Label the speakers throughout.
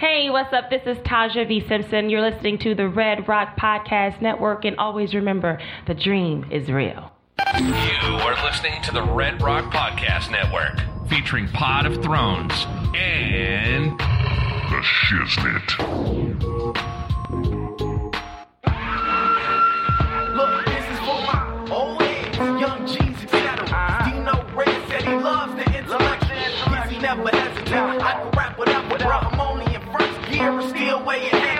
Speaker 1: Hey, what's up? This is Taja V. Simpson. You're listening to the Red Rock Podcast Network, and always remember the dream is real.
Speaker 2: You are listening to the Red Rock Podcast Network, featuring Pod of Thrones and The Shiznit.
Speaker 3: Look, this is for my old heads. Young G's etc. Dino Red said he Uh-huh. loves the intellect. Yes, he never hesitates. I can rap without the problem. I'm only in first gear, but still weighing heavy.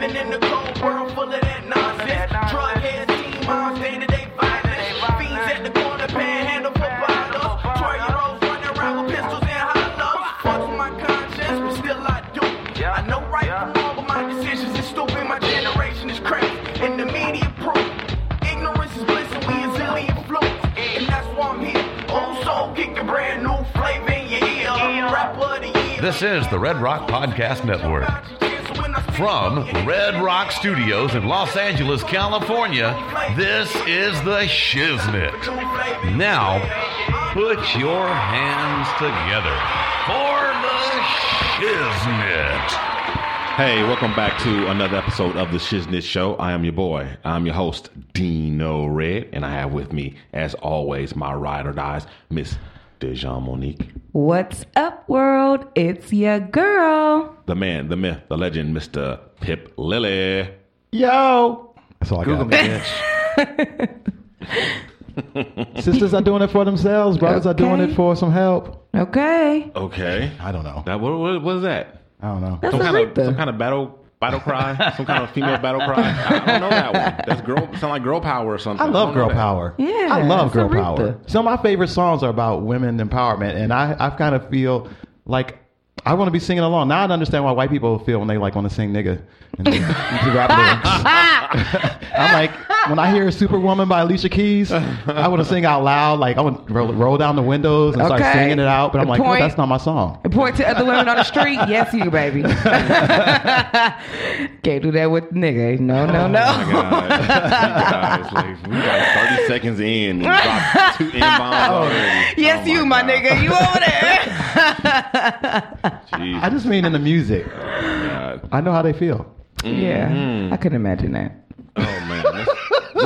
Speaker 3: Living in the cold world full of that nonsense. Drug heads, teen moms, day to day violence. Fiends at the corner, panhandle for bottles. Troy Rose running around with pistols and hollows. Fucks with my conscience, but still I do. I know right from wrong, but my decisions is stupid. My generation is crazy, and the media proof. Ignorance is bliss, and we is illy influenced. And that's why I'm here. Old soul kicking brand new flavor in your ear. Rapper of the year.
Speaker 4: This is the Red Rock Podcast Network. From Red Rock Studios in Los Angeles, California, this is The Shiznit. Now, put your hands together for The Shiznit.
Speaker 5: Hey, welcome back to another episode of the Shiznit Show. I am your boy. I'm your host, Dino Red, and I have with me, as always, my ride or dies, Miss Dejan Monique,
Speaker 6: What's up, world? It's your girl.
Speaker 5: the man, the myth, the legend, Mr. Pip Lilly.
Speaker 7: Yo. That's all I
Speaker 8: Google
Speaker 7: got.
Speaker 8: me, bitch.
Speaker 7: Sisters are doing it for themselves. Brothers are doing
Speaker 6: Okay.
Speaker 7: it for some help.
Speaker 6: Okay.
Speaker 5: Okay,
Speaker 7: I don't know.
Speaker 5: that what what, what is that?
Speaker 7: I don't know.
Speaker 6: That's
Speaker 5: Some kind of
Speaker 6: Aretha.
Speaker 5: some kind of battle battle cry, some kind of female battle cry. I don't know that one. That's girl. Sound like girl power or something.
Speaker 7: I love
Speaker 5: don't know
Speaker 7: girl
Speaker 5: that.
Speaker 7: power.
Speaker 6: Yeah,
Speaker 7: I love
Speaker 6: it's
Speaker 7: girl
Speaker 6: Aretha.
Speaker 7: power. Some of my favorite songs are about women empowerment, and I, I kind of feel like I want to be singing along. Now I understand why white people feel when they like want to sing nigga and they- they rap lyrics. I'm like, when I hear Superwoman by Alicia Keys, I want to sing out loud. Like I want to roll, roll down the windows and start
Speaker 6: Okay.
Speaker 7: singing it out. But I'm like, no,
Speaker 6: Point.
Speaker 7: that's not my song.
Speaker 6: Point to other women on the street. Yes, you, baby. Can't do that with nigga. No, no,
Speaker 5: Oh my
Speaker 6: no.
Speaker 5: God. You guys, like, we got 30 seconds in and dropped two N bombs already.
Speaker 6: Yes,
Speaker 5: Oh
Speaker 6: you, my
Speaker 5: God.
Speaker 6: nigga. You over there.
Speaker 5: Jeez.
Speaker 7: I just mean in the music.
Speaker 5: God.
Speaker 7: I know how they feel.
Speaker 6: Yeah. I couldn't imagine that.
Speaker 5: Oh man, this,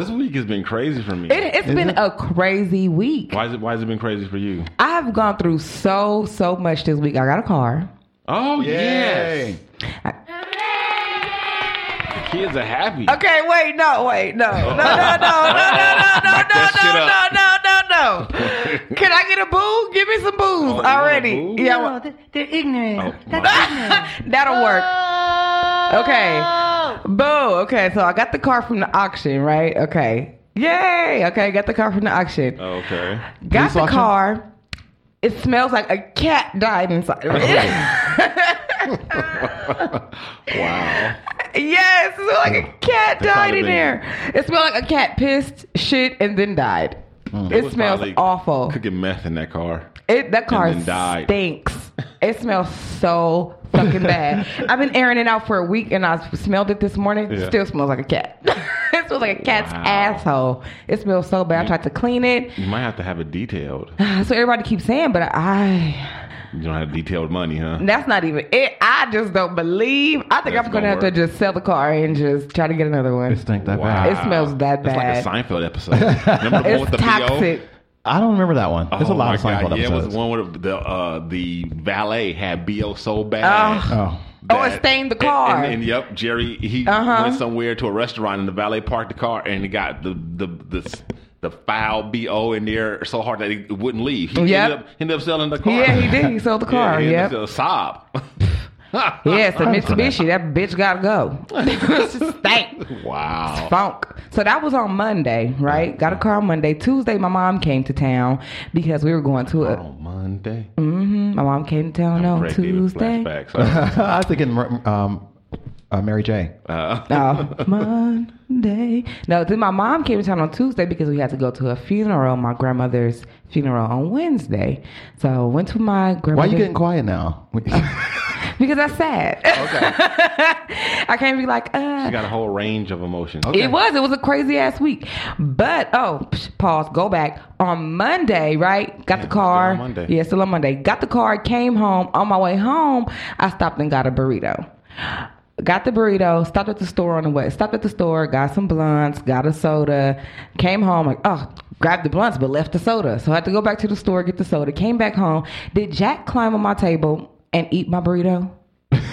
Speaker 5: this week has been crazy for me.
Speaker 6: It, it's
Speaker 7: Is
Speaker 6: been
Speaker 7: it?
Speaker 6: a crazy week.
Speaker 5: Why is it? Why has it been crazy for you?
Speaker 6: I have gone through so, so much this week. I got a car.
Speaker 5: Oh
Speaker 7: Yay.
Speaker 5: yes, the kids are happy.
Speaker 6: Okay, wait, no, wait, no, no, no, no, no, no, no, no, no, no, no, no, no, no. Can I get a boo? Give me some
Speaker 5: Oh, you
Speaker 6: booze
Speaker 5: want a
Speaker 6: already.
Speaker 5: boo?
Speaker 6: Yeah, I want-
Speaker 9: They're ignorant.
Speaker 5: Oh, my-
Speaker 6: That'll work. Okay. Boo. Okay, so I got the car from the auction, right? Okay. Yay. Okay, got the car from the auction.
Speaker 5: Uh, okay.
Speaker 6: got
Speaker 7: police
Speaker 6: the
Speaker 7: auction?
Speaker 6: car. It smells like a cat died inside.
Speaker 5: Wow.
Speaker 6: yes, it smells like a cat
Speaker 5: They
Speaker 6: died
Speaker 5: probably
Speaker 6: in
Speaker 5: been-
Speaker 6: there. It smelled like a cat pissed, shit, and then died. It
Speaker 5: Mm. was
Speaker 6: smells
Speaker 5: probably
Speaker 6: awful.
Speaker 5: Cooking meth in that car.
Speaker 6: It that car
Speaker 5: then died.
Speaker 6: stinks. It smells so fucking bad. I've been airing it out for a week and I smelled it this morning.
Speaker 5: Yeah.
Speaker 6: Still smells like a cat. it smells like a cat's
Speaker 5: Wow.
Speaker 6: asshole. It smells so bad. I tried to clean it.
Speaker 5: You might have to have it detailed.
Speaker 6: So everybody keeps saying, but I
Speaker 5: You don't have detailed money, huh?
Speaker 6: that's not even it. I just don't believe. I think
Speaker 5: That's
Speaker 6: I'm gonna
Speaker 5: gonna
Speaker 6: have to
Speaker 5: work.
Speaker 6: just sell the car and just try to get another one.
Speaker 7: It stink that bad.
Speaker 6: It smells that
Speaker 5: It's like
Speaker 6: bad.
Speaker 5: a Seinfeld episode. Remember the one with
Speaker 6: It's
Speaker 5: the
Speaker 6: toxic.
Speaker 5: PO?
Speaker 7: I don't remember that one. There's a
Speaker 5: Oh
Speaker 7: lot
Speaker 5: my
Speaker 7: of Seinfeld
Speaker 5: God. Yeah,
Speaker 7: episodes.
Speaker 5: it was one where the uh, the valet had bo so bad.
Speaker 7: Oh.
Speaker 6: Oh, it stained the car.
Speaker 5: And, and, yep, Jerry he
Speaker 6: Uh-huh.
Speaker 5: went somewhere to a restaurant and the valet parked the car and he got the the the, the foul bo in there so hard that it wouldn't leave. He
Speaker 6: Yep.
Speaker 5: ended, up, ended up selling the car.
Speaker 6: Yeah, he did. He sold the car.
Speaker 5: he ended
Speaker 6: Yeah,
Speaker 5: up selling- Sob.
Speaker 6: yeah, it's a Mitsubishi. That bitch gotta go. Stank.
Speaker 5: Wow.
Speaker 6: funk. So that was on Monday, right? Got a car on Monday. Tuesday, my mom came to town because we were going to a.
Speaker 5: On Monday.
Speaker 6: My mom came to town on
Speaker 5: Craig David
Speaker 6: Mm, Tuesday.
Speaker 5: flashback. Sorry.
Speaker 7: I was thinking um, uh, Mary J.
Speaker 5: Uh,
Speaker 6: No, Oh, Monday. No, then my mom came to town on Tuesday because we had to go to a funeral, my grandmother's funeral on Wednesday. So I went to my grandmother.
Speaker 7: Why are you getting quiet now?
Speaker 6: because that's sad.
Speaker 5: Okay.
Speaker 6: I can't be like, uh,
Speaker 5: She got a whole range of emotions.
Speaker 6: it was. It was a crazy ass week. But oh, psh, pause. Go back on Monday. Right? Got
Speaker 5: Yeah,
Speaker 6: the car.
Speaker 5: still on Monday.
Speaker 6: Yeah, still on Monday. Got the car. Came home. On my way home, I stopped and got a burrito. Got the burrito. Stopped at the store on the way. Stopped at the store. Got some blunts. Got a soda. Came home like oh. Grabbed the blunts, but left the soda. So I had to go back to the store, get the soda. Came back home. Did Jack climb on my table and eat my burrito?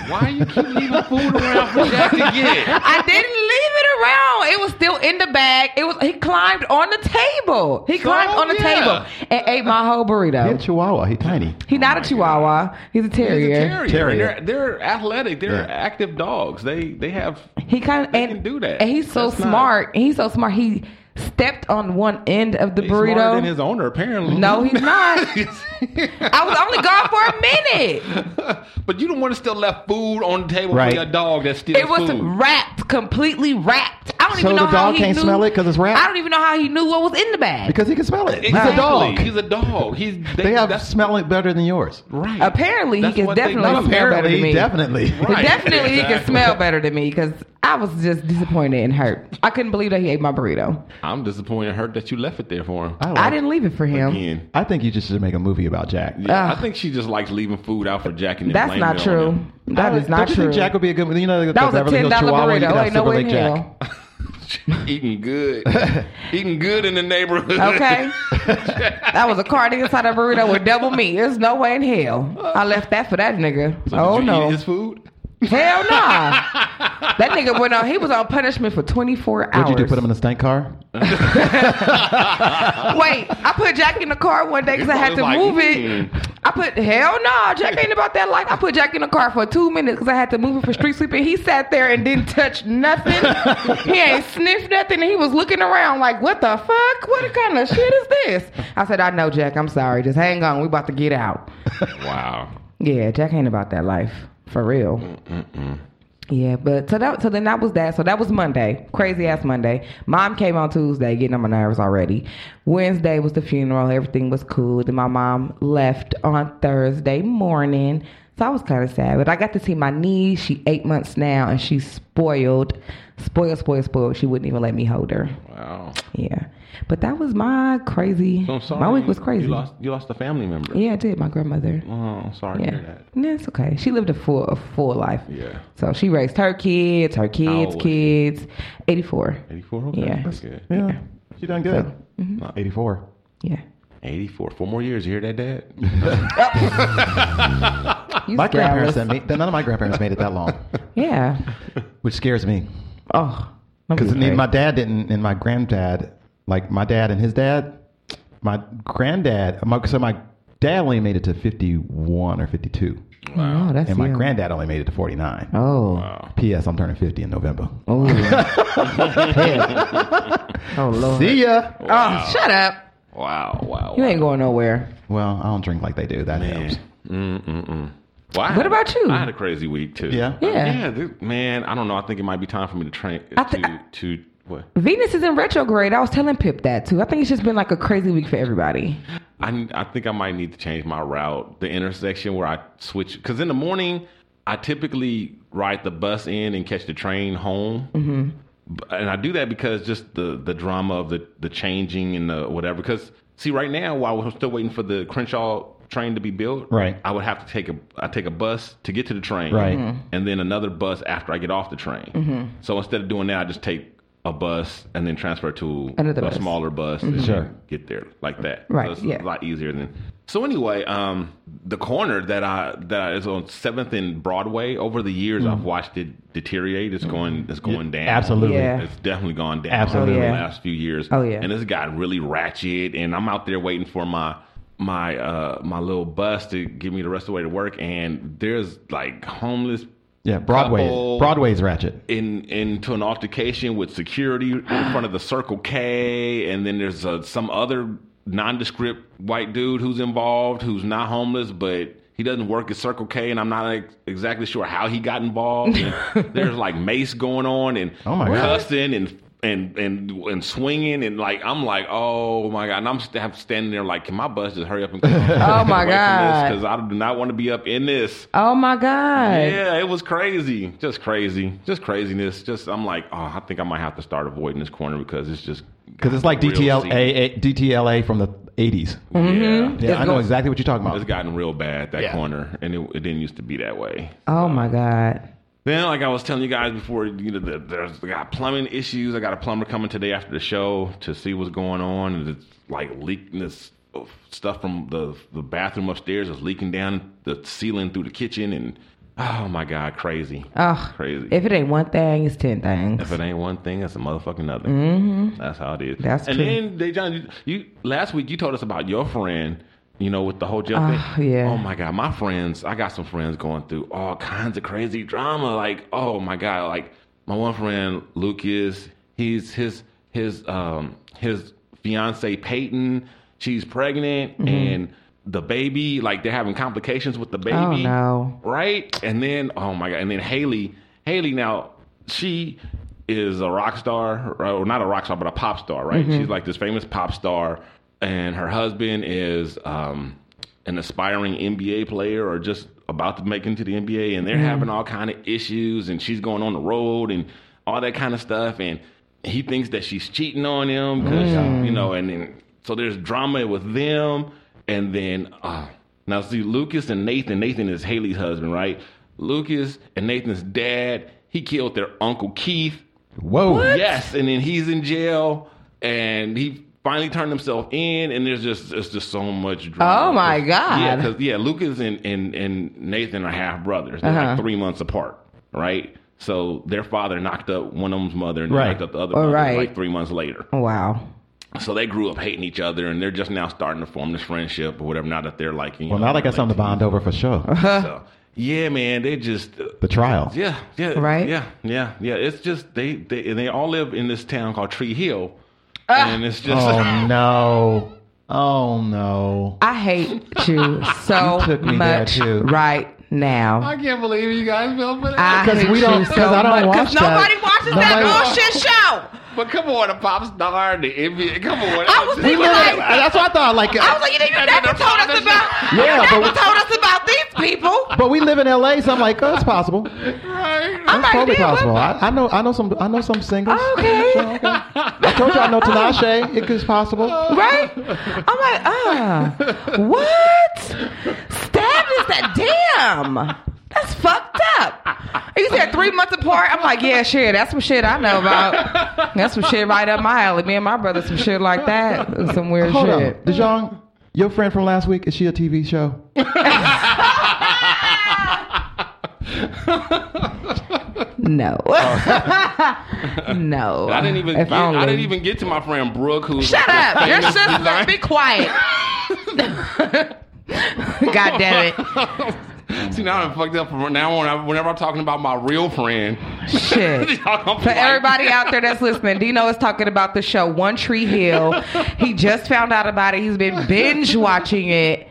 Speaker 5: Why you keep leaving food around for Jack to get?
Speaker 6: I didn't leave it around. It was still in the bag. It was he climbed on the table. He climbed on the
Speaker 5: yeah.
Speaker 6: table and ate my whole
Speaker 7: He a
Speaker 6: burrito.
Speaker 7: chihuahua. He tiny.
Speaker 6: He's not a chihuahua. He's a terrier.
Speaker 5: Oh He's a terrier. They're,
Speaker 7: Terrier.
Speaker 5: they're athletic. They're
Speaker 7: Yeah.
Speaker 5: active dogs. They they have.
Speaker 6: He kind of
Speaker 5: They
Speaker 6: and
Speaker 5: can do that.
Speaker 6: And he's so
Speaker 5: That's not-
Speaker 6: smart. He's so smart. He stepped on one end of the
Speaker 5: He's
Speaker 6: burrito.
Speaker 5: smarter than his owner apparently.
Speaker 6: no, he's not. I was only gone for a minute.
Speaker 5: but you don't want to still left food on the table
Speaker 7: Right.
Speaker 5: for your dog that steals
Speaker 6: It was
Speaker 5: food.
Speaker 6: wrapped, completely wrapped. I don't
Speaker 7: So
Speaker 6: even know
Speaker 7: the
Speaker 6: how
Speaker 7: dog
Speaker 6: he
Speaker 7: can't
Speaker 6: knew-
Speaker 7: smell it 'cause it's wrapped?
Speaker 6: I don't even know how he knew what was in the bag.
Speaker 7: Because he can smell it.
Speaker 5: Exactly.
Speaker 7: He's a dog.
Speaker 5: He's a dog. He's they,
Speaker 7: they have
Speaker 5: that's-
Speaker 7: smell it better than yours.
Speaker 5: right.
Speaker 6: Apparently, he
Speaker 5: That's
Speaker 6: can
Speaker 5: what they
Speaker 6: definitely
Speaker 5: do.
Speaker 6: smell better than me.
Speaker 7: definitely.
Speaker 5: Right.
Speaker 6: Definitely, he can
Speaker 5: Exactly.
Speaker 6: smell better than me because I was just disappointed and hurt. I couldn't believe that he ate my burrito.
Speaker 5: I'm disappointed, hurt that you left it there for him.
Speaker 7: I, like-
Speaker 6: I didn't leave it for him.
Speaker 5: Again.
Speaker 7: I think you just should make a movie about Jack.
Speaker 5: Yeah,
Speaker 6: Ugh.
Speaker 5: I think she just likes leaving food out for Jack and then
Speaker 6: Ah. That's
Speaker 5: blaming
Speaker 6: not
Speaker 5: it on
Speaker 6: true.
Speaker 5: him.
Speaker 6: That is
Speaker 7: don't
Speaker 6: not
Speaker 7: you
Speaker 6: true.
Speaker 7: Think Jack would be a good. You know, the
Speaker 6: That was a
Speaker 7: Beverly
Speaker 6: ten
Speaker 7: Hills
Speaker 6: dollar
Speaker 7: Chihuahua, you could
Speaker 6: burrito.
Speaker 7: have
Speaker 6: Ain't no
Speaker 7: Silver
Speaker 6: way in
Speaker 7: Lake Jack.
Speaker 6: hell.
Speaker 5: Eating good, eating good in the neighborhood.
Speaker 6: Okay, Oh, that was a carne asada burrito with double meat. There's no way in hell. I left that for that nigga. oh
Speaker 5: Did you
Speaker 6: no,
Speaker 5: eat his food.
Speaker 6: hell nah. that nigga went on. He was on punishment for 24 hours.
Speaker 7: What'd you do? Put him in a stank car?
Speaker 6: Wait, I put Jack in the car one day because I had to
Speaker 5: Like,
Speaker 6: move it.
Speaker 5: mm.
Speaker 6: I put hell no, Jack ain't about that life. I put Jack in the car for two minutes because I had to move it for street sweeping. He sat there and didn't touch nothing. he ain't sniffed nothing. And he was looking around like, "What the fuck? What kind of shit is this?" I said, "I know, Jack. I'm sorry. Just hang on. We about to get out."
Speaker 5: Wow.
Speaker 6: Yeah, Jack ain't about that life for real. Yeah, but so that so then that was that. So that was Monday, crazy ass Monday. Mom came on Tuesday, getting on my nerves already. Wednesday was the funeral, everything was cool. Then my mom left on Thursday morning, so I was kind of sad. But I got to see my niece. She eight months now, and she's spoiled, spoiled, spoiled, spoiled. She wouldn't even let me hold her.
Speaker 5: Wow.
Speaker 6: Yeah, but that week was my crazy.
Speaker 5: I'm sorry.
Speaker 6: my week
Speaker 5: you-
Speaker 6: was crazy.
Speaker 5: You lost. You lost a family member.
Speaker 6: Yeah, I did. My grandmother.
Speaker 5: Oh, I'm sorry to hear
Speaker 6: Yeah,
Speaker 5: that.
Speaker 6: no, it's okay. She lived a full a full life.
Speaker 5: Yeah.
Speaker 6: So she raised her kids, her kids,
Speaker 5: old was
Speaker 6: kids. Eighty four.
Speaker 5: 84. Okay.
Speaker 6: Yeah.
Speaker 5: That's good.
Speaker 7: Yeah, she done good.
Speaker 6: Mm-hmm.
Speaker 7: Eighty-four.
Speaker 6: Yeah.
Speaker 5: 84. Four more years. You hear that, Dad? Ah,
Speaker 6: You
Speaker 7: My grandparents
Speaker 6: scandalous.
Speaker 7: didn't meet. None of my grandparents made it that long,
Speaker 6: Yeah.
Speaker 7: which scares me
Speaker 6: Oh. don't be
Speaker 7: because
Speaker 6: afraid.
Speaker 7: my dad didn't, and my granddad, like my dad and his dad, my granddad. My, so my dad only made it to fifty-one or fifty-two,
Speaker 6: Oh, that's
Speaker 7: and my
Speaker 6: young.
Speaker 7: granddad only made it to forty-nine.
Speaker 6: Oh.
Speaker 7: P.S. I'm turning fifty in November.
Speaker 6: Oh. oh Lord.
Speaker 7: See ya.
Speaker 6: Oh, shut up.
Speaker 5: Wow. Wow.
Speaker 6: You ain't going nowhere.
Speaker 7: Well, I don't drink like they do. That helps.
Speaker 5: Mm-mm-mm. Well, I
Speaker 6: What
Speaker 5: had-
Speaker 6: about you?
Speaker 5: I had a crazy week too.
Speaker 7: Yeah?
Speaker 5: Yeah.
Speaker 6: Yeah.
Speaker 5: th- man, I don't know. I think it might be time for me to train
Speaker 6: I thi-
Speaker 5: to to what?
Speaker 6: Venus is in retrograde. I was telling Pip that too. I think it's just been like a crazy week for everybody.
Speaker 5: I, I think I might need to change my route, the intersection where I switch. Because in the morning, I typically ride the bus in and catch the train home. Mm-hmm. And I do that because just the, the drama of the, the changing and the whatever. Because, see, right now, while I'm still waiting for the Crenshaw train to be built,
Speaker 7: Right.
Speaker 5: I would have to take a I take a bus to get to the train,
Speaker 7: Right.
Speaker 6: Mm-hmm.
Speaker 7: Mm-hmm. Mhm.
Speaker 5: and then another bus after I get off the train. So instead of doing that, I just take a bus and then transfer to
Speaker 6: Another
Speaker 5: a
Speaker 6: bus.
Speaker 5: smaller bus and
Speaker 7: Mm-hmm. Sure.
Speaker 5: get there like that.
Speaker 6: Right,
Speaker 5: So it's
Speaker 6: yeah.
Speaker 5: a lot easier than. So anyway, um, the corner that I that is on Seventh and Broadway. Over the years,
Speaker 6: Mm.
Speaker 5: I've watched it deteriorate. It's going. It's going down.
Speaker 7: Absolutely.
Speaker 6: Yeah.
Speaker 5: It's definitely gone down
Speaker 7: Absolutely.
Speaker 5: over the
Speaker 6: Oh, yeah.
Speaker 5: last few years.
Speaker 6: Oh, yeah.
Speaker 5: And it's gotten really ratchet. And I'm out there waiting for my my uh my little bus to get me the rest of the way to work. And there's like homeless
Speaker 7: Yeah, Broadway.
Speaker 5: couple
Speaker 7: Broadway's ratchet.
Speaker 5: in into an altercation with security in front of the Circle K, and then there's uh some other nondescript white dude who's involved who's not homeless, but he doesn't work at Circle K, and I'm not like, exactly sure how he got involved. And there's like mace going on and
Speaker 7: Oh my God.
Speaker 5: cussing and and and and swinging and like I'm like oh my god and I'm st- I'm standing there like can my bus just hurry up and come
Speaker 6: Oh, my God.
Speaker 5: because I do not want to be up in this
Speaker 6: Oh my God.
Speaker 5: yeah it was crazy just crazy just craziness just I'm like oh I think I might have to start avoiding this corner because it's just
Speaker 7: Because it's like
Speaker 5: Real
Speaker 7: DTLA, DTLA from the 80s.
Speaker 6: Mm-hmm.
Speaker 5: yeah
Speaker 7: Mm-hmm. Yeah, I know exactly what you're talking
Speaker 5: it's
Speaker 7: about.
Speaker 5: gotten real bad that
Speaker 7: Yeah.
Speaker 5: corner and it, it didn't used to be that way
Speaker 6: Oh my God.
Speaker 5: Then, like I was telling you guys before, you know, the, there's I got plumbing issues. I got a plumber coming today after the show to see what's going on, and it's like leaking this stuff from the the bathroom upstairs is leaking down the ceiling through the kitchen, and oh my god, crazy,
Speaker 6: Oh,
Speaker 5: crazy.
Speaker 6: If it ain't one thing, it's ten things.
Speaker 5: If it ain't one thing, it's a motherfucking other. Mm-hmm. That's how it is.
Speaker 6: That's
Speaker 5: and
Speaker 6: true.
Speaker 5: then they John, you, you last week you told us about your friend. You know, with the whole jail
Speaker 6: Ah,
Speaker 5: thing.
Speaker 6: yeah.
Speaker 5: Oh my God, my friends. I got some friends going through all kinds of crazy drama. Like, oh my God, like my one friend Lucas. He's his his um his fiance Peyton. She's pregnant
Speaker 6: Mm-hmm.
Speaker 5: and. The baby, like they're having complications with the baby
Speaker 6: Oh, no.
Speaker 5: right? And then oh my god, and then Haley, Haley now she is a rock star, right? or not a rock star, but a pop star, right?
Speaker 6: Mm-hmm.
Speaker 5: She's like this famous pop star, and her husband is um, an aspiring NBA player or just about to make into the NBA, and they're
Speaker 6: Mm-hmm.
Speaker 5: having all kind of issues, and she's going on the road and all that kind of stuff, and he thinks that she's cheating on him because
Speaker 6: Mm.
Speaker 5: you know, and then so there's drama with them, and then. Uh, now, see, Lucas and Nathan, Nathan is Haley's husband, right? Lucas and Nathan's dad, he killed their uncle Keith.
Speaker 7: Whoa.
Speaker 5: Yes, and then he's in jail, and he finally turned himself in, and there's just it's just so much drama.
Speaker 6: Oh, my God.
Speaker 5: Yeah, because yeah, Lucas and, and, and Nathan are half brothers. They're
Speaker 6: Uh-huh.
Speaker 5: like three months apart, right? So their father knocked up one of them's mother and
Speaker 7: Right.
Speaker 5: knocked up the other
Speaker 6: Oh,
Speaker 5: mother
Speaker 6: right.
Speaker 5: like three months later.
Speaker 6: Wow.
Speaker 5: So they grew up hating each other, and they're just now starting to form this friendship or whatever. Now that they're like, you
Speaker 7: Well,
Speaker 5: know,
Speaker 7: now they got
Speaker 5: like
Speaker 7: something to bond over for sure.
Speaker 6: Uh-huh.
Speaker 5: so yeah, man, they just uh,
Speaker 7: The trial.
Speaker 5: yeah, yeah,
Speaker 6: Right?
Speaker 5: yeah, yeah, yeah. It's just they they and they all live in this town called Tree Hill,
Speaker 6: Ah!
Speaker 5: and it's just
Speaker 7: Oh, no. Oh, no.
Speaker 6: I hate you so
Speaker 7: You took me there,
Speaker 6: much
Speaker 7: too.
Speaker 6: right now.
Speaker 5: can't believe you guys fell for
Speaker 6: I
Speaker 7: Because
Speaker 6: hate
Speaker 7: we don't-
Speaker 6: you so
Speaker 7: because I don't
Speaker 6: much.
Speaker 7: watch
Speaker 6: 'cause
Speaker 7: that.
Speaker 6: nobody watches that
Speaker 7: Nobody-
Speaker 6: bullshit show.
Speaker 5: But come on, a pop star, the NBA, come on.
Speaker 6: I was
Speaker 7: He
Speaker 6: thinking
Speaker 7: literally-
Speaker 6: like-
Speaker 7: that's what I thought. Like, uh,
Speaker 6: I was like, you didn't even
Speaker 5: And then
Speaker 6: never
Speaker 5: the
Speaker 6: told us
Speaker 5: father's-
Speaker 6: about.
Speaker 7: Yeah,
Speaker 6: you never
Speaker 7: but-
Speaker 6: told us about these people.
Speaker 7: but we live in LA, so I'm like, oh, it's possible. It's
Speaker 6: I'm like,
Speaker 7: totally
Speaker 6: dude, what
Speaker 7: possible.
Speaker 6: the-
Speaker 7: I, I know, I know some, I know some singles.
Speaker 6: Okay.
Speaker 7: So, okay. I told you I know Tinashe. It is possible.
Speaker 6: right? I'm like, ah, what? Stab is that damn. That's fucked up. You said three months apart. I'm like, yeah, shit. That's some shit I know about. That's some shit right up my alley. Me and my brother, some shit like that. Some weird
Speaker 7: Hold
Speaker 6: shit.
Speaker 7: on, Dejong. Your friend from last week is she a TV show?
Speaker 6: No, no.
Speaker 5: I didn't even.
Speaker 6: If
Speaker 5: Get, I
Speaker 6: only.
Speaker 5: didn't even get to my friend Brooke, who's
Speaker 6: Shut
Speaker 5: like
Speaker 6: up.
Speaker 5: this
Speaker 6: Your
Speaker 5: famous
Speaker 6: sister.
Speaker 5: design-
Speaker 6: Be quiet. God damn it.
Speaker 5: See now I'm fucked up. From now on, I- whenever I'm talking about my real friend,
Speaker 6: Shit. For everybody out there that's listening, Dino is talking about the show One Tree Hill. He just found out about it. He's been binge watching it.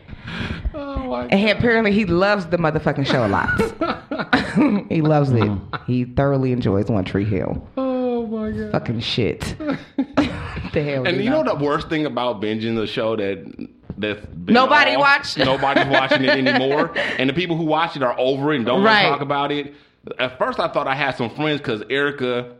Speaker 5: Oh
Speaker 6: And he, apparently he loves the motherfucking show a lot. he loves it. He thoroughly enjoys One Tree Hill.
Speaker 5: Mm-hmm. Oh my god.
Speaker 6: Fucking shit. the hell.
Speaker 5: And you
Speaker 6: Dino?
Speaker 5: know the worst thing about binging the show that that
Speaker 6: Nobody watched.
Speaker 5: Nobody's watching it anymore, and the people who watch it are over it and don't want
Speaker 6: Right.
Speaker 5: to talk about it. At first, I thought I had some friends because Erica,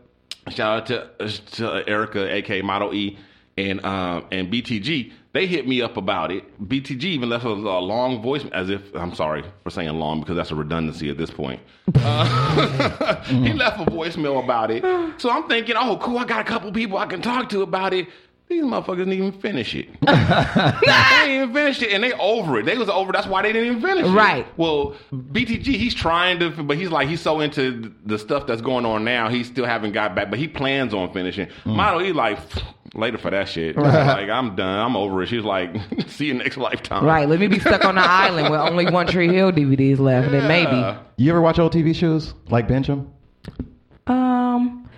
Speaker 5: shout out to, to Erica, aka Model E, and um and BTG. They hit me up about it. BTG even left a, a long voice as if I'm sorry for saying long because that's a redundancy at this point. Uh,
Speaker 6: Mm-hmm.
Speaker 5: he left a voicemail about it. So I'm thinking, oh, cool, I got a couple people I can talk to about it. These motherfuckers didn't even finish it. they didn't even finish it, and they over it. They was over. That's why they didn't even finish it.
Speaker 6: Right.
Speaker 5: Well, BTG, he's trying to, but he's like he's so into the stuff that's going on now. He still haven't got back, but he plans on finishing.
Speaker 6: Mm.
Speaker 5: Model, he like later for that shit. like I'm done. I'm over it. She's like, see you next lifetime.
Speaker 6: Right, let me be stuck on the island with only One Tree Hill DVDs left, and maybe.
Speaker 7: You ever watch old TV shows like Benjamin?
Speaker 6: Um,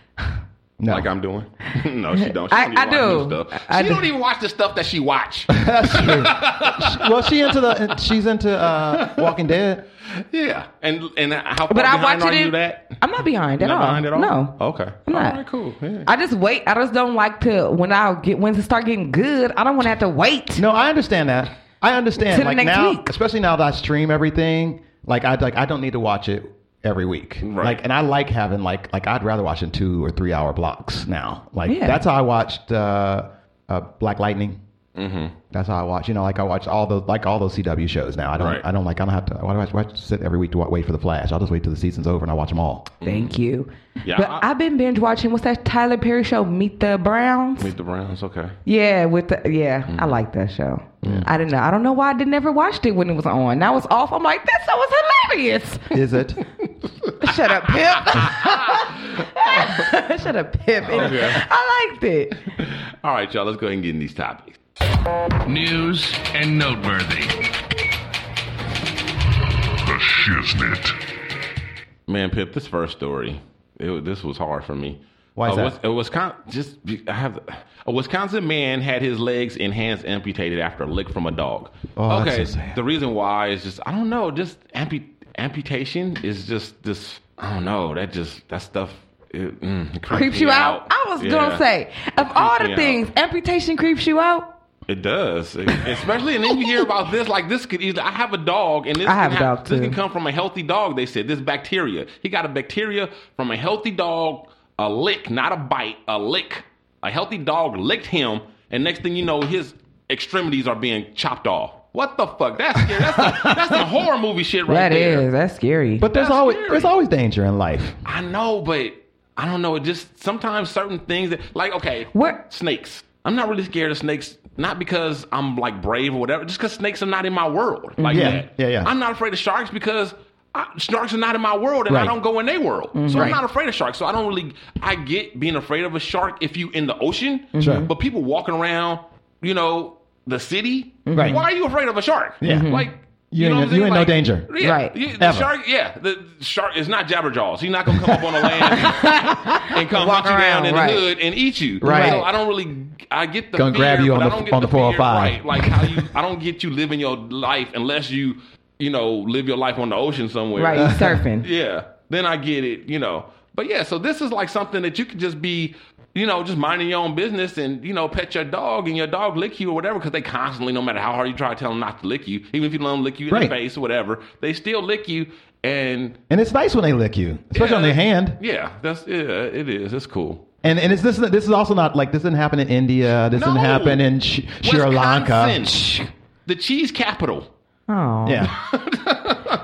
Speaker 7: No.
Speaker 5: Like I'm doing. no, she don't. She
Speaker 6: I-
Speaker 5: don't even
Speaker 6: I
Speaker 5: watch
Speaker 6: do.
Speaker 5: new stuff.
Speaker 6: I
Speaker 5: she
Speaker 6: do.
Speaker 5: don't even watch the stuff that she watch.
Speaker 7: That's true. She- well, she into the she's into uh, Walking Dead.
Speaker 5: yeah, and and how far
Speaker 6: But I
Speaker 5: behind
Speaker 6: watch
Speaker 5: are
Speaker 6: it.
Speaker 5: you
Speaker 6: in-
Speaker 5: that?
Speaker 6: I'm not behind at
Speaker 5: Not
Speaker 6: all.
Speaker 5: behind at all.
Speaker 6: No.
Speaker 5: Okay.
Speaker 6: I'm not.
Speaker 5: All right. Cool. Yeah.
Speaker 6: I just wait. I just don't like to when I get when to start getting good. I don't want to have to wait.
Speaker 7: No, I understand that. I understand.
Speaker 6: To the
Speaker 7: like
Speaker 6: next
Speaker 7: now,
Speaker 6: week.
Speaker 7: especially now that I stream everything, like I like I don't need to watch it every week.
Speaker 5: Right.
Speaker 7: Like, and I like having like like I'd rather watch in two or three hour blocks now. Like
Speaker 6: Yeah.
Speaker 7: that's how I watched uh, uh, Black Lightning. Mm-hmm. That's how I watch. You know, like I watch all those like all those CW shows now. I don't.
Speaker 5: Right.
Speaker 7: I don't like. I don't have to. Why do I why do I sit every week to wa- wait for the Flash? I'll just wait till the season's over and I watch them all.
Speaker 6: Thank you.
Speaker 5: Yeah,
Speaker 6: but I,
Speaker 5: I-
Speaker 6: have been binge watching. What's that Tyler Perry show? Meet the Browns.
Speaker 5: Meet Mm. the Browns. Okay.
Speaker 6: yeah, with the yeah, I like that show. I didn't know. I don't know why I didn't ever watched it when it was on. Now it's off. I'm like, that show was hilarious.
Speaker 7: Is it?
Speaker 6: Shut up, pimp. Shut up, pimp.
Speaker 5: Oh,
Speaker 6: I liked it.
Speaker 5: All right, y'all. Let's go ahead and get in these topics.
Speaker 2: News and noteworthy. The Shiznit.
Speaker 5: Man, Pip, this first story, it, wa- this was hard for me.
Speaker 7: Why is
Speaker 5: a,
Speaker 7: that?
Speaker 5: Wis- A Wisconsin, just be- I have a Wisconsin man had his legs and hands amputated after a lick from a dog.
Speaker 7: Oh, that's
Speaker 5: okay,
Speaker 7: so sad.
Speaker 5: the reason why is just I don't know. Just ampu- amputation is just this. I don't know. That just that stuff it, mm, it
Speaker 6: Creeps you
Speaker 5: me
Speaker 6: out. I was
Speaker 5: Yeah.
Speaker 6: gonna say, of all
Speaker 5: creeps
Speaker 6: the
Speaker 5: me
Speaker 6: things, amputation creeps you out.
Speaker 5: It does, especially, and then you hear about this. Like this could either I have a dog, and this
Speaker 6: I have
Speaker 5: can
Speaker 6: a
Speaker 5: hap-
Speaker 6: dog,
Speaker 5: This
Speaker 6: too.
Speaker 5: can come from a healthy dog. They said this bacteria. He got a bacteria from a healthy dog. A lick, not a bite. A lick. A healthy dog licked him, and next thing you know, his extremities are being chopped off. What the fuck? That's scary. That's a, that's a horror movie shit right
Speaker 6: That is.
Speaker 5: there.
Speaker 6: That's scary.
Speaker 7: But there's
Speaker 5: That's
Speaker 7: always
Speaker 5: scary.
Speaker 7: there's always danger in life.
Speaker 5: I know, but I don't know. It just sometimes certain things that like okay,
Speaker 6: Where-
Speaker 5: snakes. I'm not really scared of snakes, not because I'm like brave or whatever, just because snakes are not in my world. Like
Speaker 7: Mm-hmm. Yeah,
Speaker 5: that.
Speaker 7: yeah, yeah.
Speaker 5: I'm not afraid of sharks because. I, sharks are not in my world, and I
Speaker 7: Right. Mm-hmm.
Speaker 5: don't go in their world, so
Speaker 7: Right.
Speaker 5: I'm not afraid of sharks. So I don't really. I get being afraid of a shark if you in the ocean,
Speaker 7: Mm-hmm. Sure.
Speaker 5: but people walking around, you know, the city.
Speaker 7: Mm-hmm. Right.
Speaker 5: Why are you afraid of a shark?
Speaker 7: Yeah. Mhm.
Speaker 5: Like know
Speaker 7: You in-
Speaker 5: what I'm saying?
Speaker 7: you in no
Speaker 5: Like,
Speaker 7: danger.
Speaker 5: Yeah,
Speaker 6: Right.
Speaker 5: you- the
Speaker 7: Ever.
Speaker 5: shark yeah, the shark is not Jabberjaws. He's not gonna come up on the land and, and come
Speaker 6: Walk
Speaker 5: hunt you
Speaker 6: around,
Speaker 5: down in
Speaker 6: right.
Speaker 5: the hood and eat you.
Speaker 7: Right.
Speaker 5: So I don't really, I get the
Speaker 7: Gonna
Speaker 5: fear,
Speaker 7: grab you
Speaker 5: but
Speaker 7: on
Speaker 5: I
Speaker 7: the-
Speaker 5: don't get
Speaker 7: on the
Speaker 5: fear,
Speaker 7: 405.
Speaker 5: Right. Like how you, I don't get you living your life unless you, you know, live your life on the ocean somewhere.
Speaker 6: right, you surfing.
Speaker 5: Yeah. Then I get it, you know. But yeah, so this is like something that you could just be, you know, just minding your own business and, you know, pet your dog and your dog lick you or whatever because they constantly, no matter how hard you try to tell them not to lick you, even if you let them lick you in
Speaker 7: Right.
Speaker 5: the face or whatever, they still lick you. And
Speaker 7: And it's nice when they lick you, especially on their
Speaker 5: Yeah.
Speaker 7: hand.
Speaker 5: yeah, that's, yeah, it is. It's cool.
Speaker 7: And and is this this is also not like this didn't happen in India. This
Speaker 5: No.
Speaker 7: didn't happen in Sh- Sri Lanka.
Speaker 5: Wisconsin, The cheese capital.
Speaker 6: Oh,
Speaker 7: Yeah,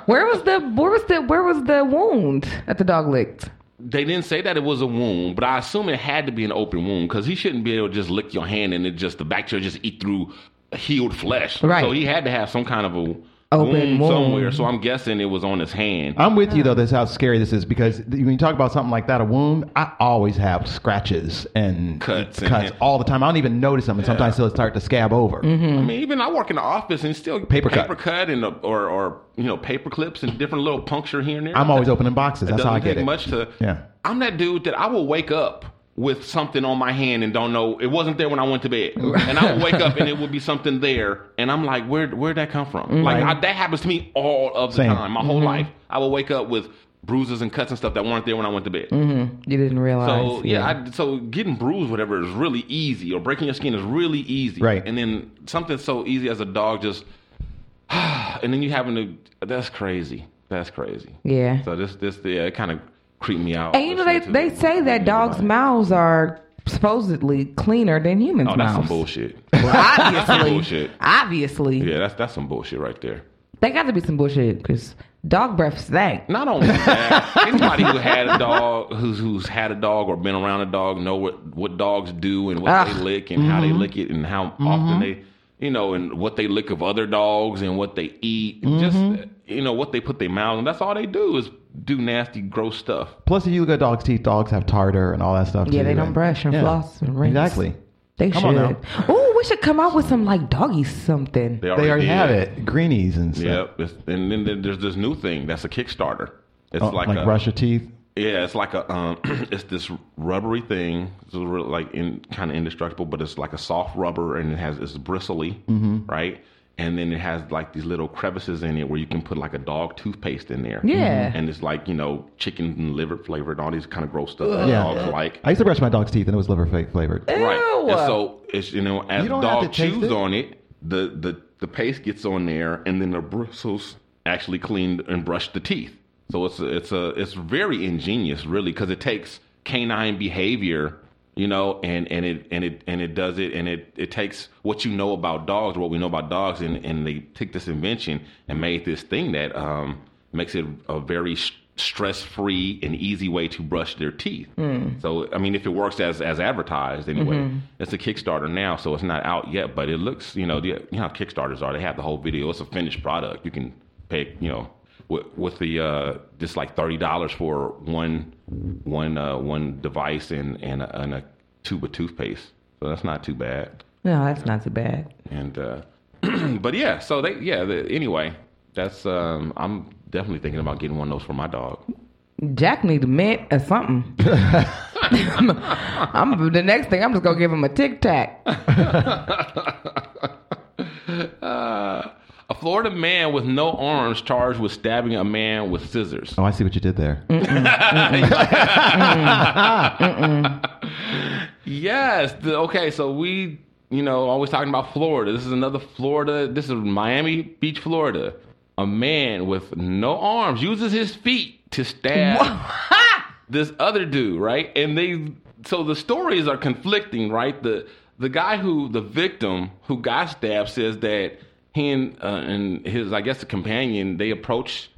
Speaker 6: Where was the where was the where was the wound that the dog licked?
Speaker 5: They didn't say that it was a wound, but I assume it had to be an open wound because he shouldn't be able to just lick your hand and it just the bacteria just eat through healed flesh.
Speaker 6: Right.
Speaker 5: So he had to have some kind of a
Speaker 6: Open wound.
Speaker 5: wound somewhere. So I'm guessing it was on his hand.
Speaker 7: I'm with you though. That's how scary this is because th- when you talk about something like that, a wound, I always have scratches and
Speaker 5: Cuts and-
Speaker 7: cuts all the time. I don't even notice them, and sometimes they'll start to scab over.
Speaker 5: I mean, even I work in the office and still
Speaker 7: Paper cut.
Speaker 5: paper cut and uh, or or you know paper clips and different little puncture here and there.
Speaker 7: I'm always opening boxes.
Speaker 5: It
Speaker 7: That's
Speaker 5: doesn't
Speaker 7: how I
Speaker 5: take
Speaker 7: get it.
Speaker 5: much to.
Speaker 7: Yeah.
Speaker 5: I'm that dude that I will wake up with something on my hand and don't know it wasn't there when I went to bed, and I will wake up and it would be something there, and I'm like, where where'd that come from? Like I, that happens to me all of the
Speaker 7: Same. Mm-hmm.
Speaker 5: time, my whole life. I will wake up with bruises and cuts and stuff that weren't there when I went to bed.
Speaker 7: Mm-hmm.
Speaker 6: You didn't realize.
Speaker 5: So yeah, I, so getting bruised, whatever, is really easy, or breaking your skin is really easy,
Speaker 7: Right.
Speaker 5: And then something so easy as a dog just, and then you having to, that's crazy, that's crazy.
Speaker 6: Yeah.
Speaker 5: So this, this, yeah, it kind of creeped me out.
Speaker 6: and you know they
Speaker 5: listening to
Speaker 6: they
Speaker 5: it.
Speaker 6: say that dogs' mouths are supposedly cleaner than humans'
Speaker 5: Oh, that's some
Speaker 6: mouths.
Speaker 5: bullshit.
Speaker 6: Obviously,
Speaker 5: bullshit.
Speaker 6: obviously,
Speaker 5: Yeah, that's that's some bullshit right there.
Speaker 6: they got to be some bullshit because dog breath stank.
Speaker 5: Not only that, anybody who had a dog, who's who's had a dog or been around a dog, know what what dogs do and what
Speaker 6: Ugh.
Speaker 5: they lick and how they
Speaker 6: Mm-hmm.
Speaker 5: lick it and how often they, you know, and what they lick of other dogs and what they eat, and just
Speaker 6: Mm-hmm.
Speaker 5: you know what they put their mouth on. That's all they do is do nasty, gross stuff.
Speaker 7: Plus, if you look at dogs' teeth, dogs have tartar and all that stuff.
Speaker 6: Yeah,
Speaker 7: too,
Speaker 6: they don't
Speaker 7: and-
Speaker 6: brush and floss and rinse.
Speaker 7: Exactly.
Speaker 6: They
Speaker 7: Come on
Speaker 6: should. Oh, we should come out with some like doggy something.
Speaker 7: They already
Speaker 5: did.
Speaker 7: have it. Greenies and stuff.
Speaker 5: Yep. It's- and then there- there's this new thing that's a Kickstarter. It's
Speaker 7: Oh,
Speaker 5: like,
Speaker 7: like,
Speaker 5: a,
Speaker 7: brush your teeth.
Speaker 5: Yeah, it's like a um, it's this rubbery thing. It's a real- like in kind of indestructible, but it's like a soft rubber, and it has it's bristly, right? And then it has like these little crevices in it where you can put like a dog toothpaste in there.
Speaker 6: Yeah.
Speaker 5: and it's like you know chicken and liver flavored, all these kind of gross stuff. That
Speaker 7: Yeah.
Speaker 5: dogs like.
Speaker 7: I used to brush my dog's teeth and it was liver fake flavored.
Speaker 5: Right.
Speaker 6: Ew.
Speaker 5: And so it's you know as
Speaker 7: You
Speaker 5: the
Speaker 7: don't
Speaker 5: dog
Speaker 7: have to taste
Speaker 5: chews
Speaker 7: it.
Speaker 5: on it, the the the paste gets on there, and then the bristles actually cleaned and brushed the teeth. So it's a, it's a it's very ingenious, really, because it takes canine behavior, you know, and and it and it and it does it, and it it takes what you know about dogs, what we know about dogs, and and they took this invention and made this thing that um makes it a very stress free and easy way to brush their teeth. So I mean, if it works as as advertised anyway, it's a Kickstarter now, so it's not out yet, but it looks you know the, you know how Kickstarters are. They have the whole video. It's a finished product. You can pay you know with, with the uh, just like thirty dollars for one one uh, one device and and a, and a tube of toothpaste. So that's not too bad.
Speaker 6: No, that's not too bad.
Speaker 5: And uh, but yeah, so they yeah. The, anyway, that's um, I'm definitely thinking about getting one of those for my dog.
Speaker 6: Jack need a mint or something. I'm the next thing. I'm just gonna give him a tic tac.
Speaker 5: Uh, a Florida man with no arms charged with stabbing a man with scissors.
Speaker 7: Oh, I see what you did there.
Speaker 5: Yes. The, okay, so we, you know, always talking about Florida. This is another Florida. This is Miami Beach, Florida. A man with no arms uses his feet to stab this other dude, right? And they so the stories are conflicting, right? The the guy who the victim who got stabbed says that he and uh, and his I guess the companion they approached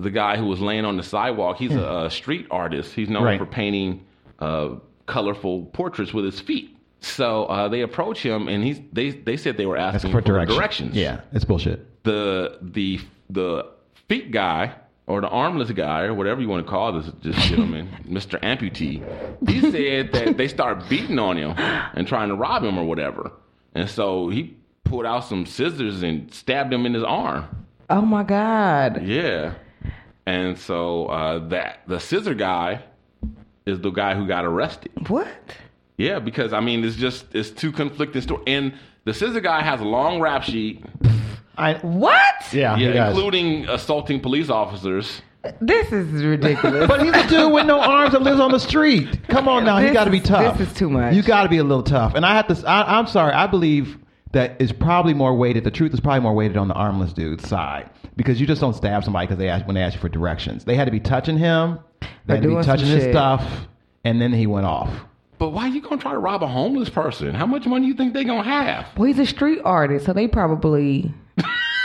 Speaker 5: the guy who was laying on the sidewalk. He's a, a street artist. He's known
Speaker 7: Right.
Speaker 5: for painting uh, colorful portraits with his feet. So uh, they approach him, and he's they they said they were
Speaker 7: That's
Speaker 5: asking
Speaker 7: for direction.
Speaker 5: directions
Speaker 7: Yeah, it's bullshit.
Speaker 5: the the the feet guy or the armless guy or whatever you want to call this this gentleman, Mr. Amputee, he said that they start beating on him and trying to rob him or whatever. And so he pulled out some scissors and stabbed him in his arm.
Speaker 6: Oh my god.
Speaker 5: Yeah. And so uh, that the scissor guy is the guy who got arrested.
Speaker 6: What?
Speaker 5: Yeah, because I mean it's just it's two conflicting stories. And the scissor guy has a long rap sheet.
Speaker 7: I,
Speaker 6: What?
Speaker 7: yeah, Ah, he
Speaker 5: Yeah,
Speaker 7: does.
Speaker 5: including assaulting police officers.
Speaker 6: This is ridiculous.
Speaker 7: But he's a dude with no arms that lives on the street. Come on now,
Speaker 6: This
Speaker 7: you got to be
Speaker 6: is-
Speaker 7: tough.
Speaker 6: this is too much.
Speaker 7: You got to be a little tough. And I have to. s- I, am sorry. I believe that is probably more weighted. The truth is probably more weighted on the armless dude's side because you just don't stab somebody because they ask when they ask you for directions. They had to be touching him. They had to
Speaker 6: doing
Speaker 7: be
Speaker 6: some
Speaker 7: touching his
Speaker 6: shit.
Speaker 7: stuff, and then he went off.
Speaker 5: But why you gonna try to rob a homeless person? How much money you think they gonna have?
Speaker 6: well, he's a street artist, so they probably.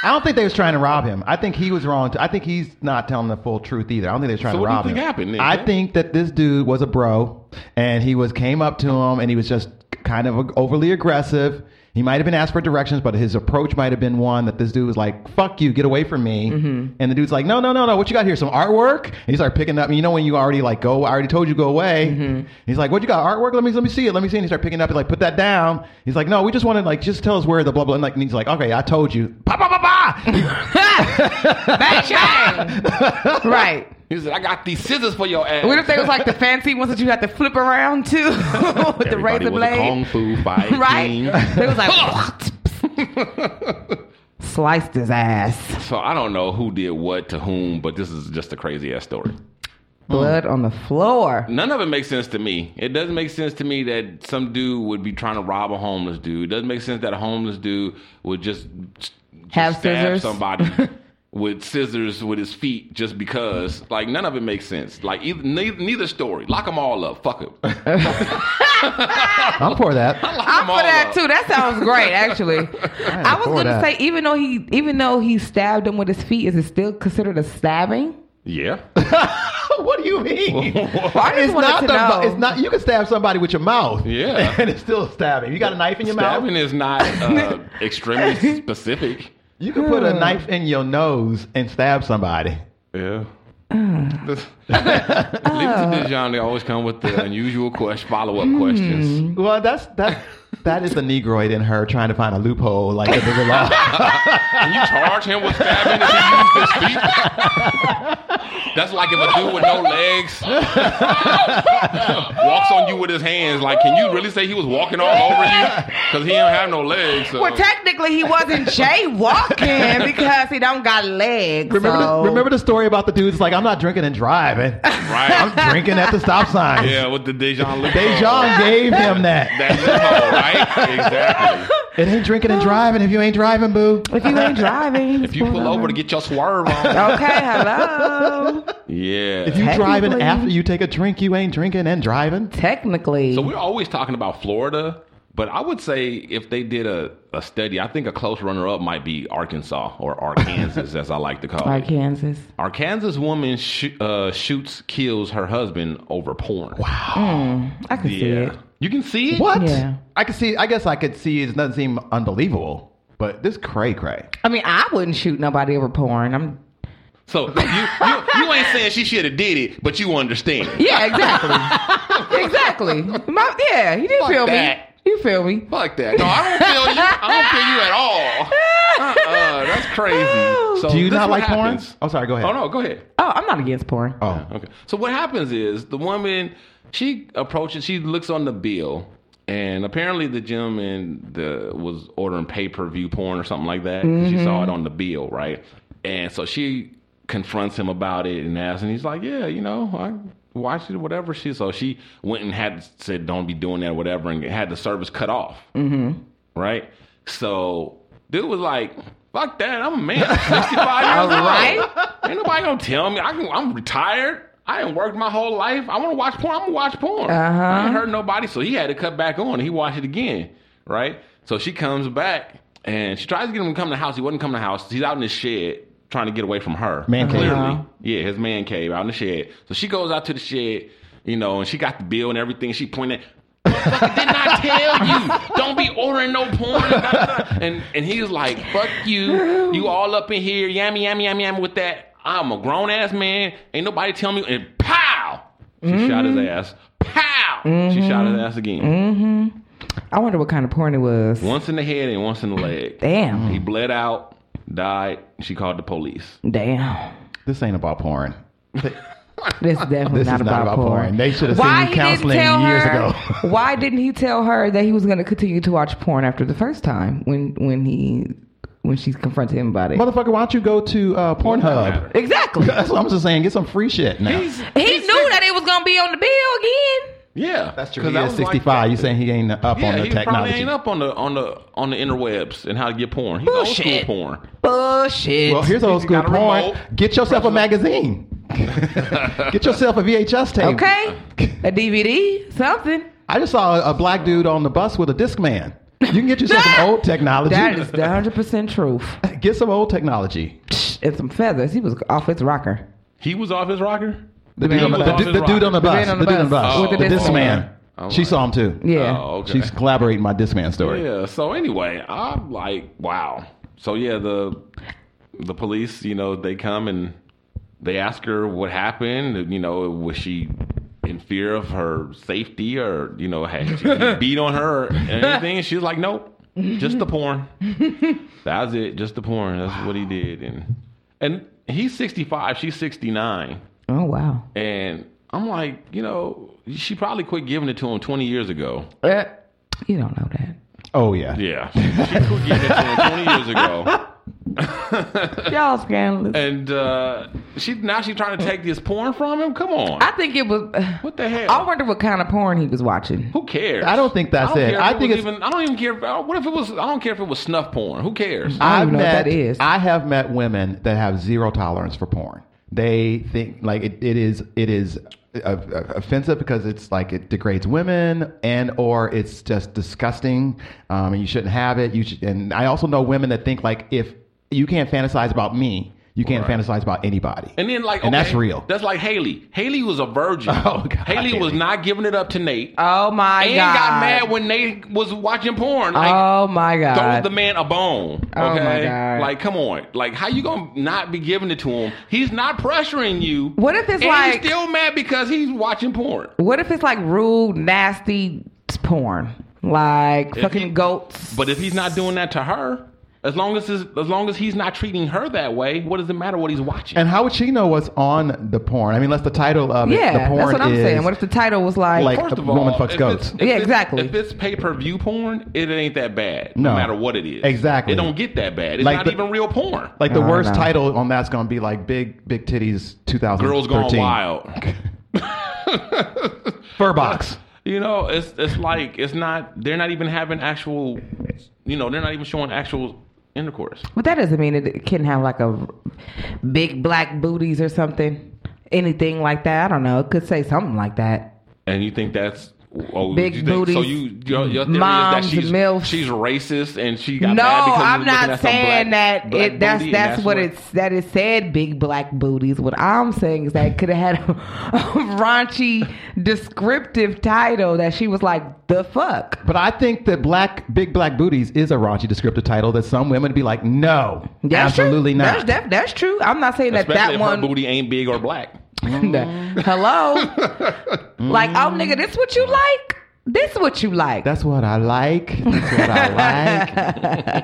Speaker 7: I don't think they was trying to rob him. I think he was wrong. t- I think he's not telling the full truth either. I don't think they was trying
Speaker 5: So
Speaker 7: to
Speaker 5: what do you
Speaker 7: rob
Speaker 5: think
Speaker 7: him.
Speaker 5: happened then,
Speaker 7: I
Speaker 5: Jeff?
Speaker 7: think that this dude was a bro, and he was came up to him, and he was just kind of overly aggressive. He might have been asked for directions, but his approach might have been one that this dude was like, "Fuck you, get away from me." And the dude's like, "No, no, no, no. What you got here? Some artwork?" And he started picking up. You know when you already like go? I already told you go away. He's like, "What you got? Artwork? Let me let me see it. Let me see." It. And he started picking up. He's like, "Put that down." He's like, "No, we just wanted like just tell us where the blah blah." And like and he's like, "Okay, I told you." Pa pa pa pa.
Speaker 6: right.
Speaker 5: He said, I got these scissors for your ass.
Speaker 6: What if they was like the fancy ones that you had to flip around to with the
Speaker 5: Everybody was a
Speaker 6: razor blade?
Speaker 5: Kung fu fighting.
Speaker 6: right? They was like, sliced his ass.
Speaker 5: So I don't know who did what to whom, but this is just a crazy ass story.
Speaker 6: Blood on the floor.
Speaker 5: None of it makes sense to me. It doesn't make sense to me that some dude would be trying to rob a homeless dude. It doesn't make sense that a homeless dude would just, just
Speaker 6: Have
Speaker 5: stab
Speaker 6: scissors?
Speaker 5: somebody with scissors with his feet just because. Like none of it makes sense. Like either, neither, neither story. Lock them all up. Fuck it. Lock 'em
Speaker 7: I'm for that.
Speaker 6: I'm
Speaker 5: all
Speaker 6: for that
Speaker 5: up.
Speaker 6: too. That sounds great, actually. I was
Speaker 7: for
Speaker 6: gonna
Speaker 7: that.
Speaker 6: say, even though he, even though he stabbed him with his feet, is it still considered a stabbing?
Speaker 5: Yeah.
Speaker 7: what do you mean?
Speaker 6: Well, I just
Speaker 7: it's
Speaker 6: wanted
Speaker 7: not
Speaker 6: to
Speaker 7: the.
Speaker 6: know.
Speaker 7: It's not. You can stab somebody with your mouth.
Speaker 5: Yeah.
Speaker 7: and it's still stabbing. You got a knife in your
Speaker 5: Stabbing
Speaker 7: mouth.
Speaker 5: is not uh, extremely specific.
Speaker 7: You can put a knife in your nose and stab somebody.
Speaker 5: Yeah. Leave it to Dijon. They always come with the unusual question, follow-up questions.
Speaker 7: Well, that's that. That is the negroid in her trying to find a loophole, like in the law.
Speaker 5: Can you charge him with stabbing if he used his feet? That's like if a dude with no legs walks on you with his hands. Like, can you really say he was walking all over you? Because he don't have no legs. So.
Speaker 6: Well, technically, he wasn't jaywalking because he don't got legs.
Speaker 7: Remember,
Speaker 6: so-
Speaker 7: the, remember the story about the dude's like, I'm not drinking and driving.
Speaker 5: right?
Speaker 7: I'm drinking at the stop sign.
Speaker 5: yeah, with the Dejan lip.
Speaker 7: Dejan gave him that.
Speaker 5: That loophole, right? Exactly.
Speaker 7: It ain't drinking and driving if you ain't driving, boo.
Speaker 6: If you ain't driving,
Speaker 5: If you pull over to get your swerve on.
Speaker 6: Okay, hello.
Speaker 5: Yeah.
Speaker 7: If you driving
Speaker 6: Technically.
Speaker 7: after you take a drink, you ain't drinking and driving.
Speaker 6: Technically,
Speaker 5: So we're always talking about Florida, but I would say if they did a, a study, I think a close runner up might be Arkansas or Arkansas, as I like to call
Speaker 6: All right,
Speaker 5: it.
Speaker 6: Kansas.
Speaker 5: Arkansas woman shoo- uh, shoots, kills her husband over porn. Wow.
Speaker 6: I can see it.
Speaker 5: Yeah. You can see it?
Speaker 7: What?
Speaker 6: Yeah.
Speaker 7: I could see. I guess I could see. It doesn't seem unbelievable, but this cray cray.
Speaker 6: I mean, I wouldn't shoot nobody over porn. I'm
Speaker 5: So you, you, you ain't saying she should have did it, but you understand.
Speaker 6: yeah, exactly, exactly. My- yeah, you did
Speaker 5: Fuck
Speaker 6: feel me.
Speaker 5: that.
Speaker 6: You feel me?
Speaker 5: Fuck that. No, I don't feel you. I don't feel you at all. Uh-uh, that's crazy. So
Speaker 7: Do you
Speaker 5: this
Speaker 7: not
Speaker 5: what
Speaker 7: like porn?
Speaker 5: happens.
Speaker 7: Oh, sorry. Go ahead.
Speaker 5: Oh, no, go ahead.
Speaker 6: Oh, I'm not against porn.
Speaker 7: Oh,
Speaker 5: Okay. So what happens is the woman she approaches, she looks on the bill, and apparently the gentleman the was ordering pay per view porn or something like that. 'cause She saw it on the bill, right? And so she confronts him about it and asks, and he's like, "Yeah, you know, I watched it, whatever." She so she went and had said, "Don't be doing that," or whatever, and had the service cut off. Mm-hmm. Right. So dude was like. Fuck that! I'm a man. I'm 65 years old.
Speaker 6: Right?
Speaker 5: Ain't nobody gonna tell me. I can, I'm retired. I ain't worked my whole life. I want to watch porn. I'm gonna watch porn. I ain't heard nobody, so he had to cut back on. and He watched it again, right? So she comes back and she tries to get him to come to the house. He wasn't coming to the house. He's out in his shed trying to get away from her.
Speaker 7: Man cave.
Speaker 5: clearly,
Speaker 7: Uh-huh.
Speaker 5: yeah, his man cave out in the shed. So she goes out to the shed, you know, and she got the bill and everything. She pointed. Motherfucker, didn't I tell you? Don't be ordering no porn. And and he was like, "Fuck you! You all up in here, yammy, yammy, yammy, yammy with that. I'm a grown ass man. Ain't nobody tell me." And pow, she shot his ass. Pow, she shot his ass again.
Speaker 6: I wonder what kind of porn it was.
Speaker 5: Once in the head and once in the leg.
Speaker 6: Damn,
Speaker 5: He bled out, died. She called the police.
Speaker 6: damn.
Speaker 7: this ain't about porn.
Speaker 6: This is definitely
Speaker 7: This
Speaker 6: not,
Speaker 7: is not
Speaker 6: about,
Speaker 7: about
Speaker 6: porn.
Speaker 7: porn. They should have
Speaker 6: Why
Speaker 7: seen
Speaker 6: he didn't
Speaker 7: counseling
Speaker 6: tell
Speaker 7: years
Speaker 6: her,
Speaker 7: ago.
Speaker 6: why didn't he tell her that he was going to continue to watch porn after the first time when when he when she confronted him about it?
Speaker 7: Motherfucker, why don't you go to uh, Pornhub?
Speaker 6: exactly.
Speaker 7: That's what I'm just saying. Get some free shit now.
Speaker 6: He knew that it was going to be on the bill again.
Speaker 5: Yeah,
Speaker 7: That's true.
Speaker 5: 'Cause
Speaker 7: He
Speaker 5: that
Speaker 7: is
Speaker 5: was like-
Speaker 7: 65. you saying he ain't up
Speaker 5: Yeah,
Speaker 7: on the
Speaker 5: he
Speaker 7: technology?
Speaker 5: probably ain't up on the on the on the interwebs and how to get porn. He's
Speaker 7: Oh,
Speaker 6: Bullshit.
Speaker 5: old school porn.
Speaker 6: Bullshit.
Speaker 7: Well, here's old
Speaker 5: You
Speaker 7: school
Speaker 5: got a
Speaker 7: porn.
Speaker 5: remote.
Speaker 7: Get yourself a magazine. Get yourself a VHS tape.
Speaker 6: okay, a DVD, something.
Speaker 7: I just saw a black dude on the bus with a disc man. You can get yourself some old technology.
Speaker 6: That is the hundred percent truth.
Speaker 7: get some old technology.
Speaker 6: And some feathers. He was off his rocker.
Speaker 5: He was off his rocker.
Speaker 7: The
Speaker 5: He
Speaker 7: dude on the,
Speaker 5: was
Speaker 7: the
Speaker 5: off
Speaker 7: du-
Speaker 5: his
Speaker 7: the dude
Speaker 5: rocker.
Speaker 7: on the
Speaker 5: The
Speaker 7: bus.
Speaker 6: man on the
Speaker 7: dude on the
Speaker 6: bus
Speaker 7: bus.
Speaker 5: with the
Speaker 7: the
Speaker 5: disc
Speaker 7: disc
Speaker 5: man.
Speaker 7: man.
Speaker 5: Oh,
Speaker 7: she
Speaker 5: my.
Speaker 7: saw him too.
Speaker 6: Yeah.
Speaker 5: Oh, okay.
Speaker 7: She's collaborating my disc man story.
Speaker 5: Yeah. So anyway, I'm like, wow. So yeah, the the police, you know, they come and they ask her what happened. and, You know, was she in fear of her safety, or you know, had she beat on her or anything? And she's like, nope, just the porn. That's it, just the porn. That's what he did, and and he's 65, she's 69.
Speaker 6: Oh wow.
Speaker 5: And I'm like, you know, she probably quit giving it to him 20 years ago.
Speaker 6: Eh, you don't know that.
Speaker 7: Oh yeah.
Speaker 5: Yeah. She quit giving it to him 20 years ago.
Speaker 6: Y'all scandalous.
Speaker 5: And uh, she now she's trying to take this porn from him? Come on.
Speaker 6: I think it was.
Speaker 5: what the hell?
Speaker 6: I wonder what kind of porn he was watching.
Speaker 5: Who cares?
Speaker 7: I don't think that's
Speaker 5: I don't
Speaker 7: it.
Speaker 5: care if
Speaker 7: I
Speaker 5: was
Speaker 7: think it's-
Speaker 5: even, I don't even care. If, uh, what if it was? I don't care if it was snuff porn. Who cares?
Speaker 6: I don't
Speaker 7: I've
Speaker 6: even know what
Speaker 7: met,
Speaker 6: that is.
Speaker 7: I have met women that have zero tolerance for porn. They think like it, it is it is uh, uh, offensive because it's like it degrades women and or it's just disgusting um, and you shouldn't have it. You should, and I also know women that think like if you can't fantasize about me, you can't fantasize about anybody.
Speaker 5: And then like
Speaker 7: and that's
Speaker 5: okay,
Speaker 7: real.
Speaker 5: That's like Haley. Haley was a virgin.
Speaker 7: Oh, God,
Speaker 5: Haley was
Speaker 7: Haley.
Speaker 5: not giving it up to Nate.
Speaker 6: Oh my
Speaker 5: and
Speaker 6: god.
Speaker 5: got mad when Nate was watching porn. Like,
Speaker 6: oh my
Speaker 5: Throw
Speaker 6: god.
Speaker 5: the man a bone. Okay.
Speaker 6: Oh, my God.
Speaker 5: Like, come on. Like, how you gonna not be giving it to him? He's not pressuring you.
Speaker 6: What if it's
Speaker 5: and
Speaker 6: like-
Speaker 5: he's still mad because he's watching porn?
Speaker 6: what if it's like rude, nasty porn, like
Speaker 5: If
Speaker 6: fucking
Speaker 5: he-
Speaker 6: goats?
Speaker 5: But if he's not doing that to her, As long as his, as long as he's not treating her that way, what does it matter what he's watching?
Speaker 7: And how would she know what's on the porn? I mean, unless the title of
Speaker 6: Yeah,
Speaker 7: it, the porn
Speaker 6: that's what I'm
Speaker 7: is,
Speaker 6: saying. What if the title was like,
Speaker 7: Like-
Speaker 5: First
Speaker 7: a
Speaker 5: of all,
Speaker 7: woman fucks
Speaker 5: if
Speaker 7: goats.
Speaker 5: it's- if
Speaker 6: Yeah,
Speaker 5: it's-
Speaker 6: exactly.
Speaker 5: If it's pay per view porn, it ain't that bad. No.
Speaker 7: No.
Speaker 5: matter what it is,
Speaker 7: Exactly.
Speaker 5: It don't get that bad. It's
Speaker 7: Like
Speaker 5: not
Speaker 7: the-
Speaker 5: even real porn.
Speaker 7: like the
Speaker 6: I don't
Speaker 7: worst
Speaker 6: know.
Speaker 7: title on that's going to be like big big titties 2013.
Speaker 5: girls gone wild.
Speaker 7: Fur box.
Speaker 5: You know, it's it's like it's not. They're not even having actual. You know, they're not even showing actual intercourse.
Speaker 6: but that doesn't mean it can have like a big black booties or something, anything like that. I don't know. It could say something like that.
Speaker 5: And you think that's oh,
Speaker 6: Big
Speaker 5: you think, So
Speaker 6: booties,
Speaker 5: you your, your theory
Speaker 6: moms,
Speaker 5: is that she's
Speaker 6: MILFs.
Speaker 5: she's racist and she got
Speaker 6: no,
Speaker 5: mad because you
Speaker 6: I'm
Speaker 5: was looking
Speaker 6: not
Speaker 5: at some
Speaker 6: saying
Speaker 5: black-
Speaker 6: that.
Speaker 5: black
Speaker 6: it, that's
Speaker 5: booty and
Speaker 6: that's, what, it's that it said. Big black booties. What I'm saying is that it could have had a, raunchy descriptive title that she was like the fuck.
Speaker 7: But I think that black big black booties is a raunchy descriptive title that some women would be like, no,
Speaker 6: That's true.
Speaker 7: absolutely not.
Speaker 6: That's, that, that's true. I'm not saying that
Speaker 5: Especially
Speaker 6: that
Speaker 5: if
Speaker 6: one.
Speaker 5: her booty ain't big or black.
Speaker 6: Hello, like oh nigga, this what you like? This what you like?
Speaker 7: That's what I like. That's what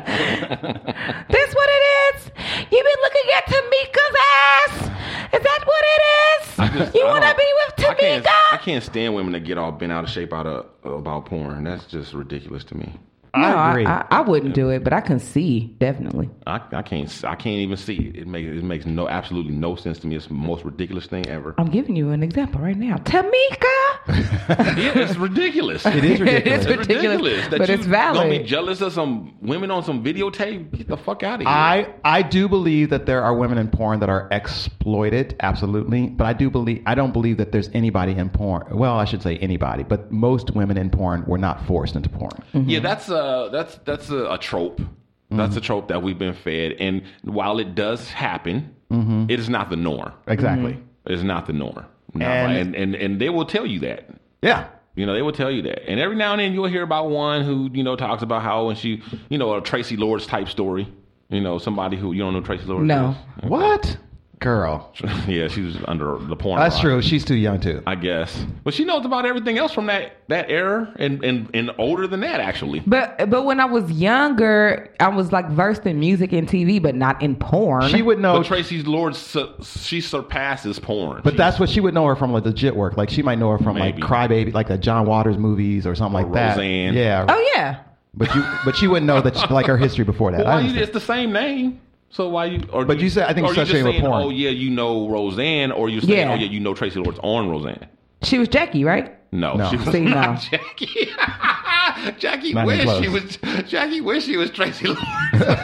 Speaker 7: I like.
Speaker 6: this what it is? You been looking at Tamika's ass? Is that what
Speaker 5: I
Speaker 6: it is?
Speaker 5: just-
Speaker 6: you
Speaker 5: I
Speaker 6: want to
Speaker 5: don't-
Speaker 6: be with
Speaker 5: I can't,
Speaker 6: Tamika?
Speaker 5: I can't stand women that get all bent out of shape out of about porn. That's just ridiculous to me.
Speaker 6: No,
Speaker 7: I agree.
Speaker 6: I, I wouldn't do it, but I can see definitely.
Speaker 5: I, I can't I can't even see it. It makes it makes no absolutely no sense to me. It's the most ridiculous thing ever.
Speaker 6: I'm giving you an example right now. Tamika,
Speaker 5: yeah, it's ridiculous.
Speaker 7: it is
Speaker 6: It's
Speaker 7: ridiculous.
Speaker 6: ridiculous,
Speaker 5: that
Speaker 6: but
Speaker 5: you
Speaker 6: it's valid.
Speaker 5: Gonna be jealous of some women on some videotape? Get the fuck out of here.
Speaker 7: I I do believe that there are women in porn that are exploited, absolutely. But I do believe I don't believe that there's anybody in porn. Well, I should say anybody, but most women in porn were not forced into porn.
Speaker 6: Mm-hmm.
Speaker 5: Yeah, that's a that's that's a, a trope. That's
Speaker 7: Mm-hmm.
Speaker 5: a trope that we've been fed, and while it does happen,
Speaker 7: Mm-hmm.
Speaker 5: it is not the norm.
Speaker 7: Exactly.
Speaker 5: It is not the norm. Not
Speaker 7: And-
Speaker 5: like- and, and and they will tell you that.
Speaker 7: Yeah.
Speaker 5: You know, they will tell you that. And every now and then you'll hear about one who, you know, talks about how when she, you know, a Tracy Lords type story. You know, somebody who, you don't know Tracy Lords?
Speaker 6: No.
Speaker 7: What? Girl.
Speaker 5: yeah, she was under the porn.
Speaker 7: That's
Speaker 5: rock,
Speaker 7: true. She's too young too.
Speaker 5: I guess. But she knows about everything else from that that era and, and, and older than that, actually.
Speaker 6: but but when I was younger, I was like versed in music and TV, but not in porn.
Speaker 7: She would know
Speaker 5: But Tracy Lords, su- she surpasses porn.
Speaker 7: But that's what she would know her from like legit work. Like she might know her from
Speaker 5: Maybe.
Speaker 7: like Crybaby, like the John Waters movies or something like that.
Speaker 5: Roseanne.
Speaker 7: Yeah.
Speaker 6: oh yeah,
Speaker 7: But you but she wouldn't know that she, like her history before that.
Speaker 5: Well,
Speaker 7: I
Speaker 5: why you,
Speaker 7: understand.
Speaker 5: it's the same name. So why you? Or
Speaker 7: But you said- I think
Speaker 5: or
Speaker 7: you
Speaker 5: you
Speaker 7: said she
Speaker 5: just
Speaker 7: was
Speaker 5: saying,
Speaker 7: porn.
Speaker 5: oh yeah, you know Roseanne, or you saying,
Speaker 6: Yeah.
Speaker 5: oh yeah, you know Tracy Lords on Roseanne.
Speaker 6: she was Jackie, right?
Speaker 5: No,
Speaker 7: No.
Speaker 5: she was
Speaker 6: See,
Speaker 5: not
Speaker 6: no.
Speaker 5: Jackie. Jackie
Speaker 7: Not even
Speaker 5: wished she was.
Speaker 7: close.
Speaker 5: Jackie wished she was Tracy Lords.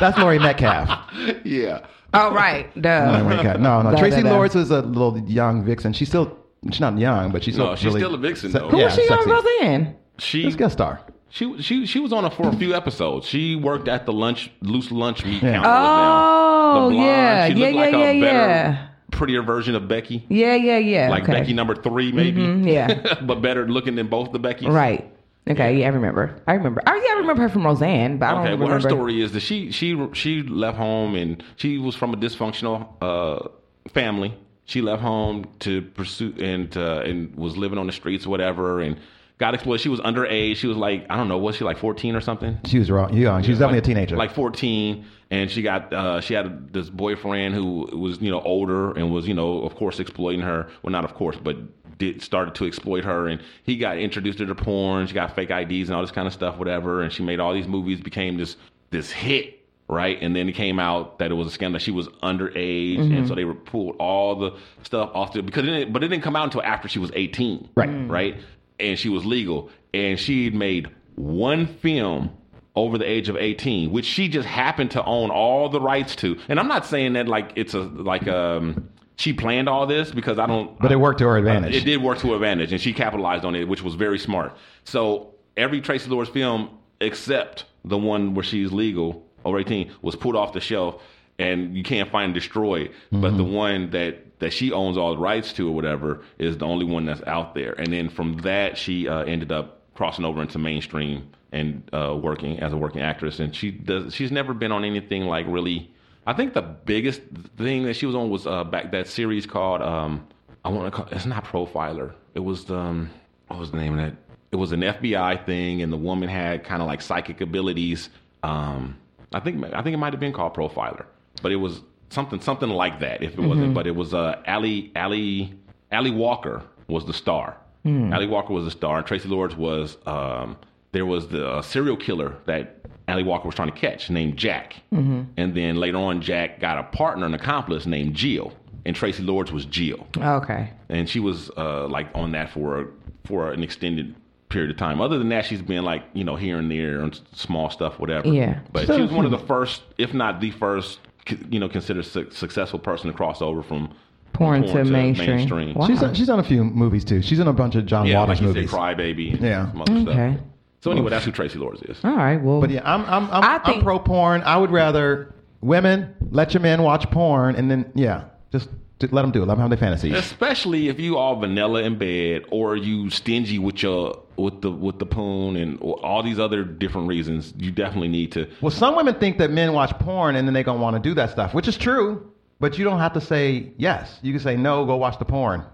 Speaker 7: That's Lori Metcalf.
Speaker 5: yeah.
Speaker 6: Oh right,
Speaker 7: Oh
Speaker 6: duh.
Speaker 7: my God. No, no.
Speaker 6: Da,
Speaker 7: Tracy
Speaker 6: da, da.
Speaker 7: Lords is a little young vixen. She's still she's not young, but she's
Speaker 5: No,
Speaker 7: still
Speaker 5: she's
Speaker 7: really-
Speaker 5: still a vixen,
Speaker 7: se-
Speaker 5: though.
Speaker 6: Who
Speaker 7: yeah,
Speaker 6: was she
Speaker 7: sexy.
Speaker 6: on Roseanne?
Speaker 5: She
Speaker 7: She's a guest star.
Speaker 5: she she she was on it for a few episodes. She worked at the lunch loose lunch meat
Speaker 7: Yeah.
Speaker 5: counter.
Speaker 6: Oh,
Speaker 5: with them. The blonde,
Speaker 6: yeah.
Speaker 5: she
Speaker 6: Yeah,
Speaker 5: looked like
Speaker 6: yeah,
Speaker 5: a
Speaker 6: yeah,
Speaker 5: better,
Speaker 6: yeah.
Speaker 5: prettier version of Becky,
Speaker 6: Yeah, yeah, yeah.
Speaker 5: like
Speaker 6: okay.
Speaker 5: Becky number three, maybe.
Speaker 6: Mhm, yeah.
Speaker 5: but better looking than both the Beckys.
Speaker 6: Right. Okay. Yeah, I remember. I remember. Oh yeah, I remember her from Roseanne, but I don't
Speaker 5: Okay, well,
Speaker 6: remember.
Speaker 5: her story is that she she she left home and she was from a dysfunctional uh, family. She left home to pursue and uh, and was living on the streets, whatever, and got exploited. She was underage. She was like I don't know, was she like fourteen or something?
Speaker 7: She was wrong, young. She was definitely a teenager.
Speaker 5: Like fourteen, and she got uh, she had this boyfriend who was you know older and was you know of course exploiting her. Well, not of course, but did started to exploit her, and he got introduced to the porn. She got fake IDs and all this kind of stuff, whatever. And she made all these movies, became this this hit. Right, and then it came out that it was a scam that she was underage,
Speaker 7: Mm-hmm.
Speaker 5: and so they were pulled all the stuff off the because it didn't, but it didn't come out until after she was eighteen,
Speaker 7: Right. Mm.
Speaker 5: right, and she was legal, and she had made one film over the age of 18 which she just happened to own all the rights to and i'm not saying that like it's a like um she planned all this because i don't
Speaker 7: but it worked to her advantage.
Speaker 5: it did work to her advantage and she capitalized on it which was very smart so every tracy lords film except the one where she's legal over 18 was put off the shelf and you can't find destroyed but the one that that she owns all the rights to or whatever is the only one that's out there and then from that she uh, ended up crossing over into mainstream and uh, working as a working actress and she does she's never been on anything like really i think the biggest thing that she was on was uh, back that series called um, I want to call it's not profiler. It was the um, what was the name of that? It was an FBI thing, and the woman had kind of like psychic abilities. Um, I think I think it might have been called Profiler, but it was something something like that. If it wasn't, but it was uh, Ali Ali Ali Walker was the star. Ali Walker was the star, and Tracy Lords was. Um, there was the uh, serial killer that Ali Walker was trying to catch named Jack, and then later on, Jack got a partner, an accomplice named Jill, and Tracy Lords was Jill
Speaker 6: Okay.
Speaker 5: and she was uh, like on that for for an extended period of time. Other than that, she's been like you know here and there on s- small stuff, whatever.
Speaker 6: Yeah.
Speaker 5: but she was one of the first, if not the first, c- you know, considered su- successful person to cross over from
Speaker 6: Porn to mainstream. Wow.
Speaker 7: She's done, she's done a few movies too. She's in a bunch of John
Speaker 5: Yeah,
Speaker 7: Waters
Speaker 5: like you said,
Speaker 7: movies.
Speaker 5: Crybaby. And
Speaker 7: Yeah.
Speaker 5: some other
Speaker 6: Okay.
Speaker 5: Stuff. So anyway, that's who Tracy Lords is.
Speaker 6: All right. Well,
Speaker 7: But yeah, I'm I'm I'm,
Speaker 6: I
Speaker 7: I'm
Speaker 6: think-
Speaker 7: pro porn. I would rather women let your men watch porn and then yeah, just, just let them do it. Let them have their fantasies.
Speaker 5: Especially if you all vanilla in bed, or you stingy with your with the with the poon, and all these other different reasons. You definitely need to
Speaker 7: Well, some women think that men watch porn and then they gonna want to do that stuff, which is true. But you don't have to say yes. You can say no. Go watch the porn.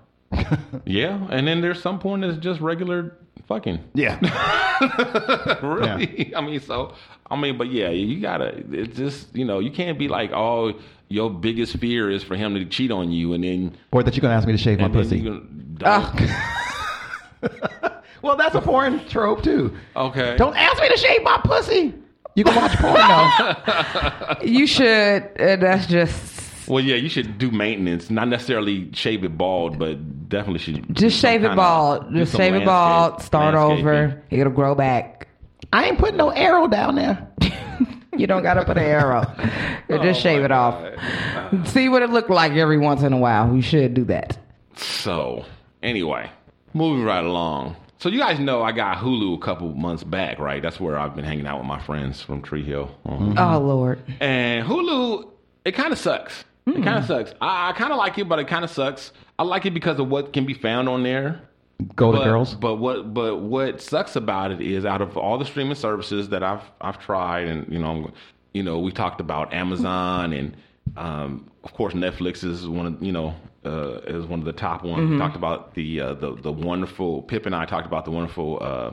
Speaker 5: Yeah, and then there's some porn that's just regular fucking.
Speaker 7: Yeah.
Speaker 5: really? I mean, so I mean, but yeah, you gotta. It's just you know, you can't be like, oh, your biggest fear is for him to cheat on you, and then
Speaker 7: or that you're gonna ask me to shave my
Speaker 5: and then
Speaker 7: pussy.
Speaker 5: you
Speaker 6: Ah.
Speaker 5: gonna- don't-
Speaker 7: Well, that's a porn trope too.
Speaker 5: okay.
Speaker 7: Don't ask me to shave my pussy. You can watch porn now.
Speaker 6: you should. Uh, that's just
Speaker 5: Well, yeah, you should do maintenance, not necessarily shave it bald, but definitely should do
Speaker 6: just
Speaker 5: some
Speaker 6: shave it
Speaker 5: kinda-
Speaker 6: bald.
Speaker 5: do
Speaker 6: Just
Speaker 5: some
Speaker 6: shave
Speaker 5: landscape-
Speaker 6: it bald. Start
Speaker 5: landscaping.
Speaker 6: over. It'll grow back.
Speaker 7: I ain't putting no arrow down there.
Speaker 6: You don't gotta put an arrow.
Speaker 5: Oh
Speaker 6: just shave it off. See what it looked like every once in a while. You should do that.
Speaker 5: So, anyway, moving right along. So you guys know I got Hulu a couple months back, right? That's where I've been hanging out with my friends from Tree Hill. on
Speaker 6: Oh Lord.
Speaker 5: and Hulu, it kind of sucks. It kind of sucks. I, I kind of like it, but it kind of sucks. I like it because of what can be found on there.
Speaker 7: Go to
Speaker 5: but,
Speaker 7: girls.
Speaker 5: But what but what sucks about it is out of all the streaming services that I've I've tried and you know I'm, you know we talked about Amazon and um, of course Netflix is one of you know uh, is one of the top ones.
Speaker 7: Mm-hmm.
Speaker 5: We talked about the uh, the the wonderful Pip and I talked about the wonderful. Uh,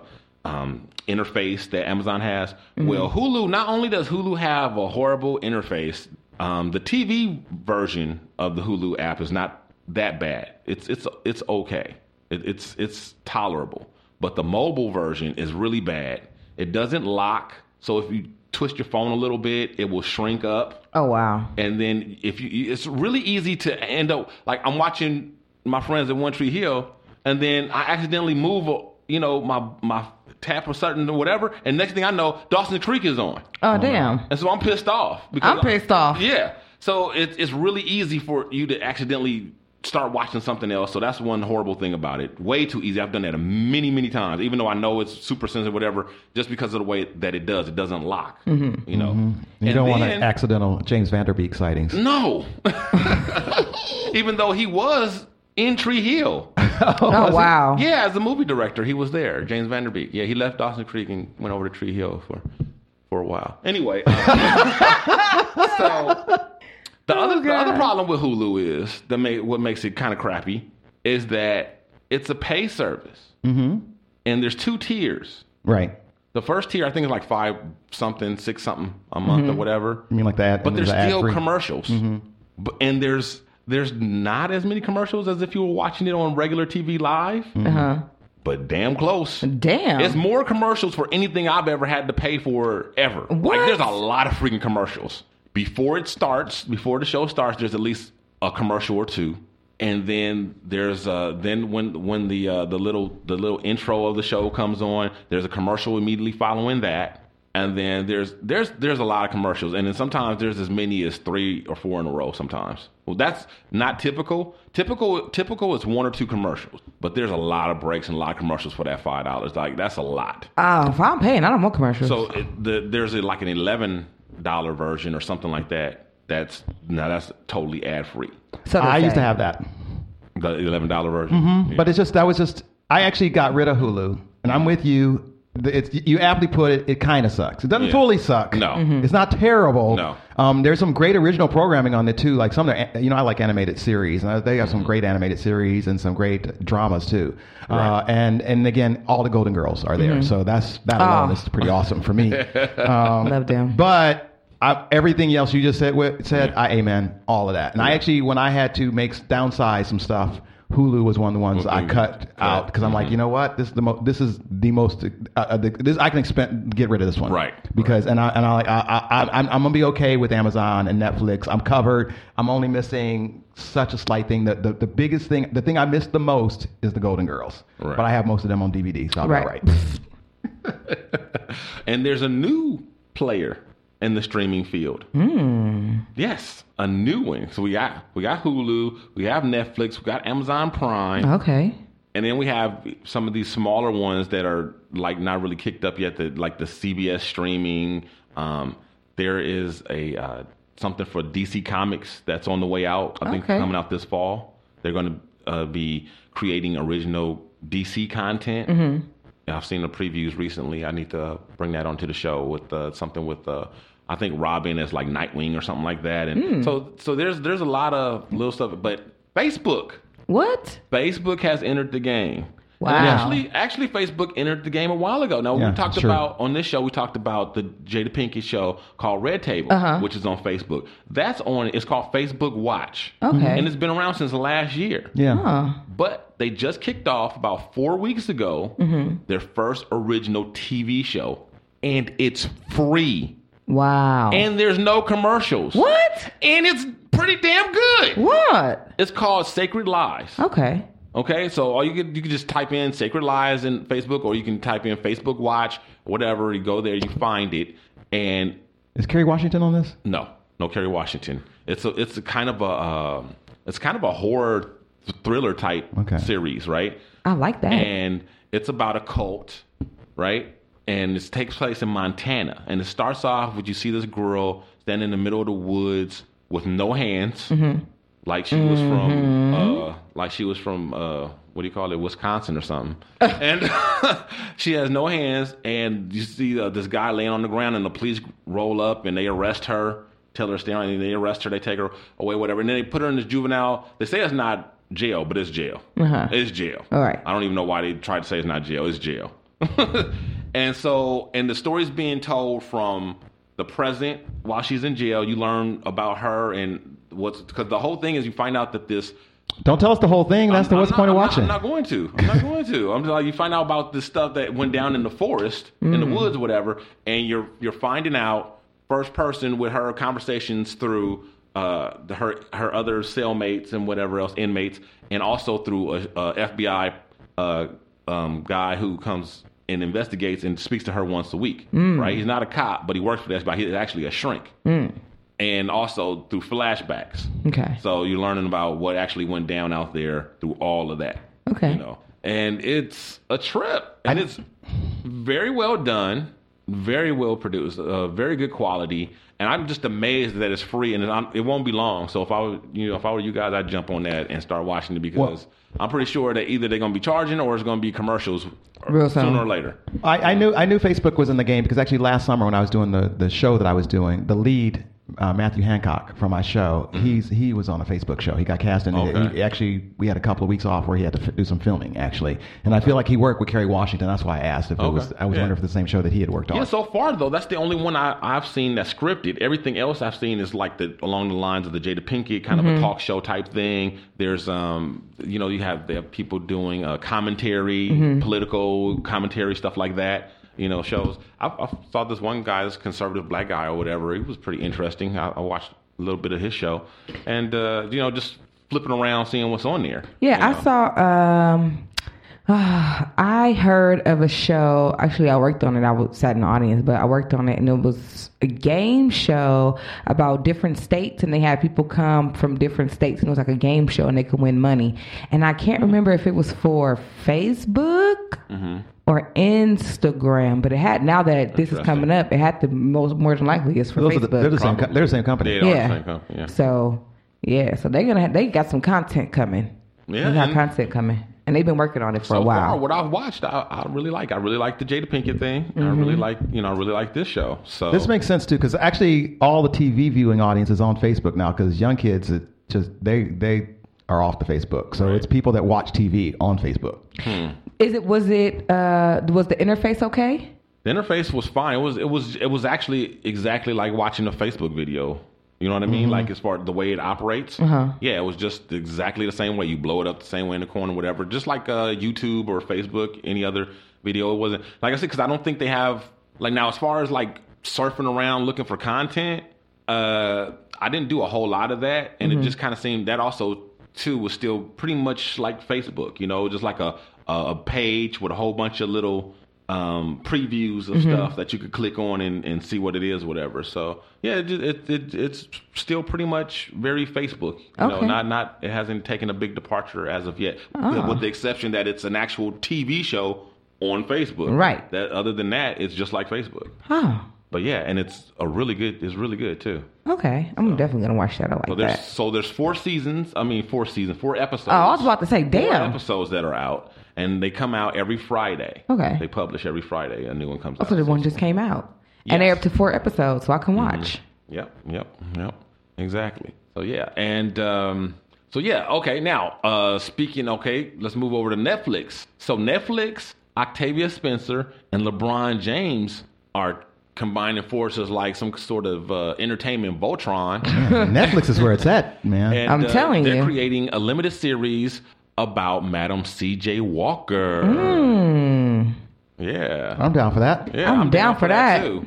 Speaker 5: um, interface that Amazon has.
Speaker 7: Mm-hmm.
Speaker 5: Well, Hulu not only does Hulu have a horrible interface, um, the TV version of the Hulu app is not that bad. It's it's it's okay. It, it's it's tolerable, but the mobile version is really bad. It doesn't lock, so if you twist your phone a little bit, it will shrink up.
Speaker 6: Oh wow.
Speaker 5: And then if you- you, it's really easy to end up like I'm watching my friends at One Tree Hill, and then I accidentally move, uh, you know, my my tap or something or whatever, and next thing I know, Dawson Creek is on,
Speaker 6: Oh damn.
Speaker 5: and so I'm pissed off.
Speaker 6: I'm pissed off.
Speaker 5: Yeah. So it's it's really easy for you to accidentally start watching something else. So that's one horrible thing about it. Way too easy. I've done that many many times. Even though I know it's super sensitive, whatever, just because of the way that it does, it doesn't lock.
Speaker 6: Mm-hmm.
Speaker 5: You know.
Speaker 7: Mm-hmm. You don't want
Speaker 5: then- Mm.
Speaker 7: an accidental James Vanderbeek sightings.
Speaker 5: no. Even though he was in Tree Hill.
Speaker 6: Oh wow.
Speaker 5: Yeah, as a movie director, he was there. James Vanderbeek. Yeah, he left Dawson Creek and went over to Tree Hill for for a while. Anyway, uh, so the other the other problem with Hulu is that may, what makes it kind of crappy is that it's a pay service, mm-hmm. and there's two tiers.
Speaker 7: Right.
Speaker 5: The first tier, I think, is like five something, six something a month or whatever.
Speaker 7: You mean like the ad?
Speaker 5: but
Speaker 7: there's
Speaker 5: there's
Speaker 7: the ad
Speaker 5: still
Speaker 7: free-
Speaker 5: commercials, but, and there's there's not as many commercials as if you were watching it on regular TV live,
Speaker 6: Uh-huh.
Speaker 5: but damn close.
Speaker 6: Damn.
Speaker 5: It's more commercials for anything I've ever had to pay for ever.
Speaker 6: What?
Speaker 5: Like there's a lot of freaking commercials. Before it starts, before the show starts, there's at least a commercial or two. And then there's uh then when when the uh, the little the little intro of the show comes on, there's a commercial immediately following that. And then there's there's there's a lot of commercials, and then sometimes there's as many as three or four in a row. Sometimes, well, that's not typical. Typical typical is one or two commercials, but there's a lot of breaks and a lot of commercials for that five dollars. Like that's a lot.
Speaker 6: Oh, if I'm paying, I don't want commercials.
Speaker 5: So it, the, there's a, like an eleven dollar version or something like that. That's now that's totally ad free.
Speaker 6: So
Speaker 7: I
Speaker 6: they
Speaker 7: used
Speaker 6: say.
Speaker 7: to have that,
Speaker 5: The eleven dollar version.
Speaker 7: but it's just that was just. I actually got rid of Hulu, and I'm with you. The- It's you aptly put it. It kind of sucks. It doesn't
Speaker 5: Yeah.
Speaker 7: totally suck.
Speaker 5: No. Mhm.
Speaker 7: it's not terrible.
Speaker 5: No.
Speaker 7: um, there's some great original programming on it too. Like some, of the, you know, I like animated series, and they have some
Speaker 5: Mm-hmm.
Speaker 7: great animated series and some great dramas too. Uh, and and again, all the Golden Girls are there, so that's that alone
Speaker 6: Ah.
Speaker 7: is pretty awesome for me.
Speaker 6: Love them.
Speaker 7: But I, everything else you just said with, said I amen all of that. And I actually, when I had to make downsize some stuff, Hulu was one of the ones I cut out because I'm
Speaker 5: Mm-hmm.
Speaker 7: like, you know what, this is the mo- this is the most uh, uh, the, this I can expend, get rid of this one,
Speaker 5: Right.
Speaker 7: Because and I and I like I, I I- I'm, I'm gonna be okay with Amazon and Netflix. I'm covered. I'm only missing such a slight thing. The the, the biggest thing, the thing I missed the most is the Golden Girls.
Speaker 5: Right.
Speaker 7: But I have most of them on DVD, so I'll
Speaker 6: Right.
Speaker 7: be all right.
Speaker 5: And there's a new player in the streaming field. Yes, a new one. So we got we got Hulu, we have Netflix, we got Amazon Prime,
Speaker 6: Okay.
Speaker 5: and then we have some of these smaller ones that are like not really kicked up yet. That like the CBS streaming. Um, there is a uh, something for DC Comics that's on the way out. I think
Speaker 6: Okay.
Speaker 5: coming out this fall. They're going to uh, be creating original DC content. And I've seen the previews recently. I need to bring that onto the show with uh, something with uh, I think Robin as like Nightwing or something like that. And so so there's there's a lot of little stuff. But Facebook,
Speaker 6: What?
Speaker 5: Facebook has entered the game. And
Speaker 6: Wow.
Speaker 5: Actually, actually, Facebook entered the game a while ago. Now
Speaker 7: Yeah,
Speaker 5: we talked
Speaker 7: that's true.
Speaker 5: about on this show. We talked about the Jada Pinkett show called Red Table,
Speaker 6: Uh-huh.
Speaker 5: which is on Facebook. That's on. It's called Facebook Watch.
Speaker 6: Okay.
Speaker 5: and it's been around since last year.
Speaker 7: Yeah.
Speaker 5: But they just kicked off about four weeks ago
Speaker 6: Mm-hmm.
Speaker 5: their first original TV show, and it's free.
Speaker 6: Wow.
Speaker 5: And there's no commercials.
Speaker 6: what?
Speaker 5: And it's pretty damn good.
Speaker 6: What?
Speaker 5: It's called Sacred Lies.
Speaker 6: Okay.
Speaker 5: Okay, so all you could you could just type in "Sacred Lies" in Facebook, or you can type in Facebook Watch, whatever. You go there, you find it, and
Speaker 7: Is Kerry Washington on this?
Speaker 5: no, no Kerry Washington. It's a it's a kind of a um, it's kind of a horror thriller type
Speaker 7: Okay.
Speaker 5: series, right?
Speaker 6: I like that.
Speaker 5: and it's about a cult, right? And it takes place in Montana. And it starts off with you see this girl standing in the middle of the woods with no hands,
Speaker 6: Mm-hmm.
Speaker 5: like she was from, uh, like she was from, uh, what do you call it, Wisconsin or something. and she has no hands. And you see uh, this guy laying on the ground, and the police roll up and they arrest her, tell her to stay on, and they arrest her, they take her away, whatever. And then they put her in this juvenile. They say it's not jail, but it's jail.
Speaker 6: Uh-huh.
Speaker 5: It's jail.
Speaker 6: All right.
Speaker 5: I don't even know why they tried to say it's not jail. It's jail. and so, and the story's being told from the present while she's in jail. You learn about her and what's because the whole thing is you find out that this.
Speaker 7: Don't tell us the whole thing. That's the
Speaker 5: I'm
Speaker 7: what's
Speaker 5: not-
Speaker 7: the point of
Speaker 5: I'm not-
Speaker 7: watching.
Speaker 5: I'm not going to. I'm not going to. I'm just like you find out about the stuff that went down in the forest, in
Speaker 7: Mm.
Speaker 5: the woods, whatever, and you're you're finding out first person with her conversations through uh, the, her her other cellmates and whatever else inmates, and also through a, a FBI uh, um, guy who comes and investigates and speaks to her once a week.
Speaker 7: Mm.
Speaker 5: Right? He's not a cop, but he works for the FBI. He's actually a shrink. And also through flashbacks.
Speaker 6: Okay.
Speaker 5: So you're learning about what actually went down out there through all of that.
Speaker 6: Okay.
Speaker 5: You know, and it's a trip, and it's very well done, very well produced, uh, very good quality, and I'm just amazed that it's free and I'm, it won't be long. So if I were, you know, if I were you guys, I'd jump on that and start watching it because I'm pretty sure that either they're gonna be charging or it's gonna be commercials
Speaker 6: Real soon.
Speaker 5: sooner or later.
Speaker 7: I, I knew I knew Facebook was in the game because actually last summer when I was doing the, the show that I was doing, the lead uh, Matthew Hancock from my show, he's he was on a Facebook show. He got cast in it.
Speaker 5: Mm-hmm. Okay.
Speaker 7: He, actually, we had a couple of weeks off where he had to f- do some filming actually, and I feel like he worked with Kerry Washington. That's why I asked if it was. I was
Speaker 5: Yeah.
Speaker 7: wondering if the same show that he had worked on.
Speaker 5: Yeah, Oh, so far though, that's the only one I, I've seen that's scripted. Everything else I've seen is like the along the lines of the Jada Pinkett kind of a talk show type thing. There's um, you know, you have they have people doing uh, commentary, political commentary stuff like that. You know, shows. I, I saw this one guy, this conservative black guy or whatever. He was pretty interesting. I, I watched a little bit of his show, and uh, you know, just flipping around, seeing what's on there.
Speaker 6: Yeah, I saw. Um, I heard of a show. Actually, I worked on it. I was sat in the audience, but I worked on it, and it was a game show about different states, and they had people come from different states, and it was like a game show, and they could win money. And I can't remember if it was for Facebook
Speaker 7: Mm-hmm.
Speaker 6: or Instagram, but it had. Now that this is coming up, it had to most more than likely it's for
Speaker 7: Those are the,
Speaker 6: Facebook.
Speaker 7: they're the same. Co- they're the same company.
Speaker 5: They are the
Speaker 6: Yeah.
Speaker 5: same company, uh, yeah.
Speaker 6: So yeah, so they're gonna have, they got some content coming.
Speaker 5: Yeah,
Speaker 6: they got
Speaker 5: and-
Speaker 6: content coming, and they've been working on it for a
Speaker 5: so
Speaker 6: while.
Speaker 5: far, what I've watched, I, I really like. I really like the Jada Pinkett thing. I
Speaker 6: Mm-hmm.
Speaker 5: really like, you know, I really like this show. So
Speaker 7: This makes sense too, because actually, all the TV viewing audience is on Facebook now. Because young kids, it just they they are off the Facebook, so it's people that watch TV on Facebook.
Speaker 6: Is it was it uh was the interface okay?
Speaker 5: The interface was fine. It was it was it was actually exactly like watching a Facebook video. You know what I
Speaker 6: Mm-hmm.
Speaker 5: mean? Like as far as the way it operates.
Speaker 6: Uh-huh.
Speaker 5: Yeah, it was just exactly the same way. You blow it up the same way in the corner, whatever. Just like uh, YouTube or Facebook, any other video. It wasn't like I said because I don't think they have like now as far as like surfing around looking for content. Uh, I didn't do a whole lot of that,
Speaker 6: Mm-hmm.
Speaker 5: and it just kind of seemed that also too was still pretty much like Facebook, you know, just like a a, a page with a whole bunch of little um, previews
Speaker 6: Mm-hmm.
Speaker 5: of stuff that you could click on and, and see what it is, whatever. So yeah, it, ju- it, it it's still pretty much very Facebook. You know,
Speaker 6: Okay. Ah.
Speaker 5: not not it hasn't taken a big departure as of yet, with the exception that it's an actual TV show on Facebook.
Speaker 6: Right.
Speaker 5: That other than that, it's just like Facebook.
Speaker 6: Oh,
Speaker 5: But yeah, and it's a really good. It's really good too.
Speaker 6: okay. I'm definitely gonna watch that. I like
Speaker 5: So there's
Speaker 6: that.
Speaker 5: so there's four seasons. I mean, four seasons, four episodes.
Speaker 6: Oh, I was about to say,
Speaker 5: four
Speaker 6: damn.
Speaker 5: episodes that are out, and they come out every Friday.
Speaker 6: Okay.
Speaker 5: They publish every Friday. A new one comes
Speaker 6: Oh,
Speaker 5: out.
Speaker 6: so the one just came out, and they're up to four episodes, so I can
Speaker 5: Mm-hmm.
Speaker 6: watch.
Speaker 5: Yep, yep, yep. Exactly. So yeah, and um, so yeah. Okay, now uh, speaking. Okay, let's move over to Netflix. So Netflix, Octavia Spencer, and LeBron James are combining forces like some sort of uh, entertainment Voltron.
Speaker 7: Netflix is where it's at, man.
Speaker 5: And, uh,
Speaker 6: I'm telling
Speaker 5: they're
Speaker 6: you.
Speaker 5: creating a limited series about Madam C.J. Walker. Yeah.
Speaker 7: I'm down for that.
Speaker 5: yeah,
Speaker 6: Hmm. I'm down for that.
Speaker 5: too.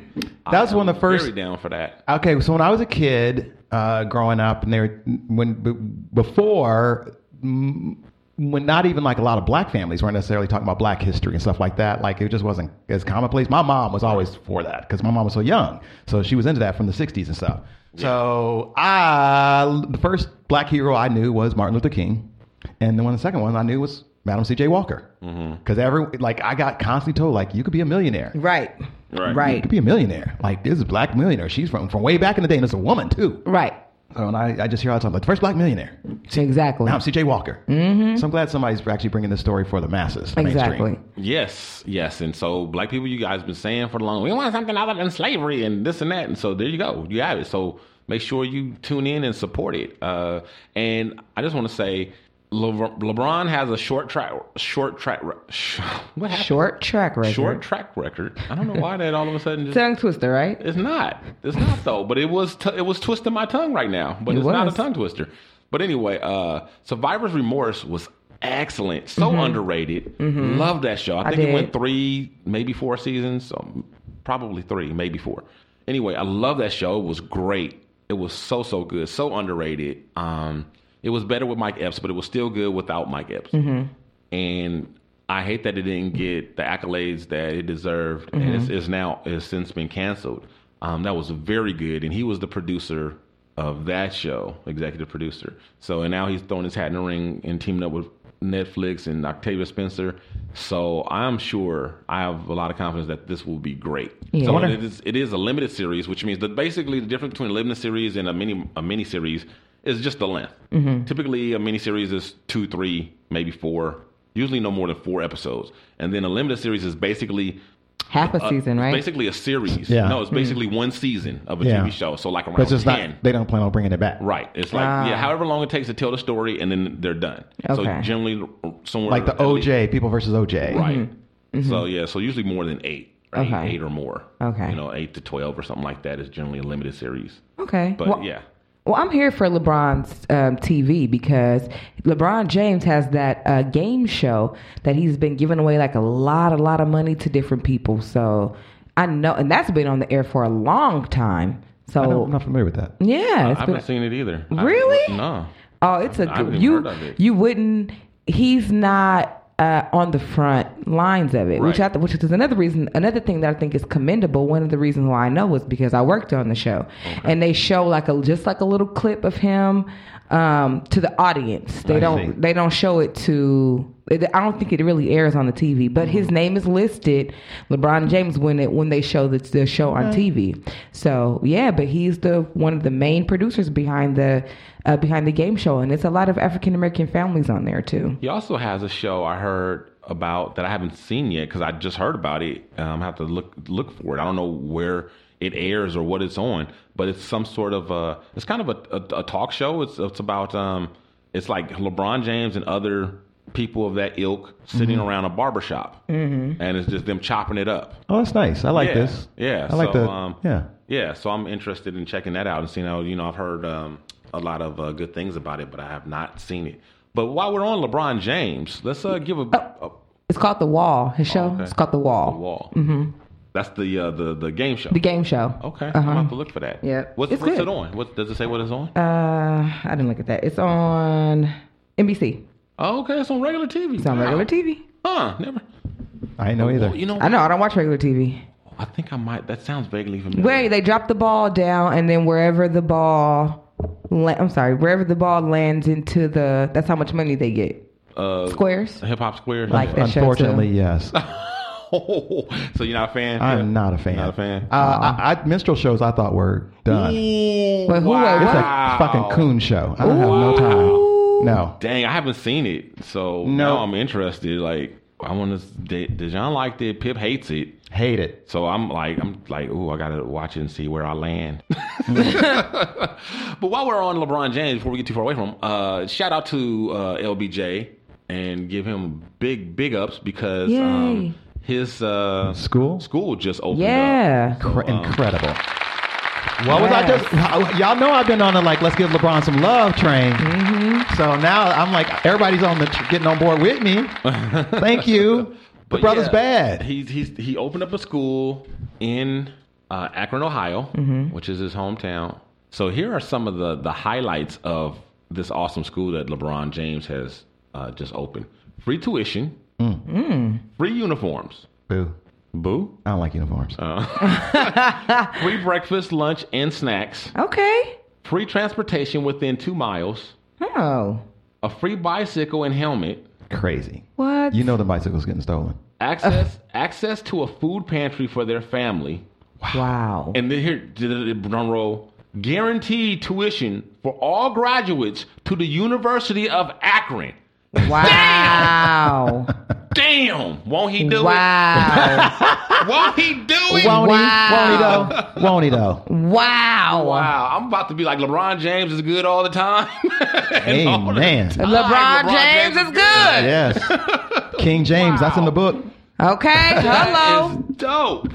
Speaker 7: That was
Speaker 5: I
Speaker 7: one of
Speaker 5: am
Speaker 7: the first-
Speaker 5: Very down for that.
Speaker 7: Okay, so when I was a kid, uh, growing up, and they were when b- before mm, when not even like a lot of black families weren't necessarily talking about black history and stuff like that. Like it just wasn't as commonplace. My mom was always for that because my mom was so young, so she was into that from the '60s and stuff. So I, the first black hero I knew was Martin Luther King, and then one of the second one I knew was Madam C.J. Walker because every like I got constantly told like you could be a millionaire
Speaker 6: Right.
Speaker 5: Right.
Speaker 6: Right.
Speaker 7: could be a millionaire. Like this is a black millionaire. She's from from way back in the day, and it's a woman too.
Speaker 6: Right.
Speaker 7: So and I, I just hear all the time like the first black millionaire.
Speaker 6: Exactly.
Speaker 7: Now I'm C.J. Walker. Mm-hmm. So I'm glad somebody's actually bringing this story for the masses. the
Speaker 6: Exactly.
Speaker 7: mainstream.
Speaker 5: Yes, yes. And so black people, you guys been saying for the long, we want something other than slavery and this and that. And so there you go. You have it. So make sure you tune in and support it. Uh, and I just want to say, Lebr- LeBron has a short track, short track, re- sh- what happened?
Speaker 6: Short track record.
Speaker 5: Short track record. I don't know why that all of a sudden just
Speaker 6: tongue twister, right?
Speaker 5: It's not. It's not though. But it was t- it was twisting my tongue right now. But
Speaker 6: It
Speaker 5: it's not a
Speaker 6: was.
Speaker 5: tongue twister. But anyway, uh, Survivor's Remorse was excellent. So underrated. Love that show. I think it
Speaker 6: did.
Speaker 5: went three, maybe four seasons. Um, probably three, maybe four. Anyway, I love that show. It was great. It was so so good. So underrated. Um, it was better with Mike Epps, but it was still good without Mike Epps and I hate that it didn't get the accolades that it deserved, and it's, it's now it's since been canceled. Um, that was very good, and he was the producer of that show, executive producer. So, and now he's throwing his hat in the ring and teaming up with Netflix and Octavia Spencer. So, I'm sure I have a lot of confidence that this will be great. So,
Speaker 6: Yeah.
Speaker 5: it is, it is a limited series, which means that basically the difference between a limited series and a mini a mini series is just the length.
Speaker 6: Mm-hmm.
Speaker 5: Typically, a mini series is two, three, maybe four. Usually, no more than four episodes. And then a limited series is basically
Speaker 6: Half a
Speaker 5: uh,
Speaker 6: season,
Speaker 5: it's
Speaker 6: right? Mm-hmm.
Speaker 5: Basically, a series.
Speaker 7: Yeah.
Speaker 5: No, it's basically one season of a
Speaker 7: Yeah.
Speaker 5: TV show. So like around
Speaker 7: But it's just
Speaker 5: ten.
Speaker 7: not. They don't plan on bringing it back.
Speaker 5: Right. It's like yeah, however long it takes to tell the story, and then they're done. So
Speaker 6: Ah. Okay.
Speaker 5: generally, somewhere
Speaker 7: Like the
Speaker 5: at least-
Speaker 7: OJ people versus OJ.
Speaker 5: Right. So yeah, so usually more than eight, right?
Speaker 6: Mm-hmm. Okay.
Speaker 5: eight or more.
Speaker 6: Okay.
Speaker 5: You know, eight to twelve or something like that is generally a limited series.
Speaker 6: okay.
Speaker 5: But
Speaker 6: well,
Speaker 5: yeah,
Speaker 6: Well, I'm here for LeBron's um, TV because LeBron James has that uh, game show that he's been giving away like a lot, a lot of money to different people. So I know, and that's been on the air for a long time.
Speaker 7: I
Speaker 6: So
Speaker 7: don't, I'm not familiar with that.
Speaker 6: yeah, it's
Speaker 5: I
Speaker 6: been-
Speaker 5: haven't seen it either. I-
Speaker 6: Really?
Speaker 5: no.
Speaker 6: Oh, it's a
Speaker 5: I haven't
Speaker 6: good.
Speaker 5: even
Speaker 6: You
Speaker 5: heard of it.
Speaker 6: you wouldn't. He's not uh, on the front lines of it, which I
Speaker 5: Right.
Speaker 6: th- which is another reason. Another thing that I think is commendable. One of the reasons why I know was because I worked on the show, and they show like a just like a little clip of him um, to the audience. They
Speaker 7: I
Speaker 6: don't
Speaker 7: see.
Speaker 6: they don't show it to. it- I don't think it really airs on the TV, but his name is listed, LeBron James, when it when they show the, the show on TV. So yeah, but he's the one of the main producers behind the uh, behind the game show, and it's a lot of African American families on there too.
Speaker 5: He also has a show I heard about that I haven't seen yet because I just heard about it. Um, I have to look look for it. I don't know where it airs or what it's on, but it's some sort of a. It's kind of a, a, a talk show. It's it's about um. It's like LeBron James and other people of that ilk sitting around a barbershop. Mm-hmm. And it's just them chopping it up.
Speaker 7: Oh, that's nice. I like
Speaker 5: yeah.
Speaker 7: this.
Speaker 5: Yeah.
Speaker 7: I like
Speaker 5: so,
Speaker 7: the.
Speaker 5: Um,
Speaker 7: yeah.
Speaker 5: Yeah. So I'm interested in checking that out and seeing how, you know, I've heard um, a lot of uh, good things about it, but I have not seen it. But while we're on LeBron James, let's uh, give a, a
Speaker 6: It's called The Wall. His show.
Speaker 5: okay.
Speaker 6: It's called The Wall.
Speaker 5: a wall. Mm-hmm. That's the uh, the the game show.
Speaker 6: The game show.
Speaker 5: okay, I'm gonna have to look for that.
Speaker 6: Yeah.
Speaker 5: What's,
Speaker 6: It's
Speaker 5: what's
Speaker 6: good.
Speaker 5: it on? What does it say? What it's on?
Speaker 6: Uh, I didn't look at that. It's on NBC.
Speaker 5: oh, okay, it's on regular TV.
Speaker 6: It's on regular TV.
Speaker 5: Huh? Never.
Speaker 7: I didn't know either.
Speaker 5: Well, you know,
Speaker 6: I know. I don't watch regular TV.
Speaker 5: I think I might. That sounds vaguely familiar.
Speaker 6: Wait, they drop the ball down, and then wherever the ball, la- I'm sorry, wherever the ball lands into the, that's how much money they get.
Speaker 5: Uh,
Speaker 6: Squares.
Speaker 5: Hip Hop Square.
Speaker 6: Like that show,
Speaker 7: Unfortunately,
Speaker 6: too.
Speaker 7: yes.
Speaker 5: so you're not a fan?
Speaker 7: I'm not a fan.
Speaker 5: Not a fan? Uh-huh.
Speaker 7: Uh, I, I, minstrel shows I thought were done.
Speaker 6: But who?
Speaker 5: wow.
Speaker 7: It's a
Speaker 5: Wow.
Speaker 7: fucking coon show. I don't have no time. No.
Speaker 5: Dang, I haven't seen it, so
Speaker 7: No.
Speaker 5: now I'm interested. Like, I want to. Dejan liked it. Pip hates it.
Speaker 7: Hate it.
Speaker 5: So I'm like, I'm like, ooh, I gotta watch it and see where I land. but while we're on LeBron James, before we get too far away from him, uh, shout out to uh, LBJ and give him big, big ups because
Speaker 6: Yay.
Speaker 5: um, his uh,
Speaker 7: School?
Speaker 5: school just opened up.
Speaker 6: yeah.
Speaker 7: Cra- incredible. What was I just? Y'all know I've been on a like, let's give LeBron some love train. So now I'm like, everybody's on the getting on board with me. Thank you. The
Speaker 5: But
Speaker 7: brother's
Speaker 5: yeah,
Speaker 7: bad.
Speaker 5: He's he's he opened up a school in uh, Akron, Ohio,
Speaker 7: Mm-hmm.
Speaker 5: which is his hometown. So here are some of the the highlights of this awesome school that LeBron James has uh, just opened: free tuition, free uniforms,
Speaker 7: Mm. Boo.
Speaker 5: boo,
Speaker 7: I don't like uniforms.
Speaker 5: free breakfast, lunch, and snacks,
Speaker 6: Okay.
Speaker 5: free transportation within two miles,
Speaker 6: Oh.
Speaker 5: a free bicycle and helmet,
Speaker 7: Crazy.
Speaker 6: What?
Speaker 7: You know the bicycle's getting stolen.
Speaker 5: access access to a food pantry for their family.
Speaker 6: Wow.
Speaker 5: And then here, drum roll. Guaranteed tuition for all graduates to the University of Akron.
Speaker 6: Wow.
Speaker 5: Damn, won't he do
Speaker 6: wow.
Speaker 5: it? Won't he do it?
Speaker 7: Won't
Speaker 6: Wow.
Speaker 7: he? Won't he though? Won't he though?
Speaker 6: wow.
Speaker 5: Wow, I'm about to be like LeBron James is good all the time. And all the
Speaker 7: Amen.
Speaker 5: time,
Speaker 6: LeBron, James, is good.
Speaker 7: Yes. King James. That's in the book.
Speaker 6: Okay.
Speaker 5: That
Speaker 6: Hello.
Speaker 5: is dope.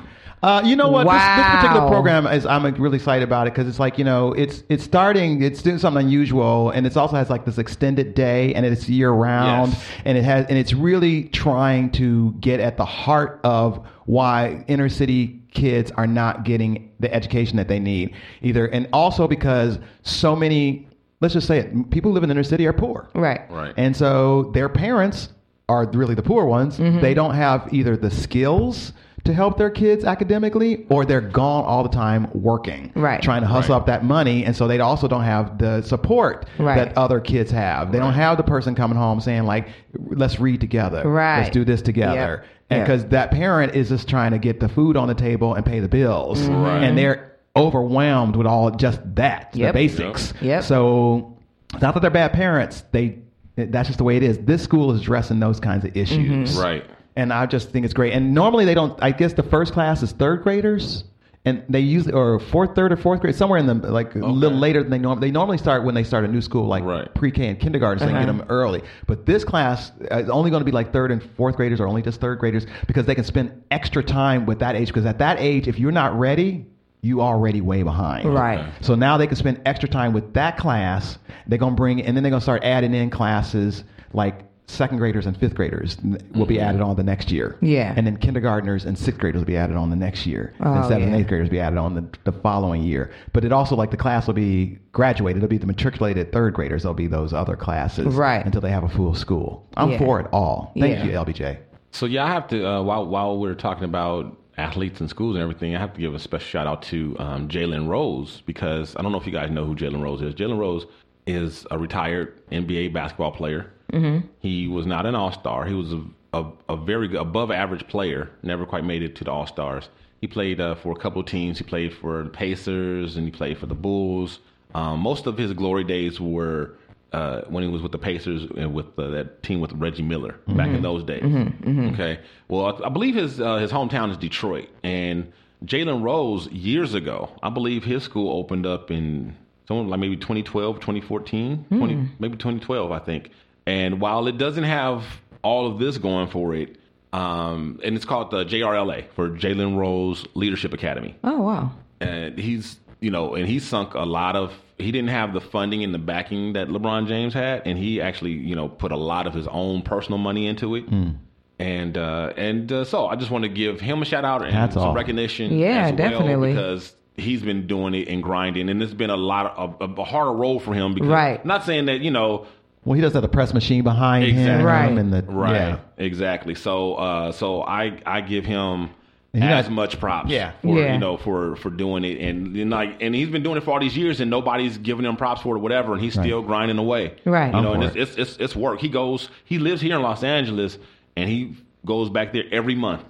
Speaker 7: Uh, you know what? This, this particular
Speaker 6: Wow.
Speaker 7: program is I'm really excited about it because it's like you know it's it's starting it's doing something unusual and it also has like this extended day and it's year round
Speaker 5: Yes.
Speaker 7: and it has and it's really trying to get at the heart of why inner city kids are not getting the education that they need either and also because so many let's just say it people who live in inner city are poor
Speaker 6: Right.
Speaker 5: Right.
Speaker 7: and so their parents are really the poor ones.
Speaker 6: Mm-hmm.
Speaker 7: They don't have either the skills to help their kids academically or they're gone all the time working.
Speaker 6: Right.
Speaker 7: Trying to hustle
Speaker 5: Right.
Speaker 7: up that money. And so they also don't have the support
Speaker 6: Right.
Speaker 7: that other kids have. They don't have the person coming home saying, like, let's read together.
Speaker 6: Right.
Speaker 7: Let's do this together.
Speaker 6: Yep.
Speaker 7: And
Speaker 6: Yep.
Speaker 7: because that parent is just trying to get the food on the table and pay the bills.
Speaker 6: Mm-hmm.
Speaker 5: Right.
Speaker 7: And they're overwhelmed with all just that, the
Speaker 6: Yep.
Speaker 7: basics.
Speaker 6: Yep.
Speaker 7: So it's not that they're bad parents. They that's just the way it is. This school is addressing those kinds of issues.
Speaker 6: Mm-hmm.
Speaker 5: Right.
Speaker 7: And I just think it's great. And normally they don't I guess the first class is third graders. And they usually or fourth, third, or fourth grade, somewhere in the like a little later than they normally. They normally start when they start a new school, like
Speaker 5: Right.
Speaker 7: pre-K and kindergarten, so they
Speaker 6: Uh-huh.
Speaker 7: can get them early. But this class is only going to be like third and fourth graders, or only just third graders, because they can spend extra time with that age. Because at that age, if you're not ready, you already way behind.
Speaker 6: Right. Okay.
Speaker 7: So now they can spend extra time with that class. They're gonna bring, and then they're gonna start adding in classes like second graders and fifth graders will be added on the next year.
Speaker 6: Mm-hmm. Yeah.
Speaker 7: And then kindergartners and sixth graders will be added on the next year.
Speaker 6: Oh,
Speaker 7: and seventh and
Speaker 6: yeah.
Speaker 7: eighth graders will be added on the, the following year. But it also like the class will be graduated. It'll be the matriculated third graders. There'll be those other classes
Speaker 6: Right.
Speaker 7: until they have a full school. I'm
Speaker 6: Yeah.
Speaker 7: for it all. Thank
Speaker 6: Yeah.
Speaker 7: you, LBJ.
Speaker 5: So yeah, I have to uh, while while we're talking about athletes and schools and everything, I have to give a special shout out to um, Jalen Rose because I don't know if you guys know who Jalen Rose is. Jalen Rose is a retired NBA basketball player. Mm-hmm. He was not an All Star. He was a, a a very good, above average player. Never quite made it to the All Stars. He played uh, for a couple of teams. He played for the Pacers and he played for the Bulls. Um, most of his glory days were uh, when he was with the Pacers and with uh, that team with Reggie Miller back in those days. Okay, well, I, I believe his uh, his hometown is Detroit, and Jalen Rose years ago, I believe his school opened up in someone like maybe 2012, 2014, 20, maybe 2012, I think. And while it doesn't have all of this going for it, um, and it's called the JRLA for Jalen Rose Leadership Academy
Speaker 6: Oh wow.
Speaker 5: and he's you know and he sunk a lot of he didn't have the funding and the backing that LeBron James had and he actually you know put a lot of his own personal money into it and uh and uh, so I just want to give him a shout out and
Speaker 7: That's
Speaker 5: some
Speaker 7: all.
Speaker 5: recognition
Speaker 6: Yeah,
Speaker 5: as well
Speaker 6: definitely.
Speaker 5: because he's been doing it and grinding and it's been a lot of a, a harder role for him because
Speaker 6: Right.
Speaker 5: not saying that you know
Speaker 7: Well, he does have a press machine behind
Speaker 5: Exactly.
Speaker 7: him,
Speaker 6: Right.
Speaker 7: And the,
Speaker 5: right
Speaker 7: Yeah.
Speaker 5: exactly so uh so I I give him
Speaker 7: And you
Speaker 5: as
Speaker 7: got-
Speaker 5: much props
Speaker 7: Yeah.
Speaker 5: for
Speaker 6: Yeah.
Speaker 5: you know for for doing it and, and like and he's been doing it for all these years and nobody's giving him props for it or whatever and he's still grinding away
Speaker 6: Right.
Speaker 5: you
Speaker 6: I'm
Speaker 5: know and
Speaker 7: for
Speaker 5: it's, it's it's it's work he goes he lives here in Los Angeles and he goes back there every month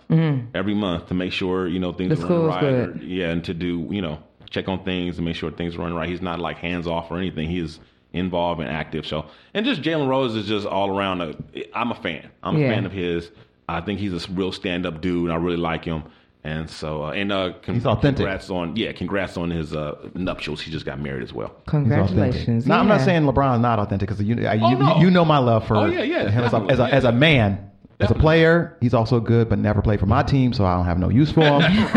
Speaker 5: every month to make sure you know things
Speaker 6: Mm-hmm. The
Speaker 5: are running
Speaker 6: school's
Speaker 5: right
Speaker 6: good.
Speaker 5: Or, yeah and to do you know check on things and make sure things are running right he's not like hands off or anything he is involved and active so and just Jalen Rose is just all around a, I'm a fan I'm
Speaker 6: Yeah.
Speaker 5: a fan of his I think he's a real stand up dude I really like him and so uh, and uh con-
Speaker 7: He's authentic.
Speaker 5: congrats on yeah congrats on his uh nuptials he just got married as well
Speaker 7: He's authentic.
Speaker 6: Congratulations.
Speaker 7: No, I'm not
Speaker 6: Yeah.
Speaker 7: saying LeBron's not authentic because you, I- you,
Speaker 5: Oh, no.
Speaker 7: you know my love for
Speaker 5: Oh, yeah, yeah,
Speaker 7: him as a,
Speaker 5: definitely,
Speaker 7: as,
Speaker 5: yeah.
Speaker 7: a, as a man. As a
Speaker 5: Definitely.
Speaker 7: player, he's also good, but never played for my team, so I don't have no use for him.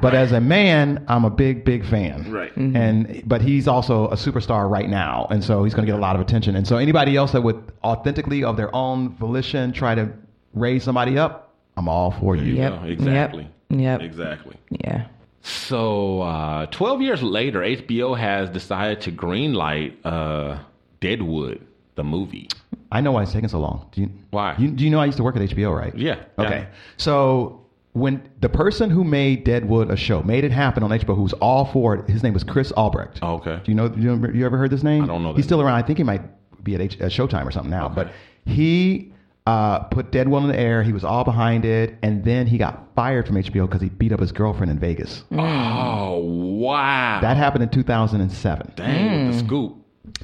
Speaker 7: But as a man, I'm a big, big fan.
Speaker 5: Right.
Speaker 6: Mm-hmm.
Speaker 7: And but he's also a superstar right now, and so he's going to get a lot of attention. And so anybody else that would authentically, of their own volition, try to raise somebody up, I'm all for you.
Speaker 6: Yep.
Speaker 5: Yeah, exactly
Speaker 6: Yep.
Speaker 5: exactly
Speaker 6: Yeah.
Speaker 5: So, uh, 12 years later, HBO has decided to greenlight uh, Deadwood, the movie.
Speaker 7: I know why it's taking so long. Do you,
Speaker 5: Why?
Speaker 7: You, do you know I used to work at HBO, right?
Speaker 5: Yeah,
Speaker 7: Okay.
Speaker 5: yeah.
Speaker 7: So when the person who made Deadwood a show made it happen on HBO, who was all for it, his name was Chris Albrecht.
Speaker 5: Oh, okay.
Speaker 7: Do you know? Do you, remember- you ever heard this name?
Speaker 5: I don't know that
Speaker 7: He's still around. I think he might be at, H, at Showtime or something now. But he uh, put Deadwood on the air. He was all behind it, and then he got fired from HBO because he beat up his girlfriend in Vegas.
Speaker 5: Oh, wow.
Speaker 7: Mm. That Mm. happened in 2007.
Speaker 5: Dang, with the scoop.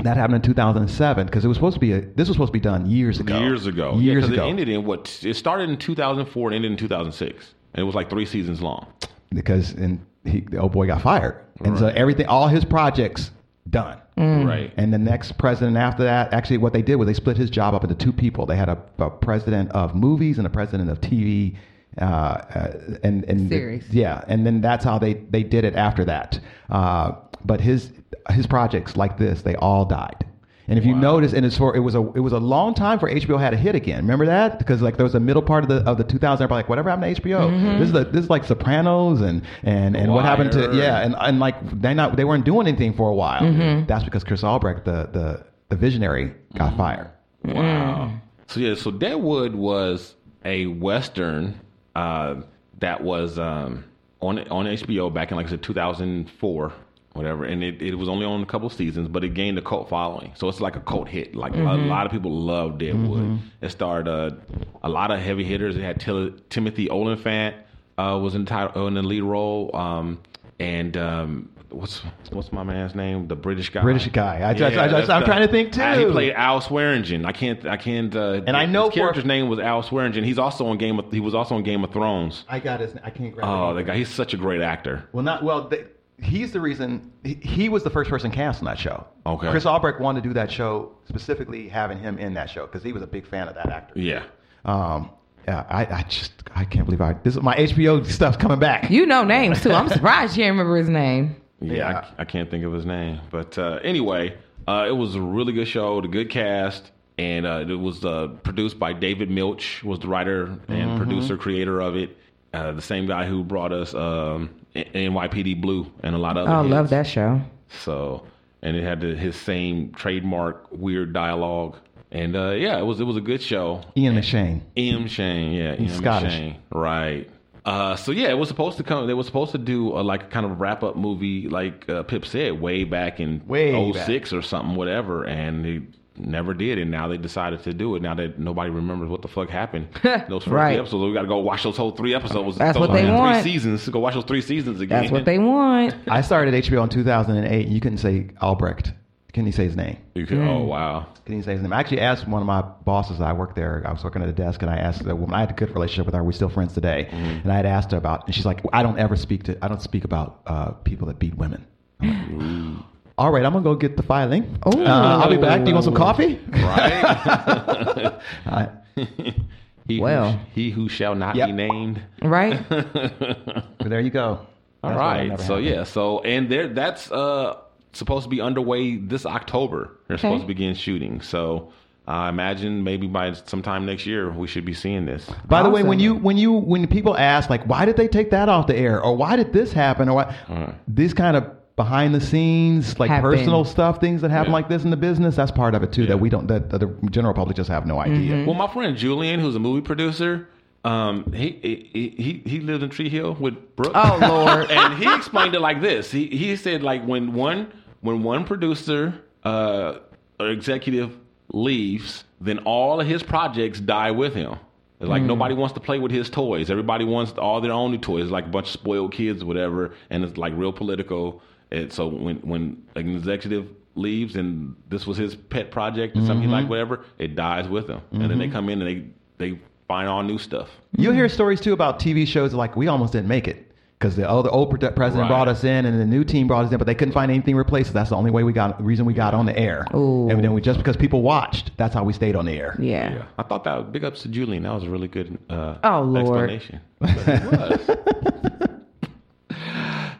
Speaker 7: That happened in 2007 because it was supposed to be a, this was supposed to be done years ago.
Speaker 5: Years ago. Yeah,
Speaker 7: Years
Speaker 5: 'cause
Speaker 7: ago.
Speaker 5: It ended in what? It started in 2004 and ended in 2006. And it was like three seasons long.
Speaker 7: because and he, the old boy got fired, and so everything, all his projects done.
Speaker 5: Right.
Speaker 7: And the next president after that, actually, what they did was they split his job up into two people. They had a, a president of movies and a president of TV. Uh, uh, and and the-
Speaker 6: Series.
Speaker 7: yeah, and then that's how they they did it after that. Uh, but his his projects like this, they all died. And if you notice, and it's for it was a it was a long time for HBO had a hit again. Remember that because like there was a middle part of the of the 2000s, everybody like whatever happened to HBO. This is the, this is like Sopranos and and and what happened to
Speaker 5: Wire.
Speaker 7: yeah and, and like they not they weren't doing anything for a while. That's because Chris Albrecht, the the the visionary, got fired.
Speaker 5: Wow. Mm-hmm. So yeah, so Deadwood was a western uh, that was um, on on HBO back in like I said 2004, whatever, and it, it was only on a couple seasons, but it gained a cult following. So it's like a cult hit. Like a,
Speaker 7: Mm-hmm.
Speaker 5: lot of people love Deadwood. It starred uh, a lot of heavy hitters. It had Til- Timothy Olyphant uh, was in, tit- in the lead role, um, and um, what's what's my man's name? The British guy.
Speaker 7: British guy. I- I- I- I-
Speaker 5: that's
Speaker 7: I'm trying to think,
Speaker 5: Uh, he
Speaker 7: too.
Speaker 5: played Al Swearingen. I can't. I can't. Uh,
Speaker 7: And I know
Speaker 5: his
Speaker 7: for-
Speaker 5: character's name was Al Swearingen. He's also on Game. Of, he was also on Game of Thrones.
Speaker 7: I got his. I can't grab.
Speaker 5: Oh, that guy. He's such a great actor.
Speaker 7: Well, not well. They, he's the reason. He, he was the first person cast on that show.
Speaker 5: Okay.
Speaker 7: Chris Albrecht wanted to do that show specifically, having him in that show because he was a big fan of that actor.
Speaker 5: Yeah.
Speaker 7: Um. Yeah. I, I just I can't believe I this is my HBO stuff coming back.
Speaker 6: You know names too. I'm surprised you didn't remember his name.
Speaker 5: Yeah.
Speaker 7: Yeah.
Speaker 5: I, I can't think of his name. But uh, anyway, uh, it was a really good show. The good cast. And uh, it was uh, produced by David Milch, was the writer and
Speaker 7: Mm-hmm.
Speaker 5: producer, creator of it. Uh, the same guy who brought us um, NYPD Blue and a lot of.
Speaker 6: Oh,
Speaker 5: Other
Speaker 6: I love
Speaker 5: hits.
Speaker 6: that show.
Speaker 5: So, and it had the, his same trademark weird dialogue. And uh, yeah, it was it was a good show.
Speaker 7: Ian McShane.
Speaker 5: M Shane, yeah, M
Speaker 7: Scottish.
Speaker 5: Shane, right? Uh, so yeah, it was supposed to come. They were supposed to do a, like kind of wrap up movie, like uh, Pip said, way back in
Speaker 7: Way
Speaker 5: '06 or something, whatever, and they never did. And now they decided to do it. Now that nobody remembers what the fuck happened, those first
Speaker 6: Right.
Speaker 5: three episodes, we got to go watch those whole three episodes.
Speaker 6: That's
Speaker 5: those
Speaker 6: what they
Speaker 5: three
Speaker 6: want.
Speaker 5: Seasons, go watch those three seasons again.
Speaker 6: That's what they want.
Speaker 7: I started HBO in 2008. You couldn't say Albrecht. Can you say his name?
Speaker 5: You could,
Speaker 6: Mm.
Speaker 5: Oh wow,
Speaker 7: Can you say his name? I actually asked one of my bosses. I worked there. I was working at a desk, and I asked the woman. I had a good relationship with her. We're still friends today.
Speaker 5: Mm-hmm.
Speaker 7: And I had asked her about, and she's like, "I don't ever speak to. I don't speak about uh, people that beat women." I'm like, all right, I'm gonna go get the filing. Oh, I'll be back. Do you want some coffee?
Speaker 5: right?
Speaker 7: I-
Speaker 5: he
Speaker 6: Well.
Speaker 5: who, he who shall not
Speaker 7: Yep.
Speaker 5: be named.
Speaker 6: Right?
Speaker 7: there you go.
Speaker 5: All right. So yeah. So and there that's uh supposed to be underway this October. They're supposed to begin shooting. So I imagine maybe by sometime next year we should be seeing this.
Speaker 7: By the way, when
Speaker 6: Awesome.
Speaker 7: you when you when people ask like, why did they take that off the air, or why did this happen, or why these kind of behind the scenes like
Speaker 6: Happen.
Speaker 7: personal stuff, things that happen
Speaker 5: Yeah.
Speaker 7: like this in the business, that's part of it too that we don't that, that the general public just have no idea.
Speaker 6: Mm-hmm.
Speaker 5: Well, my friend Julian, who's a movie producer, um, he he he, he lived in Tree Hill with Brooke.
Speaker 6: Oh, Lord.
Speaker 5: and he explained it like this. He he said like when one when one producer uh, or executive leaves, then all of his projects die with him. It's like nobody wants to play with his toys. Everybody wants all their own new toys, like a bunch of spoiled kids or whatever, and it's like real political. And so when when an executive leaves and this was his pet project or something he liked, whatever, it dies with him. And then they come in and they they find all new stuff.
Speaker 7: You'll hear stories too about TV shows like we almost didn't make it because the other old pre- president
Speaker 5: Right.
Speaker 7: brought us in and the new team brought us in, but they couldn't find anything to replace. us. That's the only way we got reason we got on the air.
Speaker 6: Ooh.
Speaker 7: And then we just because people watched, that's how we stayed on the air.
Speaker 6: Yeah.
Speaker 5: I thought that big ups to Julian. That was a really good uh,
Speaker 6: Oh, Lord.
Speaker 5: explanation. But it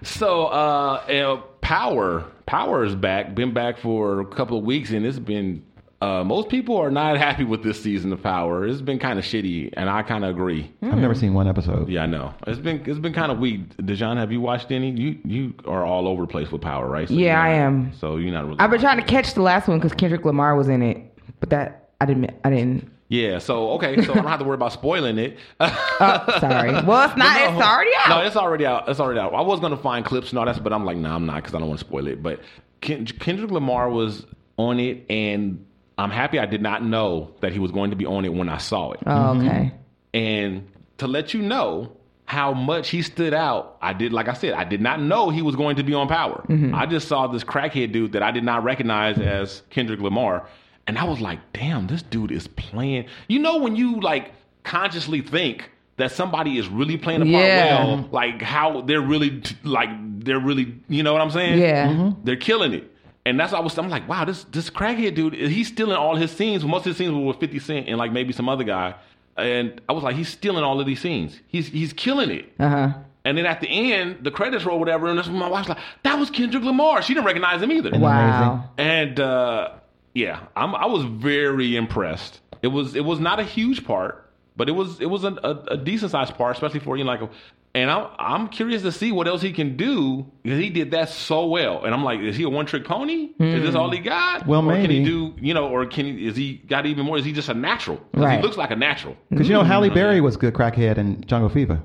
Speaker 5: was. so uh, uh, power power is back. Been back for a couple of weeks, and it's been uh, most people are not happy with this season of power. It's been kind of shitty, and I kind of agree.
Speaker 7: I've never seen one episode.
Speaker 5: Yeah, I know. It's been it's been kind of weak. Dejan, have you watched any? You you are all over the place with power, right? So
Speaker 6: Yeah,
Speaker 5: you're
Speaker 6: I
Speaker 5: not-
Speaker 6: am.
Speaker 5: So you're not really.
Speaker 6: I've been trying to catch the last one because Kendrick Lamar was in it, but that I didn't. I didn't.
Speaker 5: Yeah. So okay. So I don't have to worry about spoiling it.
Speaker 6: oh, Sorry. Well, it's not. it's already out.
Speaker 5: No, it's already out. It's already out. I was gonna find clips and all that, but I'm like, nah, I'm not because I don't want to spoil it. But Kend- Kendrick Lamar was on it, and I'm happy I did not know that he was going to be on it when I saw it.
Speaker 6: oh, okay.
Speaker 5: And to let you know how much he stood out, I did, like I said, I did not know he was going to be on Power.
Speaker 6: Mm-hmm.
Speaker 5: I just saw this crackhead dude that I did not recognize as Kendrick Lamar. And I was like, damn, this dude is playing. You know, when you like consciously think that somebody is really playing a part
Speaker 6: Yeah.
Speaker 5: well, like how they're really, t- like, they're really, you know what I'm saying?
Speaker 6: Yeah.
Speaker 5: They're killing it. And that's why I was. I'm like, wow, this this crackhead dude. He's stealing all his scenes. Most of his scenes were with Fifty Cent and like maybe some other guy. And I was like, he's stealing all of these scenes. He's he's killing it.
Speaker 6: Uh huh.
Speaker 5: And then at the end, the credits roll, whatever. And that's when my wife's like, that was Kendrick Lamar. She didn't recognize him either.
Speaker 6: Wow.
Speaker 5: And uh, yeah, I'm, I was very impressed. It was it was not a huge part, but it was it was a, a, a decent sized part, especially for you know, like. And I'm I'm curious to see what else he can do because he did that so well. And I'm like, is he a one trick pony? Is this all he got?
Speaker 7: Hmm. Well,
Speaker 5: or can he
Speaker 7: maybe.
Speaker 5: do you know, or can he is he got even more? Is he just a natural? 'Cause
Speaker 6: Right.
Speaker 5: He looks like a natural.
Speaker 7: Because you know Halle
Speaker 6: Mm,
Speaker 7: Berry was good crackhead in Jungle Fever.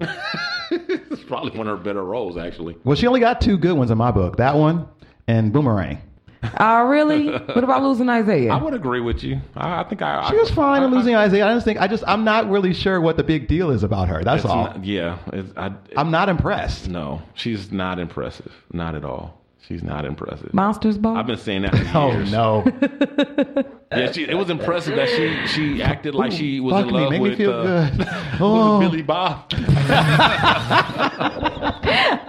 Speaker 5: It's probably one of her better roles actually.
Speaker 7: well, she only got two good ones in my book. That one and Boomerang.
Speaker 6: Oh, really? What about losing Isaiah?
Speaker 5: Mm-hmm. I would agree with you. I, I think I
Speaker 7: She was fine in losing Isaiah. I just think I just I'm not really sure what the big deal is about her. That's
Speaker 5: It's
Speaker 7: all.
Speaker 5: not- yeah, it's, I,
Speaker 7: I'm not impressed.
Speaker 5: No, she's not impressive. Not at all. She's not impressive.
Speaker 6: Monsters Ball.
Speaker 5: I've been saying that. For
Speaker 7: Oh
Speaker 5: years.
Speaker 7: no!
Speaker 5: Yeah, she, it was impressive that she she acted like she was
Speaker 7: Fuck
Speaker 5: in
Speaker 7: me,
Speaker 5: love
Speaker 7: make
Speaker 5: with
Speaker 7: me feel
Speaker 5: uh,
Speaker 7: good.
Speaker 5: with
Speaker 7: Oh.
Speaker 5: Billy Bob.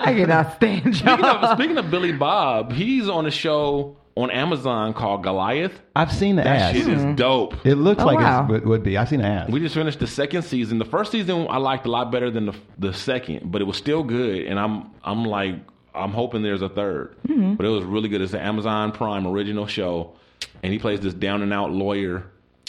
Speaker 6: I cannot stand
Speaker 5: Speaking
Speaker 6: y'all.
Speaker 5: of, speaking of Billy Bob, he's on a show on Amazon called Goliath.
Speaker 7: I've seen the
Speaker 5: That
Speaker 7: ass.
Speaker 5: shit is dope.
Speaker 7: It looks
Speaker 6: Oh,
Speaker 7: like
Speaker 6: wow.
Speaker 7: it would be. I've seen the ass.
Speaker 5: We just finished the second season. The first season I liked a lot better than the the second, but it was still good. And I'm I'm like I'm hoping there's a 3rd but it was really good. It's an Amazon Prime original show, and he plays this down and out lawyer,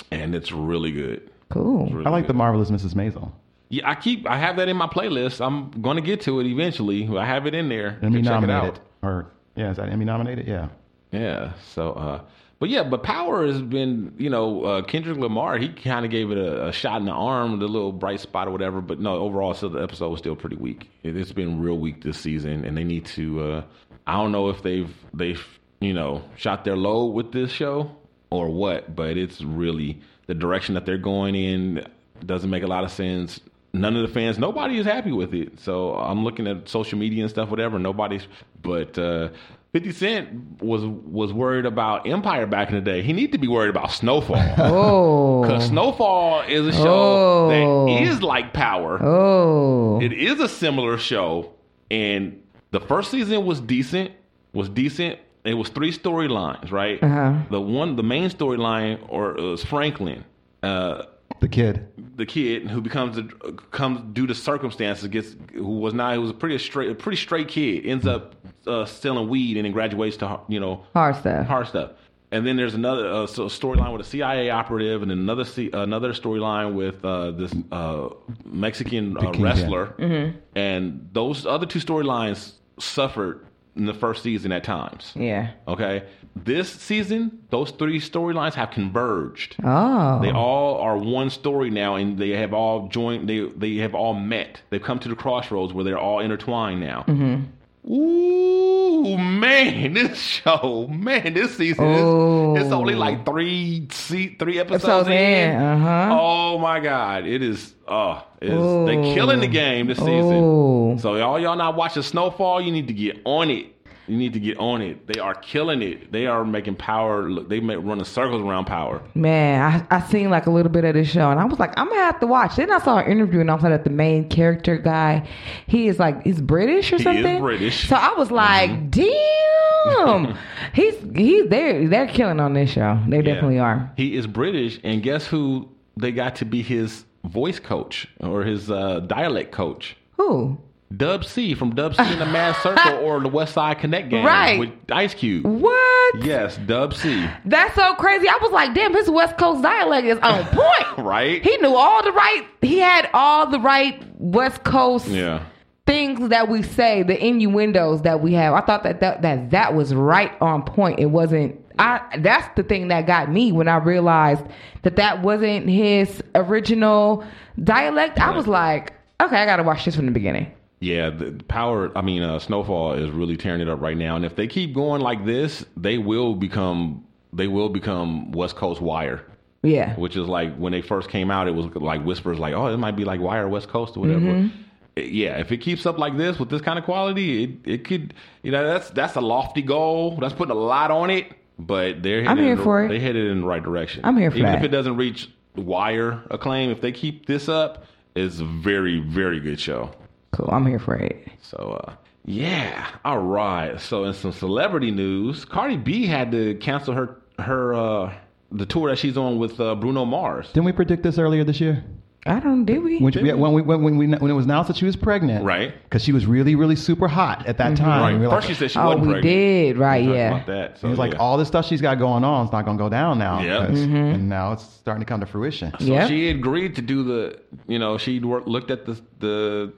Speaker 5: and it's really good.
Speaker 6: Cool.
Speaker 7: I like the marvelous Mrs. Maisel.
Speaker 5: Yeah, I keep I have that in my playlist. I'm gonna get to it eventually. I have it in there. You
Speaker 7: Emmy
Speaker 5: can check it out.
Speaker 7: nominated. Or yeah, is that Emmy nominated? Yeah.
Speaker 5: Yeah. So, uh, but yeah, but Power has been, you know, uh, Kendrick Lamar. He kind of gave it a, a shot in the arm, the little bright spot or whatever. But no, overall, still the episode was still pretty weak. It, it's been real weak this season, and they need to. Uh, I don't know if they've they've you know shot their load with this show or what, but it's really the direction that they're going in doesn't make a lot of sense. None of the fans, nobody is happy with it. So I'm looking at social media and stuff, whatever. Nobody's, but uh, 50 Cent was was worried about Empire back in the day. He need to be worried about Snowfall
Speaker 6: Oh.
Speaker 5: because Snowfall is a show
Speaker 6: Oh.
Speaker 5: that is like Power.
Speaker 6: Oh.
Speaker 5: It is a similar show, and the first season was decent. Was decent. it was three storylines, right? The one, the main storyline, or it was Franklin, uh,
Speaker 7: The kid.
Speaker 5: the kid who becomes the comes due to circumstances gets who was not who was a pretty straight a pretty straight kid ends up uh, selling weed and then graduates to you know
Speaker 6: Hard stuff.
Speaker 5: hard stuff. And then there's another uh, so storyline with a CIA operative, and another C- another storyline with uh, this uh, Mexican uh,
Speaker 7: Kingpin.
Speaker 5: wrestler.
Speaker 6: Mm-hmm.
Speaker 5: And those other two storylines suffered in the first season at times.
Speaker 6: Yeah.
Speaker 5: Okay, this season those three storylines have converged.
Speaker 6: Oh.
Speaker 5: They all are one story now, and they have all joined. They they have all met. They've come to the crossroads where they're all intertwined now.
Speaker 6: Mm-hmm.
Speaker 5: Ooh man, this show, man, this season,
Speaker 6: Ooh.
Speaker 5: is, it's only like three se- three episodes,
Speaker 6: Episodes
Speaker 5: in.
Speaker 6: in, uh-huh.
Speaker 5: Oh my god, it is. Oh, it is,
Speaker 6: Ooh.
Speaker 5: they killing the game this
Speaker 6: Ooh.
Speaker 5: season. So all y'all not watching Snowfall, you need to get on it. You need to get on it. They are killing it. They are making power. Look, they make running circles around power.
Speaker 6: Man, I, I seen like a little bit of this show and I was like, I'm gonna have to watch. Then I saw an interview and I found out the main character guy, he is like he's British or
Speaker 5: is
Speaker 6: something.
Speaker 5: British. Mm-hmm.
Speaker 6: So I was like, damn. he's he's they they're killing on this show. They
Speaker 5: Yeah.
Speaker 6: definitely are.
Speaker 5: He is British, and guess who they got to be his voice coach or his uh, dialect coach?
Speaker 6: Who?
Speaker 5: Dub C from Dub C in the Mad Circle or the West Side Connect game
Speaker 6: Right.
Speaker 5: with Ice Cube.
Speaker 6: What?
Speaker 5: Yes, Dub C.
Speaker 6: That's so crazy. I was like, damn, his West Coast dialect is on point.
Speaker 5: Right?
Speaker 6: He knew all the right he had all the right West Coast
Speaker 5: Yeah.
Speaker 6: things that we say, the innuendos that we have. I thought that that that, that was right on point. It wasn't. I that's the thing that got me when I realized that that wasn't his original dialect. I was like, okay, I gotta watch this from the beginning.
Speaker 5: Yeah, the the power. I mean, uh, Snowfall is really tearing it up right now, and if they keep going like this, they will become they will become West Coast Wire,
Speaker 6: Yeah,
Speaker 5: which is like when they first came out, it was like whispers, like oh, it might be like Wire West Coast or whatever.
Speaker 6: Mm-hmm.
Speaker 5: It- yeah, if it keeps up like this with this kind of quality, it it could you know that's that's a lofty goal. That's putting a lot on it, but they're
Speaker 6: I'm
Speaker 5: headed
Speaker 6: here
Speaker 5: in the-
Speaker 6: for it.
Speaker 5: They headed in the right direction.
Speaker 6: I'm here for
Speaker 5: Even
Speaker 6: that.
Speaker 5: if it doesn't reach Wire acclaim, if they keep this up, it's a very very good show.
Speaker 6: cool. I'm here for it.
Speaker 5: So uh yeah, all right. So in some celebrity news, Cardi B had to cancel her her uh the tour that she's on with uh, Bruno Mars.
Speaker 7: Didn't we predict this earlier this year?
Speaker 6: I don't. Did we?
Speaker 7: When, yeah, when, we, when, when, we, when it was announced that she was pregnant.
Speaker 5: Right.
Speaker 7: Because she was really, really super hot at
Speaker 6: Mm-hmm.
Speaker 7: that time.
Speaker 5: Right.
Speaker 7: And we were
Speaker 5: First she
Speaker 7: like,
Speaker 5: said she
Speaker 6: oh,
Speaker 5: wasn't
Speaker 6: we
Speaker 5: pregnant.
Speaker 6: did. Right?
Speaker 5: Talked
Speaker 6: Yeah.
Speaker 5: about that. So
Speaker 7: It was like
Speaker 5: yeah.
Speaker 7: all the stuff she's got going on is not going to go down now.
Speaker 5: Yeah.
Speaker 7: 'cause- And now it's starting to come to fruition.
Speaker 5: So
Speaker 6: Yeah.
Speaker 5: she agreed to do the, you know, she wor- looked at the the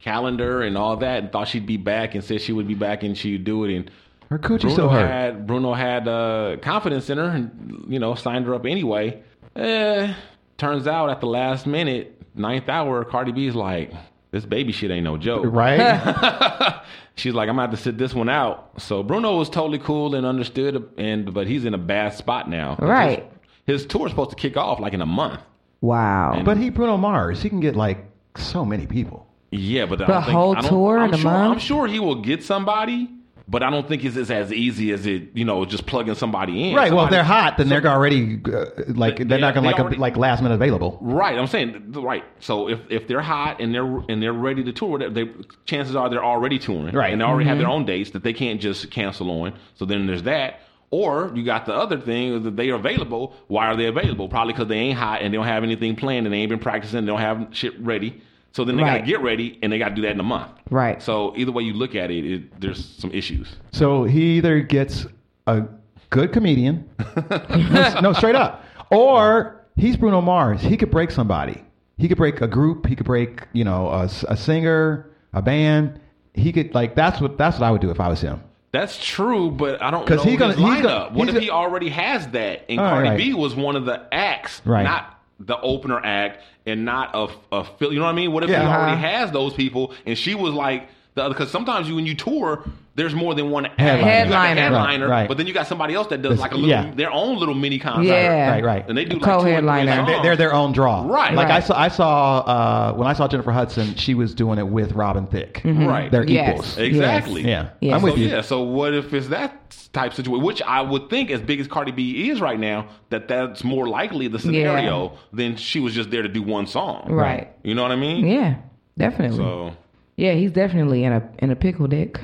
Speaker 5: calendar and all that, and thought she'd be back, and said she would be back, and she'd do it. And
Speaker 7: Her coochie
Speaker 5: Bruno
Speaker 7: still hurt.
Speaker 5: had Bruno had uh, confidence in her, and you know, signed her up anyway. Eh, turns out at the last minute, ninth hour, Cardi B's like, "This baby shit ain't no joke."
Speaker 7: Right?
Speaker 5: She's like, "I'm gonna have to sit this one out." So Bruno was totally cool and understood, and but he's in a bad spot now.
Speaker 6: Right.
Speaker 5: His, his tour's supposed to kick off like in a month.
Speaker 6: Wow.
Speaker 7: but he, Bruno Mars, he can get like so many people.
Speaker 5: Yeah, but the
Speaker 6: The whole tour
Speaker 5: I'm
Speaker 6: in a
Speaker 5: sure,
Speaker 6: month?
Speaker 5: I'm sure he will get somebody, but I don't think it's, it's as easy as it you know just plugging somebody in.
Speaker 7: Right. Well, if
Speaker 5: Somebody-
Speaker 7: they're hot, then they're already uh, like they're
Speaker 5: They-
Speaker 7: not going
Speaker 5: they
Speaker 7: to like
Speaker 5: already-
Speaker 7: a, like last minute available.
Speaker 5: Right, I'm saying right. So if if they're hot and they're and they're ready to tour, they, they- chances are they're already touring,
Speaker 7: Right.
Speaker 5: And they already have
Speaker 6: Mm-hmm.
Speaker 5: their own dates that they can't just cancel on. So then there's that. Or you got the other thing is that they are available. Why are they available? Probably because they ain't hot and they don't have anything planned and they ain't been practicing. They don't have shit ready. So then they
Speaker 6: Right.
Speaker 5: gotta get ready and they gotta do that in a month.
Speaker 6: Right.
Speaker 5: So either way you look at it, it there's some issues.
Speaker 7: So he either gets a good comedian, no, no, straight up, or he's Bruno Mars. He could break somebody. He could break a group. He could break you know a, s- a singer, a band. He could like that's what that's what I would do if I was him.
Speaker 5: That's true, but I don't know
Speaker 7: 'Cause he
Speaker 5: his
Speaker 7: gonna- he's
Speaker 5: lineup.
Speaker 7: gonna-
Speaker 5: what
Speaker 7: he's
Speaker 5: if he
Speaker 7: gonna-
Speaker 5: already has that? And
Speaker 7: All
Speaker 5: Cardi
Speaker 7: right.
Speaker 5: B was one of the acts,
Speaker 7: Right.
Speaker 5: not the opener act, and not a a fill. You know what I mean? What if he
Speaker 7: Yeah.
Speaker 5: already
Speaker 6: Uh-huh.
Speaker 5: has those people? And she was like the other. Because sometimes you, when you tour, there's more than one act.
Speaker 7: Headliner.
Speaker 5: You got the
Speaker 6: Headliner.
Speaker 5: headliner,
Speaker 7: Right, right.
Speaker 5: But then you got somebody else that does
Speaker 7: That's-
Speaker 5: like a little
Speaker 7: yeah.
Speaker 5: their own little mini concert.
Speaker 6: Yeah.
Speaker 7: Right, right.
Speaker 5: And they do like
Speaker 6: Co-headliner.
Speaker 5: co-headliner.
Speaker 6: And
Speaker 7: They- They're their own draw.
Speaker 5: Right.
Speaker 7: Like I
Speaker 6: Oh. Right.
Speaker 7: saw, I saw uh, when I saw Jennifer Hudson, she was doing it with Robin Thicke.
Speaker 5: Right.
Speaker 7: Mm-hmm. They're
Speaker 6: Mm-hmm. Yes.
Speaker 7: equals.
Speaker 5: Exactly.
Speaker 7: Yeah.
Speaker 6: Yeah.
Speaker 7: I'm with
Speaker 5: so,
Speaker 7: you.
Speaker 5: Yeah. So what if it's that type situation? Which I would think, as big as Cardi B is right now, that that's more likely the scenario than she was just there to do one song.
Speaker 6: Right.
Speaker 5: You know what I mean?
Speaker 6: Yeah. Definitely.
Speaker 5: So
Speaker 6: Yeah, he's definitely in a in a pickle dick.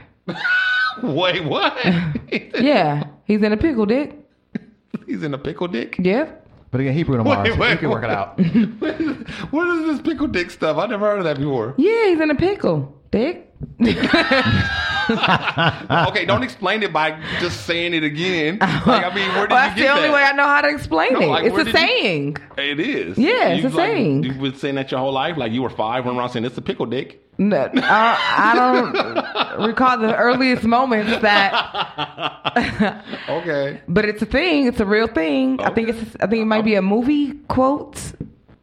Speaker 5: Wait, what?
Speaker 6: Yeah, he's in a pickle, dick.
Speaker 5: He's in a pickle dick.
Speaker 6: Yeah.
Speaker 7: But again, he Bruno Mars.
Speaker 5: wait,
Speaker 7: he can work it out.
Speaker 5: what is this pickle dick stuff? I never heard of that before.
Speaker 6: Yeah, he's in a pickle, dick.
Speaker 5: okay, don't explain it by just saying it again. Like, I mean, where did you
Speaker 6: Well, that's
Speaker 5: get
Speaker 6: the only
Speaker 5: that?
Speaker 6: way I know how to explain
Speaker 5: No,
Speaker 6: it.
Speaker 5: like, where
Speaker 6: it's
Speaker 5: did
Speaker 6: a
Speaker 5: you-
Speaker 6: saying.
Speaker 5: It is.
Speaker 6: Yeah, it's
Speaker 5: you,
Speaker 6: a saying.
Speaker 5: You've been saying that your whole life. Like you were five when around saying it's a pickle dick.
Speaker 6: No, uh, I don't recall the earliest moments that,
Speaker 5: Okay.
Speaker 6: but it's a thing. It's a real thing. I think it's. I think it might be a movie quote,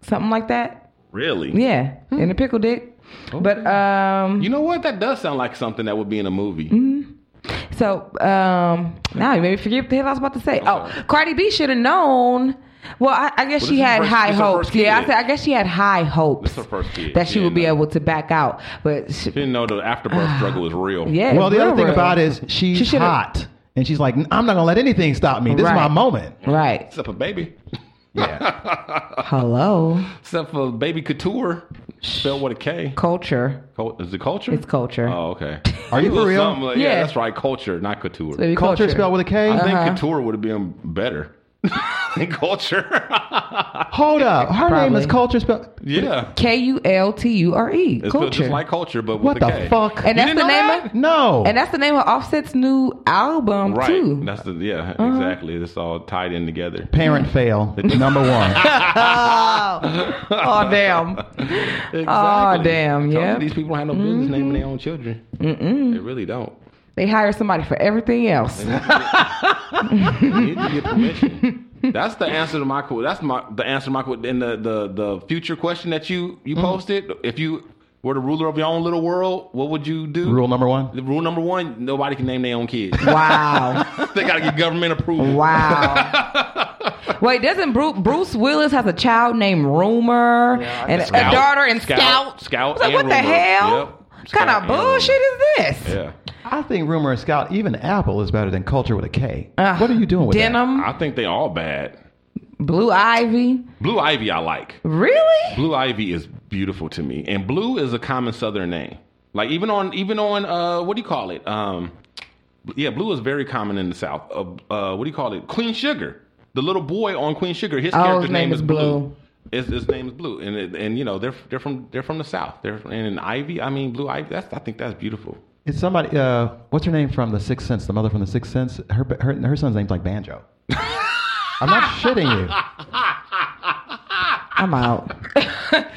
Speaker 6: something like that.
Speaker 5: Really?
Speaker 6: Yeah, in a pickle dick.
Speaker 5: Oh.
Speaker 6: But um,
Speaker 5: You know what? That does sound like something that would be in a movie.
Speaker 6: Mm-hmm. So um, now you made me forget what the hell I was about to say. Oh, Cardi B should have known. Well, I, I guess
Speaker 5: Well,
Speaker 6: she
Speaker 5: this is
Speaker 6: had
Speaker 5: her-
Speaker 6: high
Speaker 5: this her
Speaker 6: hopes.
Speaker 5: first
Speaker 6: Yeah, I
Speaker 5: kid.
Speaker 6: said I guess she had high hopes
Speaker 5: This her first kid.
Speaker 6: that she
Speaker 5: Yeah,
Speaker 6: would be
Speaker 5: no.
Speaker 6: able to back out. But she,
Speaker 5: Didn't know the afterbirth struggle was real.
Speaker 6: yeah.
Speaker 7: well, the
Speaker 6: real,
Speaker 7: other thing
Speaker 6: real.
Speaker 7: about it is she's
Speaker 6: She should've-
Speaker 7: hot. And she's like, I'm not going to let anything stop me. This is my
Speaker 6: Right.
Speaker 7: moment.
Speaker 6: right?
Speaker 5: Except for baby.
Speaker 7: Yeah.
Speaker 6: Hello,
Speaker 5: Except for baby couture. Spelled with a K.
Speaker 6: culture.
Speaker 5: Cul- Is it culture?
Speaker 6: It's culture.
Speaker 5: Oh, okay.
Speaker 7: Are you
Speaker 5: It was
Speaker 7: for real?
Speaker 5: something like- yeah.
Speaker 6: Yeah.
Speaker 5: that's right. Culture, not couture.
Speaker 6: Baby Uh-huh.
Speaker 7: Culture, spelled with a K. Uh-huh.
Speaker 5: I think couture would have been better than culture.
Speaker 7: Hold up. Her name is
Speaker 6: Probably.
Speaker 7: Culture spelled.
Speaker 5: yeah.
Speaker 6: K U L T U R E.
Speaker 5: It's
Speaker 6: Culture.
Speaker 5: just like culture, but with
Speaker 7: What
Speaker 5: a
Speaker 7: the
Speaker 5: K.
Speaker 7: fuck?
Speaker 6: and that's
Speaker 5: didn't
Speaker 6: the
Speaker 5: know
Speaker 6: name
Speaker 5: that?
Speaker 6: of
Speaker 7: no.
Speaker 6: and that's the name of Offset's new album
Speaker 5: Right.
Speaker 6: too.
Speaker 5: That's the yeah, exactly. It's all tied in together.
Speaker 7: Parent fail. Number one.
Speaker 6: oh damn!
Speaker 5: Exactly.
Speaker 6: damn,
Speaker 5: Told you
Speaker 6: yeah.
Speaker 5: These people don't have no business naming their own children. Mm-mm. They really don't.
Speaker 6: They hire somebody for everything else.
Speaker 5: You need to get permission. That's the answer to my qu- that's my the answer to my qu- and the the the future question that you you posted. If you were the ruler of your own little world, what would you do?
Speaker 7: Rule number one.
Speaker 5: The rule number one: nobody can name their own kids.
Speaker 6: Wow.
Speaker 5: they gotta get government approval.
Speaker 6: Wow. Wait, doesn't Bruce, Bruce Willis has a child named Rumor and a,
Speaker 5: Scout.
Speaker 6: daughter in Scout?
Speaker 5: Scout. Scout
Speaker 6: I was like,
Speaker 5: and
Speaker 6: what the
Speaker 5: Rumor.
Speaker 6: hell?
Speaker 5: Yep.
Speaker 6: Kind
Speaker 5: Scout
Speaker 6: of
Speaker 5: and
Speaker 6: bullshit is this?
Speaker 5: Yeah,
Speaker 7: I think rumor and scout, even Apple is better than culture with a K. what are you doing with that?
Speaker 6: Uh, Denim,
Speaker 5: I think they all bad.
Speaker 6: Blue Ivy.
Speaker 5: Blue Ivy, I like.
Speaker 6: Really?
Speaker 5: Blue Ivy is beautiful to me, and blue is a common Southern name. Like even on even on uh, what do you call it? Um, yeah, blue is very common in the South. Uh, uh, what do you call it? Queen Sugar. The little boy on Queen Sugar, his
Speaker 6: Oh, his
Speaker 5: character's
Speaker 6: name
Speaker 5: name
Speaker 6: is
Speaker 5: is Blue.
Speaker 6: Blue.
Speaker 5: His, his name is Blue, and it- and you know they're they're from they're from the South. They're and Ivy. I mean Blue Ivy. That's I think that's beautiful.
Speaker 7: It's somebody. Uh, what's her name from The Sixth Sense? The mother from The Sixth Sense. Her her, her son's name's like Banjo. I'm not shitting you.
Speaker 6: I'm out.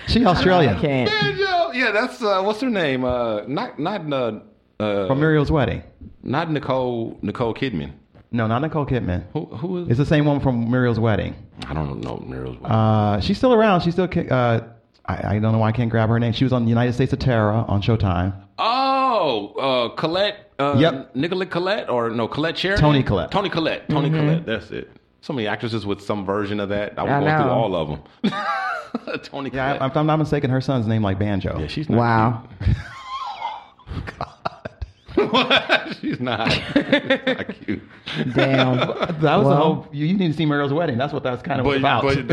Speaker 7: She
Speaker 6: I
Speaker 7: Australian
Speaker 6: can't.
Speaker 5: Banjo. Yeah, that's uh, what's her name? Uh, not not uh, uh,
Speaker 7: from Muriel's Wedding.
Speaker 5: not Nicole Nicole Kidman.
Speaker 7: No, not Nicole Kidman.
Speaker 5: Who who is?
Speaker 7: It's the same one from Muriel's Wedding.
Speaker 5: I don't know. Meryl's.
Speaker 7: Uh, she's still around. She's still. kick- Uh, I, I don't know why I can't grab her name. She was on the United States of Terror on Showtime.
Speaker 5: Oh, uh, Colette. Uh,
Speaker 7: Yep.
Speaker 5: Nicolette Colette or no Colette Sheridan.
Speaker 7: Toni Collette.
Speaker 5: Tony Collette. Tony Collette. That's it. So many actresses with some version of that. I was
Speaker 6: Mm-hmm. I
Speaker 5: going through
Speaker 6: know.
Speaker 5: all of them. Tony
Speaker 7: Yeah,
Speaker 5: Collette.
Speaker 7: if I'm not mistaken, her son's name like Banjo.
Speaker 5: yeah, she's not.
Speaker 6: Wow.
Speaker 5: she's not. she's not cute.
Speaker 6: Damn.
Speaker 7: that was
Speaker 6: Well-
Speaker 7: the whole. You, you need to see Muriel's Wedding. That's what that's kind of
Speaker 5: But,
Speaker 7: about.
Speaker 5: but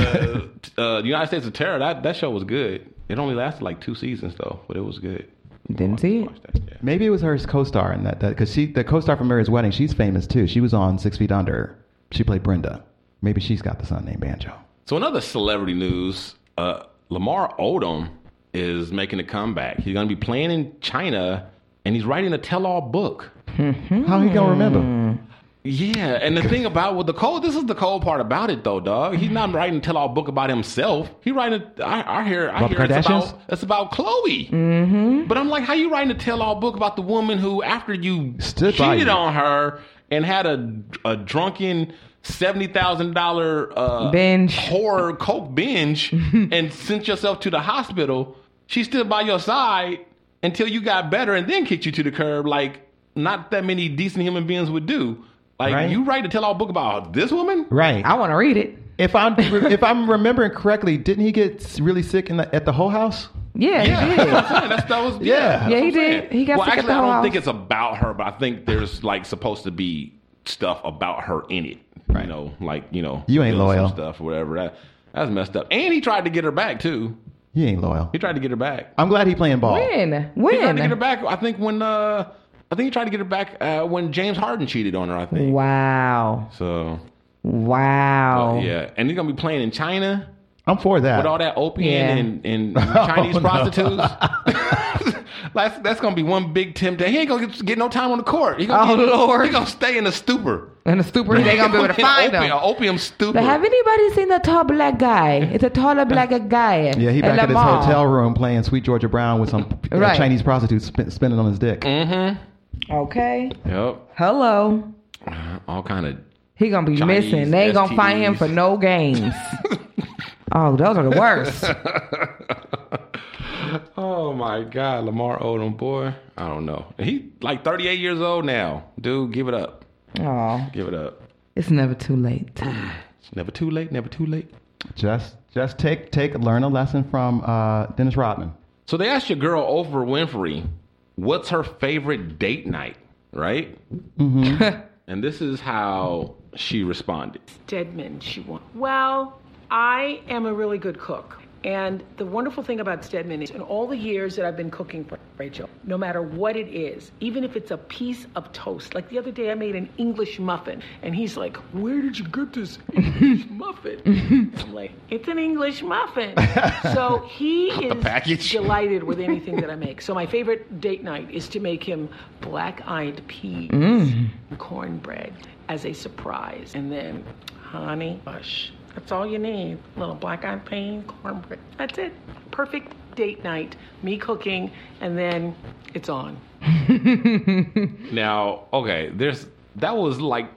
Speaker 5: the uh, United States of Terror, that, that show was good. It only lasted like two seasons though, but it was good.
Speaker 6: Didn't see it.
Speaker 5: Watch that. Yeah.
Speaker 7: Maybe it was her co-star in that because she the co-star from Mary's Wedding. She's famous too. She was on Six Feet Under. She played Brenda. Maybe she's got the son named Banjo.
Speaker 5: So another celebrity news: uh, Lamar Odom is making a comeback. He's going to be playing in China, and he's writing a tell-all book.
Speaker 7: How he gonna remember?
Speaker 5: Yeah, and the thing about with the cold, this is the cold part about it though, dog. He's not writing a tell-all book about himself. He writing. I, I hear. I
Speaker 7: About the
Speaker 5: hear it's
Speaker 7: Kardashians?
Speaker 5: about it's about Chloe. Mm-hmm. But I'm like, how you writing a tell-all book about the woman who, after you
Speaker 7: Stood by
Speaker 5: cheated
Speaker 7: you.
Speaker 5: on her and had a a drunken seventy thousand dollar uh,
Speaker 6: Binge.
Speaker 5: horror coke binge and sent yourself to the hospital. She stood by your side until you got better and then kicked you to the curb like not that many decent human beings would do. Like
Speaker 7: Right.
Speaker 5: you write a tell all book about this woman?
Speaker 7: Right.
Speaker 6: I want to read it.
Speaker 7: if I'm if I'm remembering correctly, didn't he get really sick in the, at the whole house?
Speaker 6: Yeah,
Speaker 5: Yeah,
Speaker 6: he
Speaker 5: that's what
Speaker 6: did.
Speaker 5: I'm saying. That's- that was
Speaker 7: Yeah.
Speaker 5: yeah. that's
Speaker 6: Yeah,
Speaker 5: what I'm
Speaker 6: he did.
Speaker 5: saying.
Speaker 6: He got
Speaker 5: well,
Speaker 6: sick at
Speaker 5: actually,
Speaker 6: the
Speaker 5: I
Speaker 6: whole
Speaker 5: don't
Speaker 6: house.
Speaker 5: think it's about her, but I think there's like supposed to be stuff about her in it.
Speaker 7: Right.
Speaker 5: You know, like you know,
Speaker 7: You ain't
Speaker 5: doing some
Speaker 7: loyal.
Speaker 5: stuff or whatever. That that's messed up. And he tried to get her back too.
Speaker 7: He ain't loyal.
Speaker 5: He tried to get her back.
Speaker 7: I'm glad he playing ball.
Speaker 6: When?
Speaker 5: He tried to get her
Speaker 6: When?
Speaker 5: back. I think when uh, I I think he tried to get her back uh, when James Harden cheated on her. I think.
Speaker 6: Wow. Oh.
Speaker 5: So
Speaker 6: Wow.
Speaker 5: Oh, yeah, and he's gonna be playing in China
Speaker 7: I'm for that.
Speaker 5: with all that opium
Speaker 6: Yeah.
Speaker 5: and, and Chinese
Speaker 7: Oh, no.
Speaker 5: prostitutes. that's that's gonna be one big temptation. He ain't gonna get, get no time on the court. He gonna
Speaker 6: Oh,
Speaker 5: get-
Speaker 6: Lord.
Speaker 5: he gonna stay in a stupor.
Speaker 6: And the stupor, they gonna be able to
Speaker 5: In a
Speaker 6: find
Speaker 5: opium,
Speaker 6: him.
Speaker 5: a opium stupor.
Speaker 6: But have anybody seen the tall black guy? It's a taller black guy.
Speaker 7: Yeah, he back at his hotel room playing Sweet Georgia Brown with some uh,
Speaker 6: Right.
Speaker 7: Chinese prostitute spin, spinning on his dick.
Speaker 5: Mm.
Speaker 6: Okay.
Speaker 5: Yep,
Speaker 6: Hello.
Speaker 5: all kind of.
Speaker 6: He gonna be
Speaker 5: Chinese
Speaker 6: missing. They ain't gonna find him
Speaker 5: STDs.
Speaker 6: for no games. oh, those are the worst.
Speaker 5: Oh my God, Lamar Odom, boy. I don't know. He like 38 years old now. Dude, give it up.
Speaker 6: Oh,
Speaker 5: Give it up.
Speaker 6: it's never too late.
Speaker 5: It's never too late. Never too late.
Speaker 7: Just, just take, take, learn a lesson from uh, Dennis Rodman.
Speaker 5: So they asked your girl Oprah Winfrey, what's her favorite date night, right?
Speaker 7: Mm-hmm.
Speaker 5: and this is how she responded.
Speaker 8: Stedman she won? Well, I am a really good cook. And the wonderful thing about Stedman is, in all the years that I've been cooking for Rachel, no matter what it is, even if it's a piece of toast, like the other day I made an English muffin, and he's like, Where did you get this English muffin? I'm like, It's an English muffin. So he is
Speaker 5: package.
Speaker 8: delighted with anything that I make. So my favorite date night is to make him black eyed peas cornbread as a surprise. And then honey bush. That's all you need. Little black eyed pain, cornbread. That's it. Perfect date night. Me cooking, and then it's on.
Speaker 5: Now, okay, there's that was like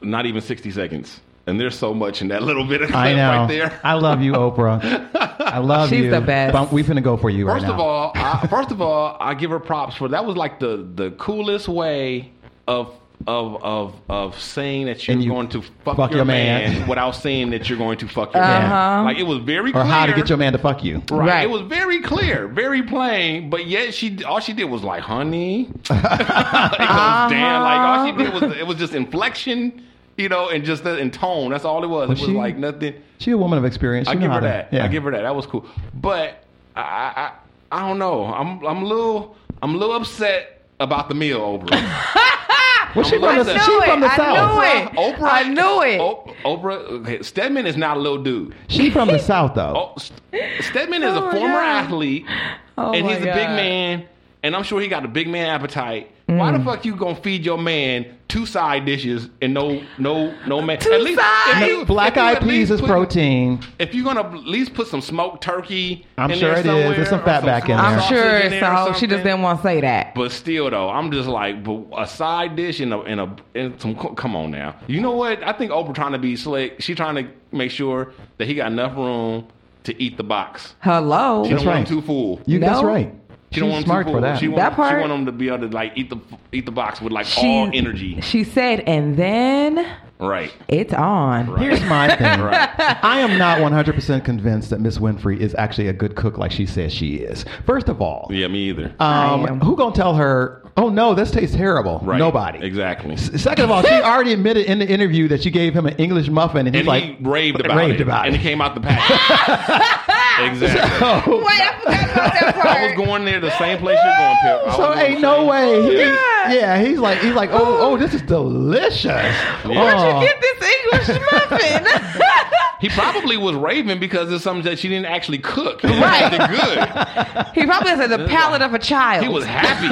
Speaker 5: not even 60 seconds. And there's so much in that little bit of clip
Speaker 7: I know.
Speaker 5: right there.
Speaker 7: I love you, Oprah. I love
Speaker 6: She's
Speaker 7: you.
Speaker 6: the best.
Speaker 7: But we finna go for you right
Speaker 5: First
Speaker 7: now.
Speaker 5: of all, I, first of all, I give her props for that was like the the coolest way of of of of saying that you're
Speaker 7: And you
Speaker 5: going to fuck, your, man, without saying that you're going to fuck your
Speaker 7: Uh-huh.
Speaker 5: man. Like it was very
Speaker 7: or
Speaker 5: clear.
Speaker 7: how to get your man to fuck you.
Speaker 5: Right.
Speaker 6: Right.
Speaker 5: It was very clear, very plain, but yet she all she did was like, "Honey," it goes
Speaker 7: Uh-huh.
Speaker 5: down. Like all she did was it was just inflection, you know, and just the, and tone. That's all it was.
Speaker 7: Was
Speaker 5: it was
Speaker 7: she-
Speaker 5: like nothing.
Speaker 7: She a woman of experience. She
Speaker 5: I
Speaker 7: know
Speaker 5: give
Speaker 7: how
Speaker 5: her
Speaker 7: to-
Speaker 5: that.
Speaker 7: Yeah.
Speaker 5: I give her that. That was cool. But I, I, I I don't know. I'm, I'm a little, I'm a little upset about the meal, Oprah.
Speaker 7: Well, she from
Speaker 5: I
Speaker 7: the,
Speaker 5: knew
Speaker 7: she from the
Speaker 6: it. I
Speaker 7: south.
Speaker 6: knew it.
Speaker 5: Oprah,
Speaker 6: I knew it.
Speaker 5: O- Oprah okay, Stedman is not a little dude.
Speaker 7: She from the south though.
Speaker 5: Oh, St- Stedman is
Speaker 6: Oh
Speaker 5: a
Speaker 6: my
Speaker 5: former
Speaker 6: God.
Speaker 5: athlete,
Speaker 6: Oh
Speaker 5: and
Speaker 6: my
Speaker 5: he's a big
Speaker 6: God. Mm.
Speaker 5: man, and I'm sure he got a big man appetite. Why the fuck you gonna feed your man two side dishes and no no no man?
Speaker 6: Two sides?
Speaker 5: if you- if
Speaker 7: Black
Speaker 5: you
Speaker 7: eyed
Speaker 5: at
Speaker 7: peas
Speaker 5: least
Speaker 7: is
Speaker 5: put-
Speaker 7: protein.
Speaker 5: If you're gonna at least put some smoked turkey,
Speaker 7: I'm
Speaker 5: in
Speaker 7: sure
Speaker 5: there
Speaker 7: it is. There's
Speaker 5: somewhere,
Speaker 7: some
Speaker 5: or
Speaker 7: fat back in
Speaker 5: smoked
Speaker 7: there.
Speaker 6: I'm
Speaker 5: sausage
Speaker 6: sure
Speaker 5: in
Speaker 6: it's
Speaker 5: there or
Speaker 6: a hoe. She just
Speaker 5: something.
Speaker 6: didn't want to say that.
Speaker 5: But still, though, I'm just like, but a side dish and a and a and some. co- Come on now, you know what? I think Oprah trying to be slick. She trying to make sure that he got enough room to eat the box.
Speaker 6: Hello.
Speaker 5: She don't
Speaker 7: right.
Speaker 5: want him too full.
Speaker 7: You, That's
Speaker 6: No.
Speaker 7: right.
Speaker 5: She don't want him
Speaker 7: She's smart
Speaker 5: too
Speaker 7: for
Speaker 5: full.
Speaker 7: that.
Speaker 5: She want,
Speaker 6: That part-
Speaker 5: she want him to be able to like eat the eat the box with like
Speaker 6: She-
Speaker 5: all energy.
Speaker 6: She said, and then
Speaker 5: Right.
Speaker 6: it's on.
Speaker 7: Here's my thing.
Speaker 5: Right.
Speaker 7: I am not 100% convinced that Miss Winfrey is actually a good cook like she says she is. First of all,
Speaker 5: Yeah, me either.
Speaker 6: I am.
Speaker 7: um, who gonna tell her? Oh no, this tastes terrible.
Speaker 5: right.
Speaker 7: Nobody.
Speaker 5: Exactly.
Speaker 7: S- Second of all, she already admitted in the interview that she gave him an English muffin, and he's
Speaker 5: And
Speaker 7: like
Speaker 5: he raved about
Speaker 7: raved
Speaker 5: it.
Speaker 7: about
Speaker 5: and
Speaker 7: it.
Speaker 5: he came out the pack. exactly.
Speaker 7: So,
Speaker 6: Wait, I forgot about that
Speaker 5: I was going there the same place you're going, Pip. I was
Speaker 7: so
Speaker 5: going
Speaker 7: ain't
Speaker 5: the
Speaker 7: no
Speaker 5: same-
Speaker 7: way. He-
Speaker 6: Yeah.
Speaker 7: yeah. he's like he's like oh oh this is delicious. Oh.
Speaker 6: Get this English muffin.
Speaker 5: He probably was raving because it's something that she didn't actually cook. It
Speaker 6: Right.
Speaker 5: wasn't good.
Speaker 6: he probably has the palate of a child.
Speaker 5: He was happy.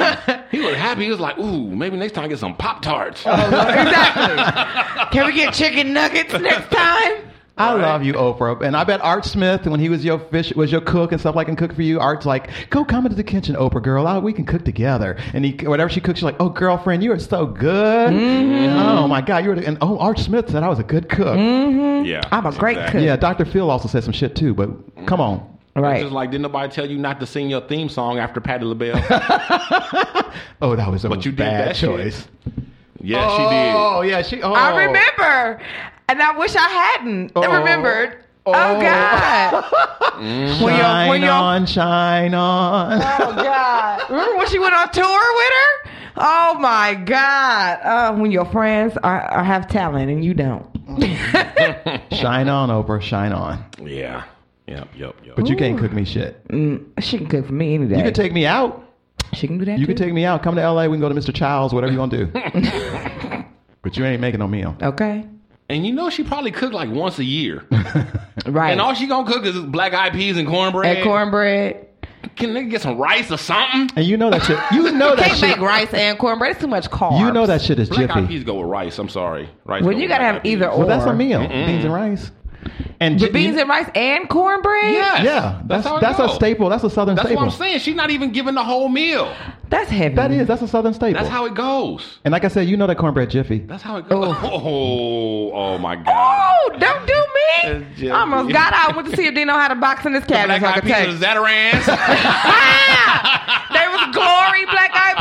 Speaker 5: He was happy. He was like, ooh, maybe next time I get some Pop Tarts.
Speaker 7: Oh,
Speaker 6: exactly. Can we get chicken nuggets next time?
Speaker 7: I love you, Oprah, and I bet Art Smith, when he was your fish, was your cook and stuff like, and cook for you. Art's like, go come into the kitchen, Oprah girl. I, we can cook together. And he, whatever she cooks, she's like, oh girlfriend, you are so good. Oh my god, you were. The, and oh, Art Smith said I was a good cook.
Speaker 5: yeah.
Speaker 6: I'm a great
Speaker 5: Exactly.
Speaker 6: cook.
Speaker 7: Yeah, Dr. Phil also said some shit too, but come on.
Speaker 5: It's
Speaker 6: Right.
Speaker 5: Just like, didn't nobody tell you not to sing your theme song after Patti LaBelle?
Speaker 7: Oh, that was a
Speaker 5: But you did
Speaker 7: bad
Speaker 5: that shit.
Speaker 7: choice.
Speaker 5: yeah,
Speaker 7: Oh yeah, she. Oh.
Speaker 6: I remember. And I wish I hadn't
Speaker 7: Oh.
Speaker 6: remembered. Oh,
Speaker 7: Oh.
Speaker 6: God. when your-
Speaker 7: Shine
Speaker 6: when your-
Speaker 7: on, shine on.
Speaker 6: Oh God! Remember when she went on tour with her? Oh my God! Uh, when your friends are, are have talent and you don't.
Speaker 7: shine on, Oprah. Shine on.
Speaker 5: she did. Yeah. Yep, yep, yep.
Speaker 7: But you can't cook me shit.
Speaker 6: She can cook for me any day.
Speaker 7: You could take me out.
Speaker 6: She can do that.
Speaker 7: You
Speaker 6: too.
Speaker 7: can take me out. Come to LA. We can go to Mr. Child's, whatever you want to do. but you ain't making no meal.
Speaker 6: Okay.
Speaker 5: And you know she probably cooked like once a year.
Speaker 6: Right.
Speaker 5: And all she gonna cook is black eyed peas and cornbread.
Speaker 6: That cornbread.
Speaker 5: Can they get some rice or something?
Speaker 7: And you know that shit. You know that
Speaker 6: Can't make
Speaker 7: shit.
Speaker 6: rice and cornbread. It's too much carbs.
Speaker 7: You know that shit is
Speaker 5: Black eyed
Speaker 7: jiffy.
Speaker 5: peas go with rice. I'm sorry, rice.
Speaker 6: Well,
Speaker 5: go
Speaker 6: you
Speaker 5: with black
Speaker 6: gotta have
Speaker 5: eyed
Speaker 6: either
Speaker 5: peas.
Speaker 6: or.
Speaker 7: Well, that's a meal. Beans and rice. And
Speaker 6: The
Speaker 7: ji-
Speaker 6: beans and rice and cornbread.
Speaker 5: Yes,
Speaker 7: Yeah, that's
Speaker 5: how it
Speaker 7: that's,
Speaker 5: go.
Speaker 7: a staple. That's a southern
Speaker 5: That's
Speaker 7: staple.
Speaker 5: what I'm saying. She's not even giving the whole meal.
Speaker 6: That's heavy.
Speaker 7: That is. That's a southern staple.
Speaker 5: That's how it goes.
Speaker 7: and like I said, you know that cornbread jiffy.
Speaker 5: That's how it goes. Oh, oh my God.
Speaker 6: Oh, don't do me!
Speaker 5: That's just-
Speaker 6: I almost got out. I went to see if they know how to box in this cabinet.
Speaker 5: Black
Speaker 6: So I
Speaker 5: eyed
Speaker 6: could take.
Speaker 5: peas, Zatarans.
Speaker 6: Ah! There was glory black eyed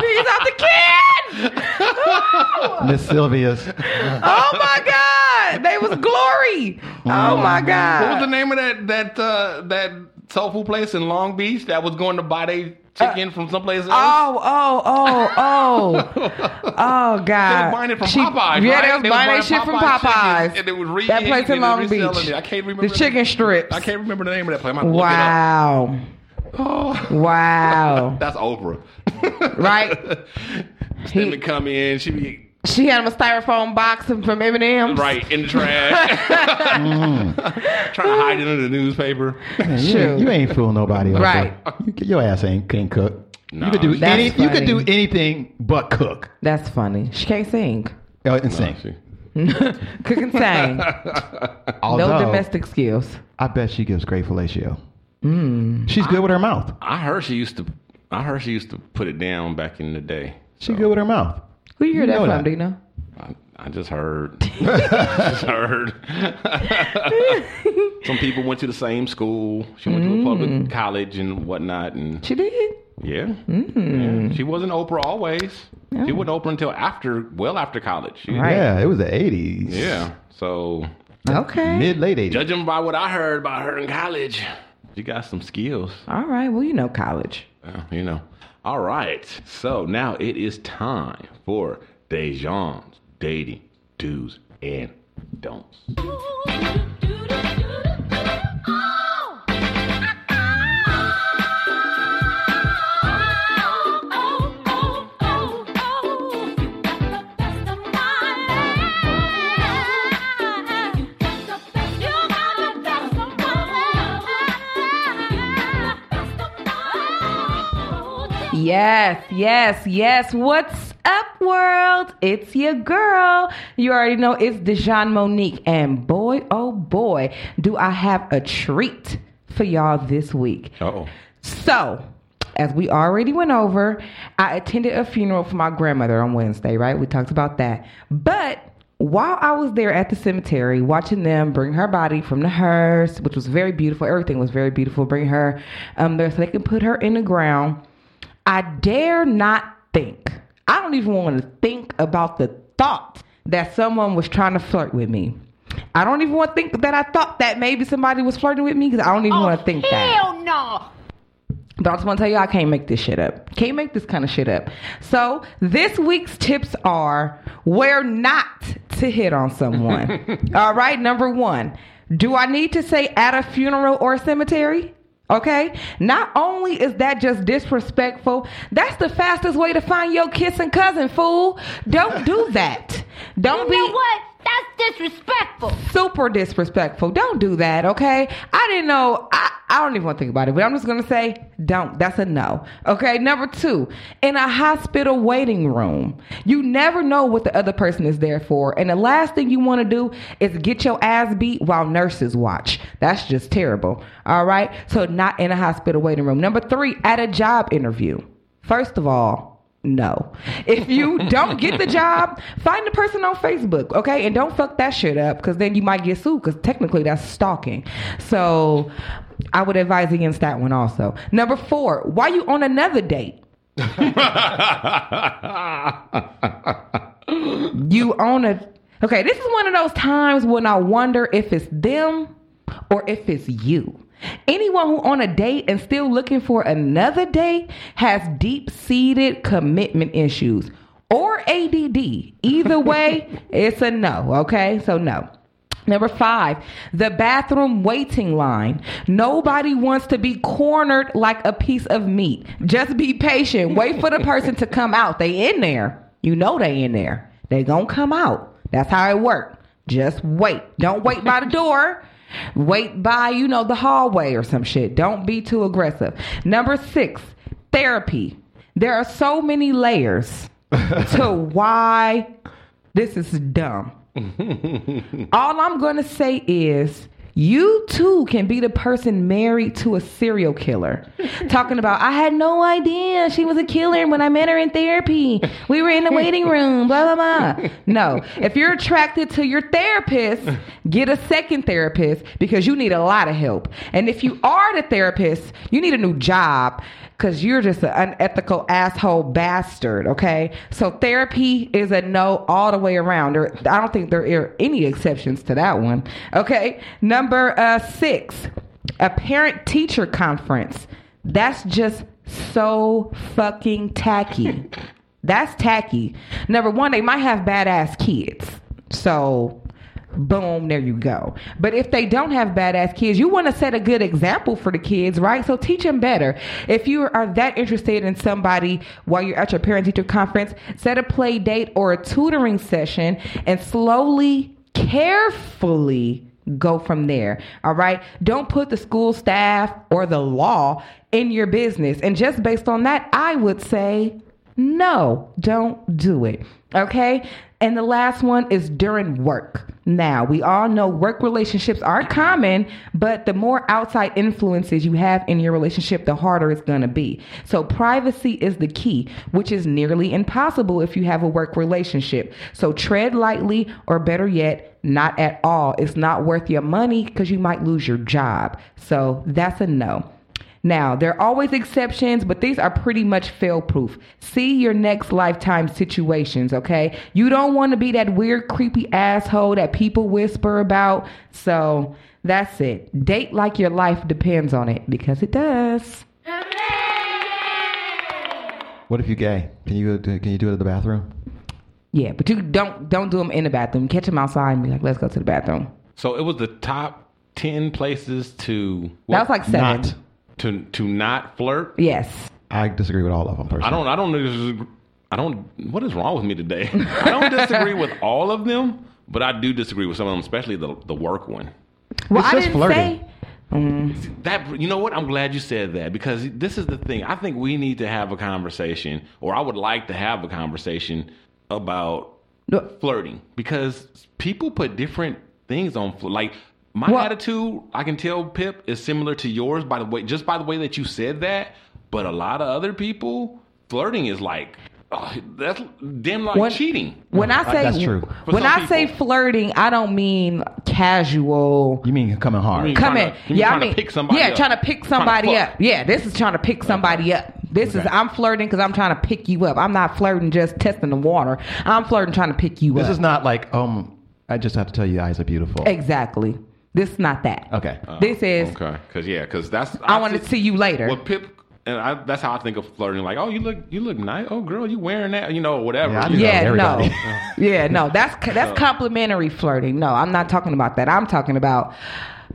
Speaker 6: peas out the can.
Speaker 7: Miss Sylvia's.
Speaker 6: Oh my god, they was glory. Oh my
Speaker 5: What was the
Speaker 6: god.
Speaker 5: name of that that uh, that soul food place in Long Beach that was going to buy
Speaker 6: Uh,
Speaker 5: they chicken from someplace else?
Speaker 6: Oh oh oh oh oh
Speaker 5: They was
Speaker 6: god!
Speaker 5: buying it from
Speaker 6: Cheap-
Speaker 5: Popeyes.
Speaker 6: Yeah,
Speaker 5: right?
Speaker 6: they was buying that shit from Popeyes.
Speaker 5: chicken, and it was re-
Speaker 6: that place in Long Beach.
Speaker 5: I can't remember
Speaker 6: the chicken strips.
Speaker 5: I can't remember the name of that place. I'm gonna look it up.
Speaker 6: Wow!
Speaker 5: Oh,
Speaker 6: Wow!
Speaker 5: that's Oprah.
Speaker 6: Right?
Speaker 5: She would come in. She be
Speaker 6: She had him a styrofoam box from Eminem.
Speaker 5: right in the trash, trying to hide it under the newspaper.
Speaker 7: Man, you,
Speaker 6: Shoot.
Speaker 7: ain't, you ain't fooling nobody. Like
Speaker 6: Right.
Speaker 7: That. You, your ass ain't can't cook.
Speaker 5: Nah.
Speaker 7: You could do
Speaker 5: That's
Speaker 7: any, You could do
Speaker 6: funny.
Speaker 7: anything but cook
Speaker 6: That's funny. She can't sing.
Speaker 7: uh, and sing.
Speaker 6: Cook and sing. No
Speaker 7: Although,
Speaker 6: domestic skills.
Speaker 7: I bet she gives great fellatio.
Speaker 6: Mm.
Speaker 7: She's good with her mouth.
Speaker 5: I heard she used to. I heard she used to put it down back in the day.
Speaker 7: She good with her mouth.
Speaker 6: Who you hear
Speaker 7: You
Speaker 6: that
Speaker 7: know
Speaker 6: from,
Speaker 7: that.
Speaker 6: Dina?
Speaker 5: I, I just heard. just heard. Some people went to the same school. She went to a public college and whatnot, and
Speaker 6: She did.
Speaker 5: yeah, Yeah. she wasn't Oprah always. She wasn't Oprah until after, well after college. She-
Speaker 6: Right.
Speaker 7: Yeah, it was the eighties.
Speaker 5: Yeah. So
Speaker 6: Okay.
Speaker 7: Mid late eighties.
Speaker 5: judging by what I heard about her in college, she got some skills.
Speaker 6: All right. Well, you know college.
Speaker 5: Uh, you know. All right. So now it is time for Dejan's dating do's and don'ts.
Speaker 6: Yes, yes, yes. What's up, world? It's your girl. You already know it's Dejan Monique. And boy, oh boy, do I have a treat for y'all this week.
Speaker 5: Oh.
Speaker 6: So, as we already went over, I attended a funeral for my grandmother on Wednesday, right? We talked about that. But while I was there at the cemetery watching them bring her body from the hearse, which was very beautiful, everything was very beautiful, bring her um, there so they can put her in the ground. I dare not think. I don't even want to think about the thought that someone was trying to flirt with me. I don't even want to think that I thought that maybe somebody was flirting with me because I don't even want to think that. But I just want to tell you, I can't make this shit up. Can't make this kind of shit up. So this week's tips are where not to hit on someone. All right, number one. Do I need to say at a funeral or cemetery? Okay. Not only is that just disrespectful, that's the fastest way to find your kissing cousin, fool. Don't do that. Don't be
Speaker 9: You know what? That's disrespectful.
Speaker 6: super disrespectful. Don't do that, okay? I didn't know. I, I don't even want to think about it, but I'm just going to say don't. That's a no. Okay, number two, in a hospital waiting room, you never know what the other person is there for. And the last thing you want to do is get your ass beat while nurses watch. That's just terrible, all right? So, not in a hospital waiting room. Number three, at a job interview. First of all, no. If you don't get the job, find the person on Facebook, okay? And don't fuck that shit up because then you might get sued because technically that's stalking. So I would advise against that one also. Number four, why you on another date? You on a. Okay, this is one of those times when I wonder if it's them or if it's you. Anyone who on a date and still looking for another date has deep-seated commitment issues or ADD. Either way, it's a no, okay? So no. Number five, the bathroom waiting line. Nobody wants to be cornered like a piece of meat. Just be patient. Wait for the person to come out. They in there. You know they in there. They gonna come out. That's how it works. Just wait. Don't wait by the door. Wait by, you know, the hallway or some shit. Don't be too aggressive. Number six, therapy. There are so many layers to why this is dumb. All I'm going to say is you too can be the person married to a serial killer. Talking about, I had no idea she was a killer when I met her in therapy. We were in the waiting room, blah, blah, blah. No. If you're attracted to your therapist, get a second therapist because you need a lot of help. And if you are the therapist, you need a new job because you're just an unethical asshole bastard, okay? So therapy is a no all the way around. There, I don't think there are any exceptions to that one, okay? Number uh, six, a parent teacher conference. That's just so fucking tacky. That's tacky. Number one, they might have badass kids. So boom, there you go. But if they don't have badass kids, you want to set a good example for the kids, right? So teach them better. If you are that interested in somebody while you're at your parent teacher conference, set a play date or a tutoring session and slowly, carefully go from there. All right. Don't put the school staff or the law in your business. And just based on that, I would say no, don't do it. Okay? And the last one is during work. Now, we all know work relationships are common, but the more outside influences you have in your relationship, the harder it's going to be. So, privacy is the key, which is nearly impossible if you have a work relationship. So, tread lightly, or better yet, not at all. It's not worth your money because you might lose your job. So, that's a no. Now, there are always exceptions, but these are pretty much fail proof. See your next lifetime situations, okay? You don't want to be that weird, creepy asshole that people whisper about. So that's it. Date like your life depends on it because it does.
Speaker 7: What if you gay? Can you go to, can you do it at the bathroom?
Speaker 6: Yeah, but you don't don't do them in the bathroom. Catch them outside and be like, let's go to the bathroom.
Speaker 5: So it was the top ten places to
Speaker 6: That was like seven.
Speaker 7: Not.
Speaker 5: to to not flirt.
Speaker 6: Yes.
Speaker 7: I disagree with all of them personally.
Speaker 5: I don't. I don't. dis- I don't. What is wrong with me today? I don't disagree with all of them, but I do disagree with some of them, especially the the work one.
Speaker 6: Well,
Speaker 7: It's
Speaker 6: I
Speaker 7: just
Speaker 6: didn't
Speaker 7: flirting.
Speaker 6: say.
Speaker 5: That you know what? I'm glad you said that because this is the thing. I think we need to have a conversation, or I would like to have a conversation about
Speaker 6: No.
Speaker 5: flirting because people put different things on fl- like my
Speaker 6: Well-
Speaker 5: attitude i can tell pip is similar to yours by the way just by the way that you said that but a lot of other people flirting is like oh, that's damn like
Speaker 6: When-
Speaker 5: cheating
Speaker 6: When I say
Speaker 7: Uh, That's true.
Speaker 5: For
Speaker 6: when
Speaker 5: some
Speaker 6: I say
Speaker 5: people.
Speaker 6: flirting, I don't mean casual.
Speaker 7: You mean coming hard?
Speaker 5: mean-
Speaker 6: Come
Speaker 5: tryna-
Speaker 6: in.
Speaker 5: you mean
Speaker 6: yeah, I
Speaker 5: tryna
Speaker 6: mean,
Speaker 5: pick somebody
Speaker 6: yeah,
Speaker 5: up.
Speaker 6: trying to pick
Speaker 5: Tryna
Speaker 6: somebody
Speaker 5: fuck.
Speaker 6: up. Yeah, this is trying to pick somebody up. This is
Speaker 7: Okay.
Speaker 6: I'm flirting because I'm trying to pick you up. I'm not flirting just testing the water. I'm flirting trying to pick you
Speaker 7: this
Speaker 6: up.
Speaker 7: is not like um. I just have to tell you, your eyes are beautiful.
Speaker 6: exactly. This is not that.
Speaker 7: Okay.
Speaker 6: This is
Speaker 5: okay because yeah because that's
Speaker 6: I want to see you later.
Speaker 5: well pip and I, that's how i think of flirting like oh you look you look nice oh girl you wearing that you know whatever
Speaker 7: Yeah, I
Speaker 5: You
Speaker 7: do
Speaker 5: know,
Speaker 6: yeah, no,
Speaker 7: Oh, everybody.
Speaker 6: yeah, no. That's that's complimentary flirting. No, I'm not talking about that. I'm talking about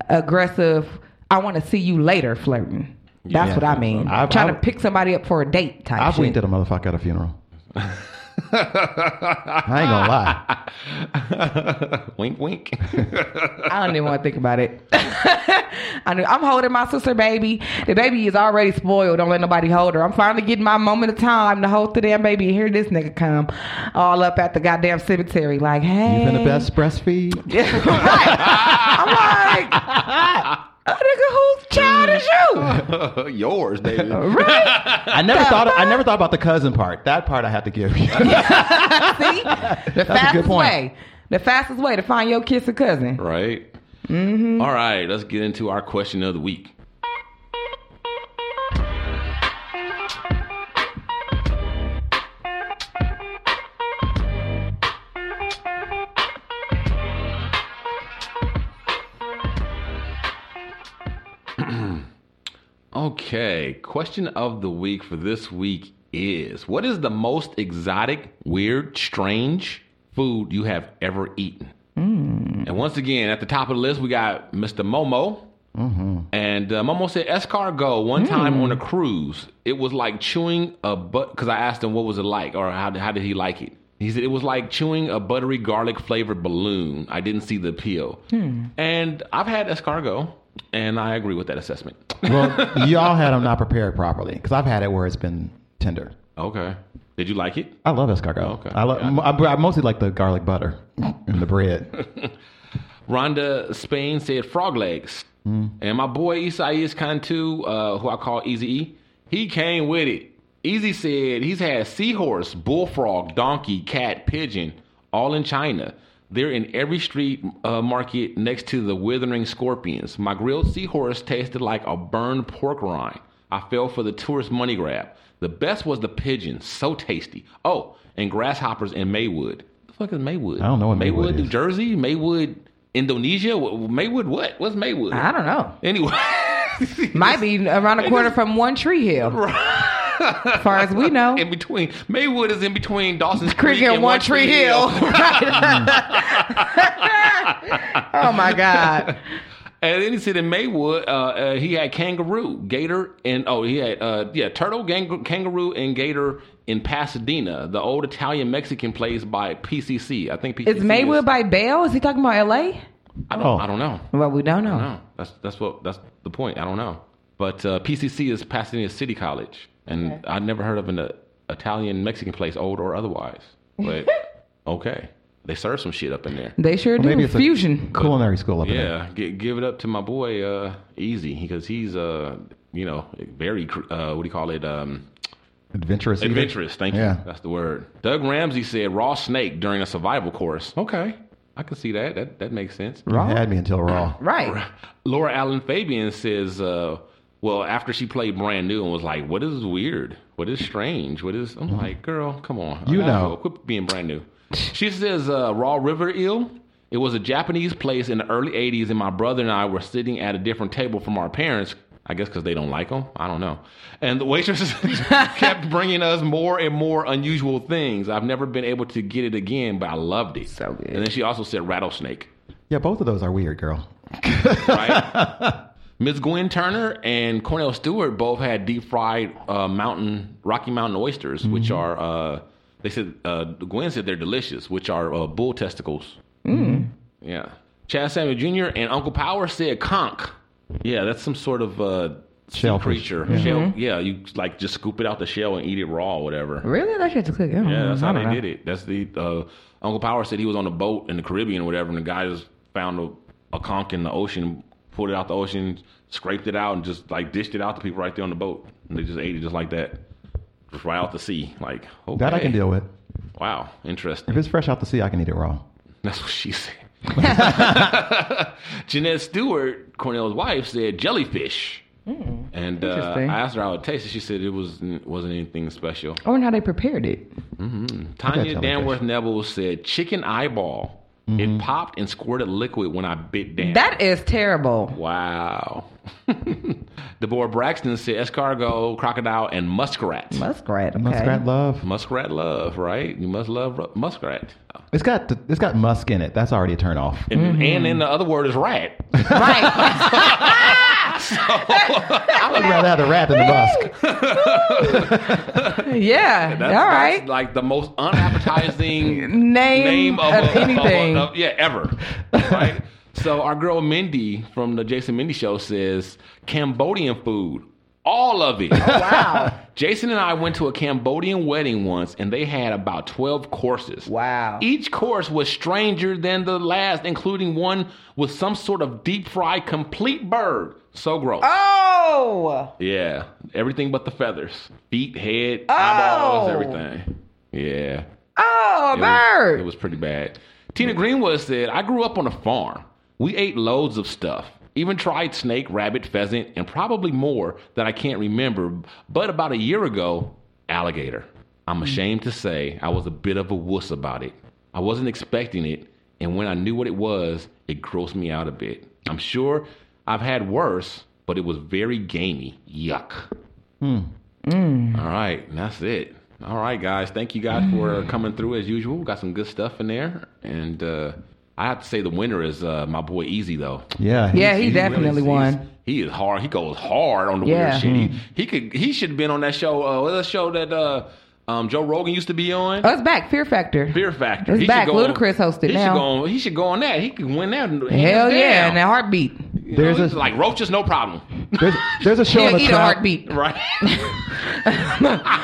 Speaker 6: aggressive. I want to see you later flirting. That's
Speaker 7: Yeah.
Speaker 6: what I mean.
Speaker 7: I've-
Speaker 6: trying to
Speaker 7: I've-
Speaker 6: pick somebody up for a date type.
Speaker 7: I've
Speaker 6: shit.
Speaker 7: winked at a motherfucker at a funeral. I ain't gonna lie.
Speaker 5: wink wink
Speaker 6: I don't even want to think about it. I knew, I'm holding my sister baby. The baby is already spoiled. Don't let nobody hold her. I'm finally getting my moment of time to hold the damn baby. and Here this nigga come all up at the goddamn cemetery. Like, hey.
Speaker 7: You've been the best breastfeed.
Speaker 6: right. I'm like, a nigga, whose child is you?
Speaker 5: yours baby
Speaker 6: Right?
Speaker 7: I never thought. I never thought about the cousin part. That part I have to give you.
Speaker 6: See? The fastest
Speaker 7: point.
Speaker 6: way. The fastest way to find your kiss or cousin.
Speaker 5: Right. Mm-hmm. right, let's get into our question of the week. okay, question of the week for this week is What is the most exotic, weird, strange food you have ever eaten? And once again, at the top of the list, we got Mr. Momo. And uh, Momo said escargot one time on a cruise. It was like chewing a but because I asked him what was it like or how how did he like it. He said it was like chewing a buttery garlic flavored balloon. I didn't see the appeal. And I've had escargot, and I agree with that assessment.
Speaker 7: Well, y'all had them not prepared properly because I've had it where it's been tender.
Speaker 5: Okay, did you like it?
Speaker 7: I love escargot.
Speaker 5: Oh, Okay.
Speaker 7: I love.
Speaker 5: Yeah.
Speaker 7: I, I mostly like the garlic butter and the bread.
Speaker 5: Rhonda Spain said frog legs.
Speaker 7: Hmm.
Speaker 5: And my boy Isaias Cantu, uh, who I call Easy E, he came with it. Easy said he's had seahorse, bullfrog, donkey, cat, pigeon, all in China. They're in every street uh, market next to the withering scorpions. My grilled seahorse tasted like a burned pork rind. I fell for the tourist money grab. The best was the pigeon, so tasty. Oh, and grasshoppers in Maywood. The fuck is Maywood?
Speaker 7: I don't know what Maywood
Speaker 5: Maywood, New
Speaker 7: is.
Speaker 5: Jersey, Maywood, Indonesia, Wh- Maywood. What? What's Maywood?
Speaker 6: I don't know.
Speaker 5: Anyway,
Speaker 6: Might be around the corner from One Tree Hill, as far as we know.
Speaker 5: in between Maywood is in between Dawson's Creek,
Speaker 6: Cricket and One Tree Hill. oh my God.
Speaker 5: And then he said in Maywood, uh, uh, he had kangaroo, gator, and oh, he had uh, yeah, turtle, gang- kangaroo, and gator in Pasadena, the old Italian Mexican place by PCC. I think PCC
Speaker 6: Is Maywood
Speaker 5: is-
Speaker 6: by Bell? Is he talking about LA?
Speaker 5: I don't,
Speaker 7: Oh.
Speaker 5: I don't know.
Speaker 6: Well, we don't know.
Speaker 5: No, that's that's what that's the point. I don't know. But uh, PCC is Pasadena City College, and i would never heard of an uh, Italian Mexican place, old or otherwise. But okay, they serve some shit up in there.
Speaker 6: They sure do.
Speaker 7: Maybe it's
Speaker 6: Fusion.
Speaker 7: a culinary school up in there.
Speaker 5: Yeah, gi- give it up to my boy uh, Easy because he's uh you know very cr- uh, what do you call it um
Speaker 7: Adventurous. eater.
Speaker 5: adventurous. Thank you.
Speaker 7: Yeah.
Speaker 5: That's the word. Doug Ramsey said raw snake during a survival course. Okay, I can see that. That that makes sense.
Speaker 7: You had me until raw.
Speaker 6: right.
Speaker 5: Laura Allen Fabian says, uh, well, after she played brand new and was like, what is weird? What is strange? What is. I'm like, girl, come on.
Speaker 7: You
Speaker 5: I
Speaker 7: know.
Speaker 5: go. Quit being brand new. She says, uh, Raw River Eel. It was a Japanese place in the early 80s, and my brother and I were sitting at a different table from our parents. I guess because they don't like them. I don't know. And the waitresses kept bringing us more and more unusual things. I've never been able to get it again, but I loved it.
Speaker 6: So good.
Speaker 5: And then she also said rattlesnake
Speaker 7: Yeah, both of those are weird, girl.
Speaker 5: right? Ms. Gwen Turner and Cornell Stewart both had deep fried uh, mountain Rocky Mountain oysters,
Speaker 7: Mm-hmm.
Speaker 5: which are uh, they said uh, Gwen said they're delicious, which are uh, bull testicles. Mm. Yeah, Chad Samuel Jr. and Uncle Power said conch. Yeah, that's some sort of uh, sea
Speaker 7: Shellfish.
Speaker 5: creature.
Speaker 7: Yeah. Mm-hmm.
Speaker 5: Shell, yeah, you like just scoop it out the shell and eat it raw or whatever.
Speaker 6: Really? That shit's cooked.
Speaker 7: Mm,
Speaker 5: Yeah, that's how they did it. That's the uh, Uncle Power said he was on a boat in the Caribbean or whatever, and the guy just found a, a conch in the ocean, pulled it out the ocean, scraped it out, and just like dished it out to people right there on the boat, and they just ate it just like that, just right out the sea. Like okay.
Speaker 7: That I can deal with.
Speaker 5: Wow, interesting.
Speaker 7: If it's fresh out the sea, I can eat it raw.
Speaker 5: That's what she said. Jeanette Stewart, Cornell's wife, said jellyfish.
Speaker 7: Hmm.
Speaker 5: And uh, I
Speaker 6: Interesting.
Speaker 5: asked her how it tasted. She said it was wasn't anything special.
Speaker 6: I wonder how they prepared it.
Speaker 5: Tanya
Speaker 7: jellyfish.
Speaker 5: Danworth Neville said, "Chicken eyeball. It popped and squirted liquid when I bit down."
Speaker 6: That is terrible.
Speaker 5: wow. Deborah Braxton said, "Escargot, crocodile, and muskrat.
Speaker 6: Muskrat. Okay.
Speaker 7: Muskrat love.
Speaker 5: muskrat love, right? You must love ru- muskrat."
Speaker 7: It's got the, it's got musk in it. That's already a turn off.
Speaker 5: And,
Speaker 6: Mm-hmm.
Speaker 5: and then the other word is rat.
Speaker 6: Right.
Speaker 7: I would rather have the rat than the musk.
Speaker 6: yeah.
Speaker 5: That's,
Speaker 6: All
Speaker 5: that's,
Speaker 6: right.
Speaker 5: like the most unappetizing
Speaker 6: name,
Speaker 5: name of,
Speaker 6: of
Speaker 5: a- a-
Speaker 6: anything.
Speaker 5: of- yeah, ever. Right. so our girl Mindy from the Jason Mindy Show says Cambodian food, all of it.
Speaker 6: Oh, wow.
Speaker 5: Jason and I went to a Cambodian wedding once, and they had about 12 courses.
Speaker 6: Wow.
Speaker 5: Each course was stranger than the last, including one with some sort of deep fried complete bird. So gross.
Speaker 6: Oh.
Speaker 5: Yeah. Everything but the feathers feet, head, eyeballs,
Speaker 6: Oh.
Speaker 5: everything. Yeah.
Speaker 6: Oh, a
Speaker 5: It was-
Speaker 6: bird.
Speaker 5: It was pretty bad. Tina Greenwood said, I grew up on a farm. We ate loads of stuff. Even tried snake, rabbit, pheasant, and probably more that I can't remember. But about a year ago, alligator. I'm ashamed to say I was a bit of a wuss about it. I wasn't expecting it, and when I knew what it was, it grossed me out a bit. I'm sure I've had worse, but it was very gamey. Yuck. All right, and that's it.
Speaker 6: Mm.
Speaker 5: All right, guys. Thank you guys for coming through as usual. We got some good stuff in there, and uh, I have to say the winner is uh, my boy Easy though.
Speaker 7: Yeah.
Speaker 6: Yeah,
Speaker 7: he's-
Speaker 6: he definitely
Speaker 5: really-
Speaker 6: won.
Speaker 5: He is hard. He goes hard on the
Speaker 6: Yeah.
Speaker 5: weird
Speaker 6: Mm.
Speaker 5: shit. He, he could. He should have been on that show. Uh, what was that show that uh, um, Joe Rogan used to be on.
Speaker 6: Oh, it's back. Fear Factor.
Speaker 5: Fear Factor.
Speaker 6: It's
Speaker 5: he
Speaker 6: back.
Speaker 5: Should go
Speaker 6: Ludacris
Speaker 5: on,
Speaker 6: hosted
Speaker 5: he
Speaker 6: now.
Speaker 5: Should go on, he should go on that. He could win that.
Speaker 6: Hell yeah, and that heartbeat.
Speaker 7: There's a-
Speaker 5: like roaches, no problem.
Speaker 7: There's, there's a show on
Speaker 6: He'll
Speaker 7: the
Speaker 6: eat a
Speaker 7: cloud.
Speaker 6: heartbeat.
Speaker 5: Right.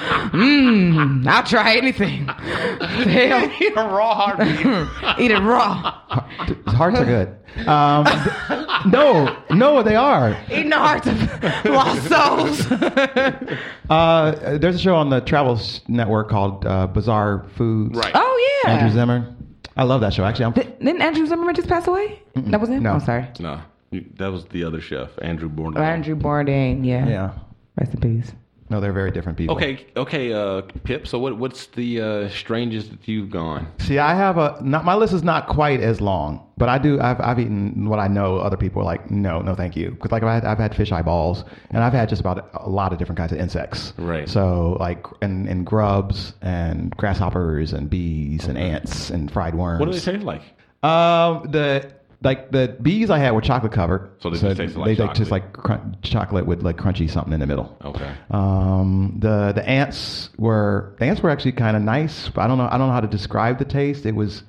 Speaker 6: I'll try anything. Hell,
Speaker 5: He a raw heartbeat.
Speaker 6: eat it raw.
Speaker 7: Hearts are good. Um, th- no, no, they are.
Speaker 6: Eating the hearts of lost souls.
Speaker 7: Uh, there's a show on the Travel s- Network called uh, Bizarre Foods.
Speaker 5: Right.
Speaker 6: oh yeah.
Speaker 7: Andrew Zimmer. I love that show. Actually, I'm.
Speaker 6: Th- Didn't Andrew Zimmerman just pass away? That was him.
Speaker 7: No.
Speaker 6: I'm sorry.
Speaker 5: no, you- that was the other chef, Andrew Bourne.
Speaker 6: Oh, Andrew Bourdain. Yeah.
Speaker 7: yeah.
Speaker 6: Rest in peace.
Speaker 7: No, they're very different people.
Speaker 5: Okay, okay, uh, Pip. So what? What's the uh, strangest that you've gone?
Speaker 7: See, I have a not my list is not quite as long, but I do. I've I've eaten what I know other people are like. No, no, thank you. Because like I've had, I've had fish eyeballs, and I've had just about a lot of different kinds of insects.
Speaker 5: Right.
Speaker 7: So like and and grubs and grasshoppers and bees and ants and fried worms.
Speaker 5: What do they taste like?
Speaker 7: Um, the like the bees I had were chocolate covered.
Speaker 5: So they just tasted like
Speaker 7: they just
Speaker 5: chocolate.
Speaker 7: like crun- chocolate with like crunchy something in the middle.
Speaker 5: Okay.
Speaker 7: Um, the the ants were the ants were actually kind of nice. But I don't know I don't know how to describe the taste. It was,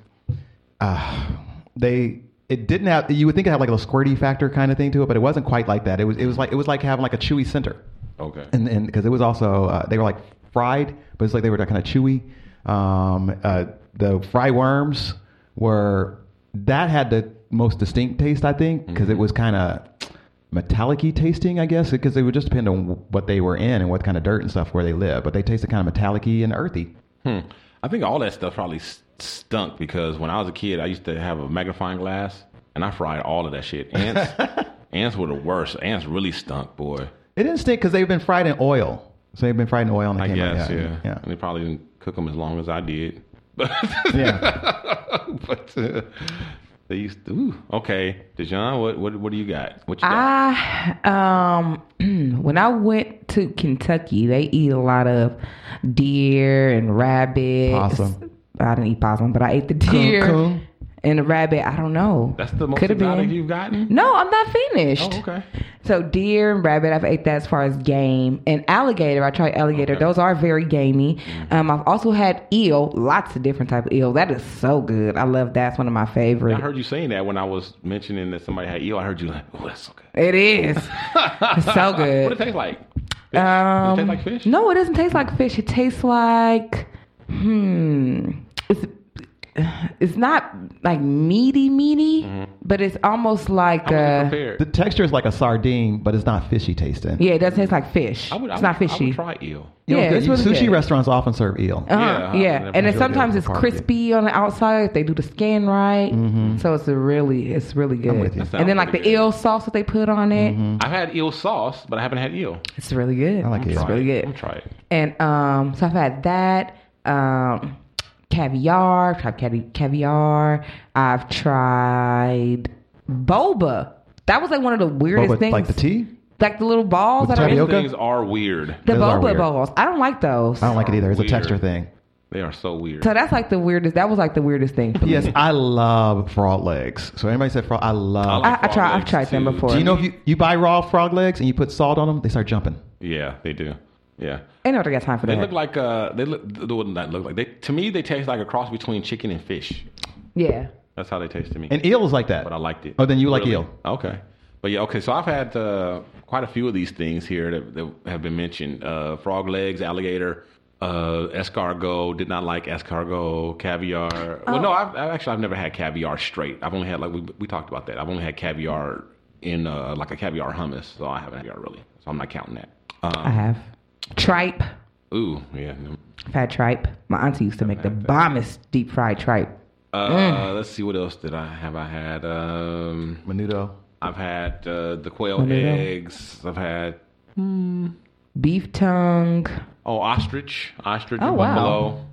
Speaker 7: uh, they it didn't have you would think it had like a little squirty factor kind of thing to it, but it wasn't quite like that. It was it was like it was like having like a chewy center
Speaker 5: Okay.
Speaker 7: and and because it was also uh, they were like fried, but it's like they were kind of chewy. Um, uh, the fry worms were that had the most distinct taste, I think, because
Speaker 5: Mm-hmm.
Speaker 7: it was kind of metallic-y tasting, I guess, because it would just depend on what they were in and what kind of dirt and stuff where they live. But they tasted kind of metallic-y and earthy.
Speaker 5: Hmm. I think all that stuff probably s- stunk because when I was a kid, I used to have a magnifying glass and I fried all of that shit. Ants, ants were the worst. Ants really stunk, boy.
Speaker 7: It didn't stink because they've been fried in oil, so they've been fried in oil and they
Speaker 5: I
Speaker 7: came out-
Speaker 5: guess, yeah.
Speaker 7: yeah.
Speaker 5: And they probably didn't cook them as long as I did. But,
Speaker 7: Yeah.
Speaker 5: but uh, they used to. Ooh, okay, Dijon, what what what do you got? What you
Speaker 6: Ah,
Speaker 5: got?
Speaker 6: I um when I went to Kentucky, they eat a lot of deer and rabbit.
Speaker 7: Possum.
Speaker 6: I didn't eat possum, but I ate the deer
Speaker 7: coon.
Speaker 6: and the rabbit. I don't know.
Speaker 5: That's the most
Speaker 6: Coulda
Speaker 5: exotic
Speaker 6: been.
Speaker 5: you've gotten.
Speaker 6: No, I'm not finished.
Speaker 5: Oh, okay.
Speaker 6: So deer and rabbit, I've ate that as far as game and alligator. I tried alligator; those are very gamey.
Speaker 5: Mm-hmm.
Speaker 6: Um, I've also had eel, lots of different type of eel. That is so good. I love that. It's one of my favorite.
Speaker 5: I heard you saying that when I was mentioning that somebody had eel. I heard you like, oh, that's so good.
Speaker 6: it is. it's so
Speaker 5: What it
Speaker 6: good.
Speaker 5: taste like? Fish? Does it
Speaker 6: Um,
Speaker 5: taste like fish?
Speaker 6: No, it doesn't taste like fish. It tastes like hmm. It's it's not like meaty, meaty, but it's almost like
Speaker 5: Mm-hmm. I wasn't
Speaker 6: uh,
Speaker 5: prepared.
Speaker 7: The texture is like a sardine, but it's not fishy tasting.
Speaker 6: yeah. It does taste like fish.
Speaker 5: I would, I
Speaker 6: it's
Speaker 5: would-
Speaker 6: not
Speaker 5: I
Speaker 6: fishy.
Speaker 5: would try eel.
Speaker 7: You know,
Speaker 6: Yeah,
Speaker 7: the-
Speaker 6: it's really
Speaker 7: sushi
Speaker 6: good.
Speaker 7: restaurants often serve eel.
Speaker 6: Uh-huh,
Speaker 5: Yeah,
Speaker 6: yeah,
Speaker 5: I've
Speaker 6: and
Speaker 5: never
Speaker 6: it's
Speaker 5: heard
Speaker 6: sometimes
Speaker 7: of
Speaker 6: it's
Speaker 7: the barbecue.
Speaker 6: crispy on the outside if they do the skin right. So it's a really, it's really good.
Speaker 7: Mm-hmm. with you. That
Speaker 5: sounds
Speaker 6: And then like the
Speaker 5: pretty good.
Speaker 6: eel sauce that they put on it,
Speaker 5: I've had eel sauce, but I haven't had eel.
Speaker 6: it's really good.
Speaker 7: I like eel.
Speaker 6: It's really
Speaker 5: I'm gonna
Speaker 6: good.
Speaker 5: try it.
Speaker 6: And um, so I've had that um, caviar. I've tried cavi- caviar. I've tried boba. That was like one of the weirdest
Speaker 7: Boba,
Speaker 6: things.
Speaker 7: like the tea?
Speaker 6: like the little balls
Speaker 7: With
Speaker 6: that are in
Speaker 7: tapioca?
Speaker 5: Things are weird.
Speaker 6: the
Speaker 7: Those are
Speaker 6: boba
Speaker 7: weird.
Speaker 6: balls. I don't like those.
Speaker 7: I don't like it either. It's
Speaker 5: Weird.
Speaker 7: a texture thing.
Speaker 5: They are so weird.
Speaker 6: so that's like the weirdest. That was like the weirdest thing. for me.
Speaker 7: Yes, I love frog legs. So anybody said frog, I love.
Speaker 5: like
Speaker 6: I, I
Speaker 5: frog
Speaker 6: try. I've
Speaker 5: legs
Speaker 6: tried them
Speaker 5: too.
Speaker 6: before.
Speaker 7: do you know if you, you buy raw frog legs and you put salt on them, they start jumping.
Speaker 5: Yeah, they do. Yeah,
Speaker 6: Ain't nobody got time for
Speaker 5: they
Speaker 6: that.
Speaker 5: look like uh, they look. They would not look like they. To me, they taste like a cross between chicken and fish.
Speaker 6: yeah.
Speaker 5: That's how they taste to me.
Speaker 7: And eel is like that.
Speaker 5: but I liked it.
Speaker 7: Oh, then you like
Speaker 5: Really?
Speaker 7: eel.
Speaker 5: Okay. But yeah, okay. So I've had uh, quite a few of these things here that, that have been mentioned: uh, frog legs, alligator, uh, escargot. Did not like escargot, caviar. Well, no, I've, I've actually I've never had caviar straight. I've only had like we we talked about that. I've only had caviar in uh, like a caviar hummus, so I haven't had caviar really. So I'm not counting that.
Speaker 6: I
Speaker 5: Um,
Speaker 6: have. Tripe.
Speaker 5: ooh, yeah. no.
Speaker 6: I've had tripe. My auntie used to make the bombest deep fried tripe.
Speaker 5: Uh, Let's see what else did I have. I had. Um,
Speaker 7: Menudo.
Speaker 5: I've had uh, the quail
Speaker 6: Menudo.
Speaker 5: eggs. I've had
Speaker 6: Beef tongue.
Speaker 5: Oh, ostrich, ostrich,
Speaker 6: Oh,
Speaker 5: and
Speaker 6: wow.
Speaker 5: buffalo.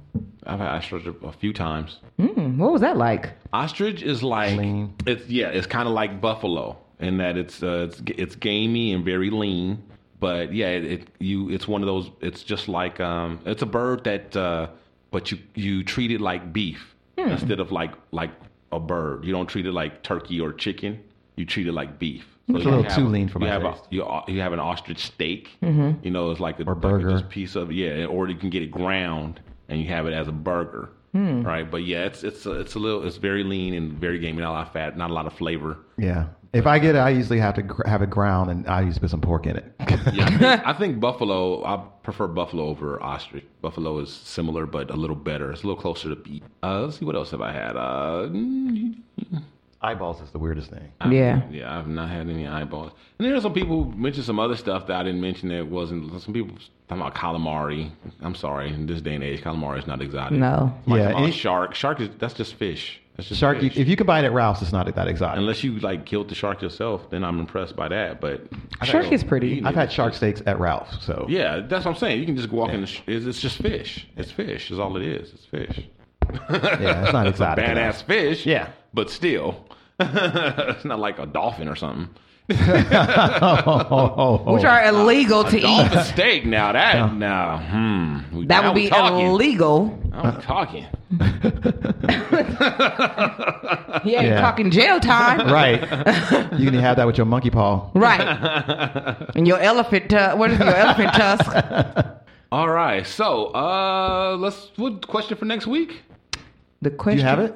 Speaker 5: I've had ostrich a, a few times.
Speaker 6: Mm, what was that like?
Speaker 5: Ostrich is like
Speaker 7: Lean.
Speaker 5: it's yeah, it's kind of like buffalo in that it's uh, it's it's gamey and very lean. But yeah, it, it you it's one of those. It's just like um,
Speaker 7: Hmm.
Speaker 5: it's a bird that uh, but you you treat it like beef instead of like like a bird. You don't treat it like turkey or chicken. You treat it like beef.
Speaker 7: It's
Speaker 5: you
Speaker 7: a little
Speaker 5: have-
Speaker 7: too lean for
Speaker 5: you
Speaker 7: my
Speaker 5: have a-
Speaker 7: taste.
Speaker 5: you, a- you have an ostrich steak. You know, it's like a, like a
Speaker 7: burger.
Speaker 5: just piece of yeah, or you can get it ground and you have it as a burger, right? But yeah, it's it's a, it's a little it's very lean and very gamey, not a lot of fat, not a lot of flavor.
Speaker 7: Yeah. If I get it, I usually have to gr- have it ground, and I usually put some pork in it.
Speaker 5: Yeah, I think, I think buffalo. I prefer buffalo over ostrich. Buffalo is similar, but a little better. It's a little closer to beef. Uh, let's see what else have I had. Uh, mm,
Speaker 7: Eyeballs is the weirdest thing.
Speaker 6: Yeah.
Speaker 5: yeah, I've not had any eyeballs. And there are some people who mentioned some other stuff that I didn't mention that wasn't. Some people talking about calamari. I'm sorry, in this day and age, calamari is not exotic.
Speaker 6: No.
Speaker 5: Like,
Speaker 7: Yeah,
Speaker 5: come on,
Speaker 7: any-
Speaker 5: shark. Shark is that's just fish. That's just
Speaker 7: Shark, you-
Speaker 5: fish.
Speaker 7: if you can buy it at Ralph's, it's not that exotic.
Speaker 5: Unless you like killed the shark yourself, then I'm impressed by that. But
Speaker 6: Shark is pretty.
Speaker 7: I've had shark steaks at Ralph's, so
Speaker 5: Yeah, that's what I'm saying. You can just walk in. The sh- it's, it's just fish. It's fish. Is all it is. It's fish.
Speaker 7: yeah, it's not exotic. at all.
Speaker 5: Badass fish.
Speaker 7: Yeah.
Speaker 5: but still, it's not like a dolphin or something.
Speaker 7: Oh, oh, oh.
Speaker 6: Which are illegal to
Speaker 5: Dolphin
Speaker 6: eat.
Speaker 5: steak. Now that now, hmm. we-
Speaker 6: That
Speaker 5: now
Speaker 6: would
Speaker 5: we
Speaker 6: be
Speaker 5: talking.
Speaker 6: illegal.
Speaker 5: Now we talking.
Speaker 6: He ain't
Speaker 7: Yeah.
Speaker 6: talking jail time.
Speaker 7: right. You can have that with your monkey paw.
Speaker 6: Right. and your elephant tusk. What is your elephant tusk?
Speaker 5: All right. So, uh, let's. What question for next week?
Speaker 6: The
Speaker 7: Do
Speaker 6: question.
Speaker 7: you have it?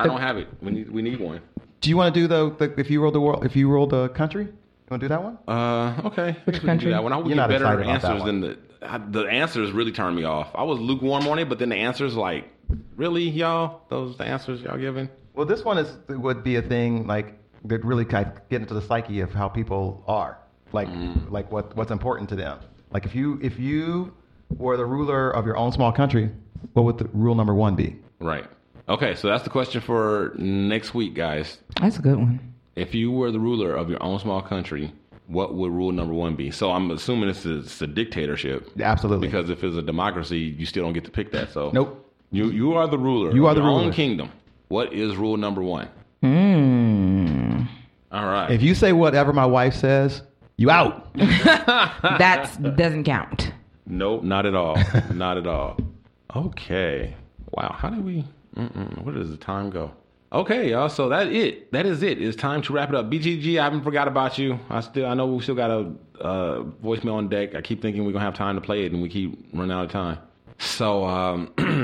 Speaker 5: I don't have it. We need. We need one.
Speaker 7: Do you want to do the, the if you ruled the world if you ruled the country? You want to do that one?
Speaker 5: Uh, okay. I guess we can do
Speaker 6: country?
Speaker 5: that one. I would
Speaker 7: You're
Speaker 5: get
Speaker 7: not
Speaker 5: better
Speaker 7: excited about that
Speaker 5: answers than the I- the answers really turned me off. I was lukewarm on it, but then the answers like, really, y'all? Those the answers y'all giving?
Speaker 7: Well, this one is would be a thing like that really kind of get into the psyche of how people are, like
Speaker 5: Mm.
Speaker 7: like what what's important to them. Like if you if you were the ruler of your own small country, what would the rule number one be?
Speaker 5: Right. Okay, so that's the question for next week, guys.
Speaker 6: That's a good one.
Speaker 5: If you were the ruler of your own small country, what would rule number one be? So I'm assuming this is it's a dictatorship.
Speaker 7: Absolutely.
Speaker 5: Because if it's a democracy, you still don't get to pick that. So
Speaker 7: Nope.
Speaker 5: You you are the ruler.
Speaker 7: You
Speaker 5: of
Speaker 7: are the
Speaker 5: your own
Speaker 7: ruler.
Speaker 5: kingdom. What is rule number one?
Speaker 6: Hmm.
Speaker 5: All right.
Speaker 7: if you say whatever my wife says, you out.
Speaker 6: That doesn't count.
Speaker 5: Nope, not at all. not at all. Okay. Wow. How did we? Mm-mm, where does the time go? Okay, y'all. So that it. That is it. It's time to wrap it up. BGG, I haven't forgot about you. I still. I know we still got a uh, voicemail on deck. I keep thinking we're gonna have time to play it, and we keep running out of time. So, um,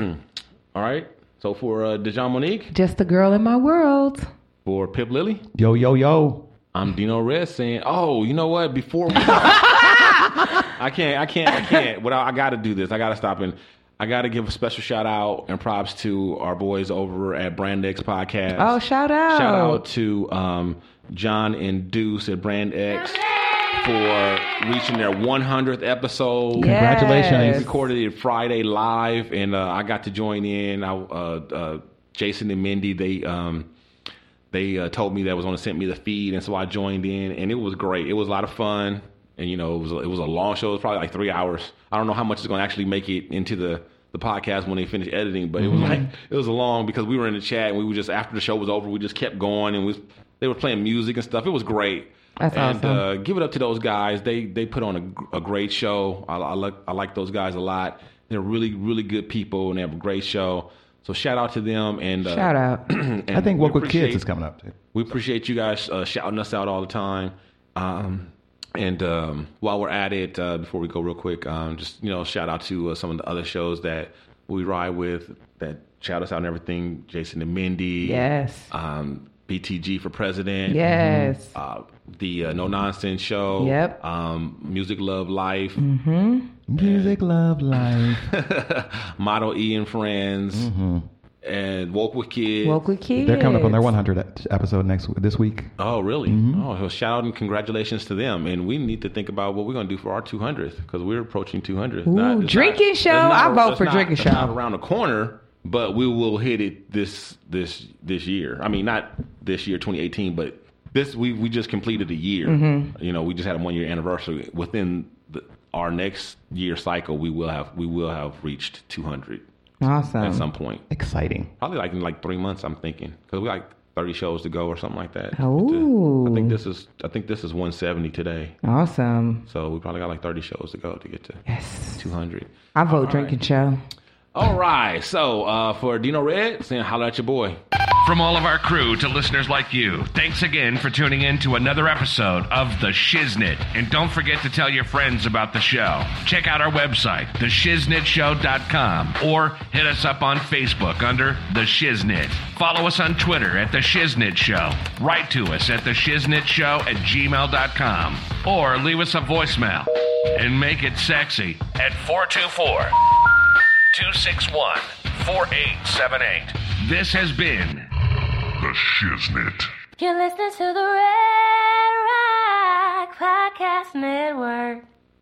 Speaker 5: all right. So for uh, Dejan Monique,
Speaker 6: Just a girl in my world.
Speaker 5: for Pip Lily,
Speaker 7: Yo yo yo.
Speaker 6: Mm.
Speaker 5: I'm Dino Red saying, "Oh, you know what? Before we, I can't, I can't, I can't. What I, I got to do this. I got to stop and I got to give a special shout out and props to our boys over at Brand X Podcast.
Speaker 6: Oh, shout out.
Speaker 5: Shout out to um, John and Deuce at Brand X for reaching their 100th episode.
Speaker 6: Yes.
Speaker 7: Congratulations.
Speaker 5: We recorded it Friday live, and uh, I got to join in. I, uh, uh, Jason and Mindy, they um, they uh, told me that was going to send me the feed, and so I joined in, and it was great. It was a lot of fun, and you know, it was it was a long show. It was probably like three hours. I don't know how much is going to actually make it into the the podcast when they finish editing, but it
Speaker 6: Mm-hmm.
Speaker 5: was like it was long because we were in the chat and we were just after the show was over, we just kept going and we was, they were playing music and stuff. It was great.
Speaker 6: That's
Speaker 5: and,
Speaker 6: awesome.
Speaker 5: uh, give it up to those guys. They they put on a gr- a, great show. I, I like I like those guys a lot. They're really really good people and they have a great show. So shout out to them and uh,
Speaker 6: Shout out.
Speaker 5: and
Speaker 7: I think
Speaker 5: we
Speaker 7: Woke with Kids
Speaker 5: appreciate-
Speaker 7: is coming up. Too.
Speaker 5: we appreciate you guys uh, shouting us out all the time. Um, and um, while we're at it, uh, before we go real quick, um, just you know, shout out to uh, some of the other shows that we ride with that shout us out and everything. Jason and Mindy,
Speaker 6: Yes.
Speaker 5: Um, BTG for president,
Speaker 6: Yes.
Speaker 5: Uh, the uh, No Nonsense Show,
Speaker 6: Yep. Mm-hmm.
Speaker 5: Um, Music Love Life,
Speaker 7: Music, love, life.
Speaker 5: Model E and Friends, and Woke with Kids.
Speaker 6: Mm-hmm. Woke with kids.
Speaker 7: They're coming up on their 100 episode next this week.
Speaker 5: Oh, really?
Speaker 6: Mm-hmm.
Speaker 5: Oh, so shout out and congratulations to them. And we need to think about what we're going to do for our 200th because we're approaching 200.
Speaker 6: Ooh, drinking show. I vote for drinking
Speaker 5: it's
Speaker 6: show.
Speaker 5: Not around the corner, but we will hit it this this this year. I mean, not this year, 2018, but this we we just completed a year.
Speaker 6: Mm-hmm.
Speaker 5: You know, we just had a one year anniversary. Within the, our next year cycle, we will have we will have reached 200 at
Speaker 6: Awesome.
Speaker 5: some point.
Speaker 7: Exciting.
Speaker 5: Probably like in like three months, I'm thinking, because we got like 30 shows to go or something like that.
Speaker 6: Oh.
Speaker 5: I think this is I think this is 170 today,
Speaker 6: Awesome.
Speaker 5: so we probably got like 30 shows to go to get to
Speaker 6: Yes.
Speaker 5: 200.
Speaker 6: I vote drinking show.
Speaker 5: All right, so uh, for Dino Red, saying holla at your boy.
Speaker 2: From all of our crew to listeners like you, thanks again for tuning in to another episode of The Shiznit. And don't forget to tell your friends about the show. Check out our website, theshiznitshow.com, or hit us up on Facebook under The Shiznit. Follow us on Twitter at The Shiznit Show. Write to us at theshiznitshow at gmail.com, or leave us a voicemail and make it sexy at 424- 261 4878. This has been The Shiznit.
Speaker 9: You're listening to the Red Rock Podcast Network.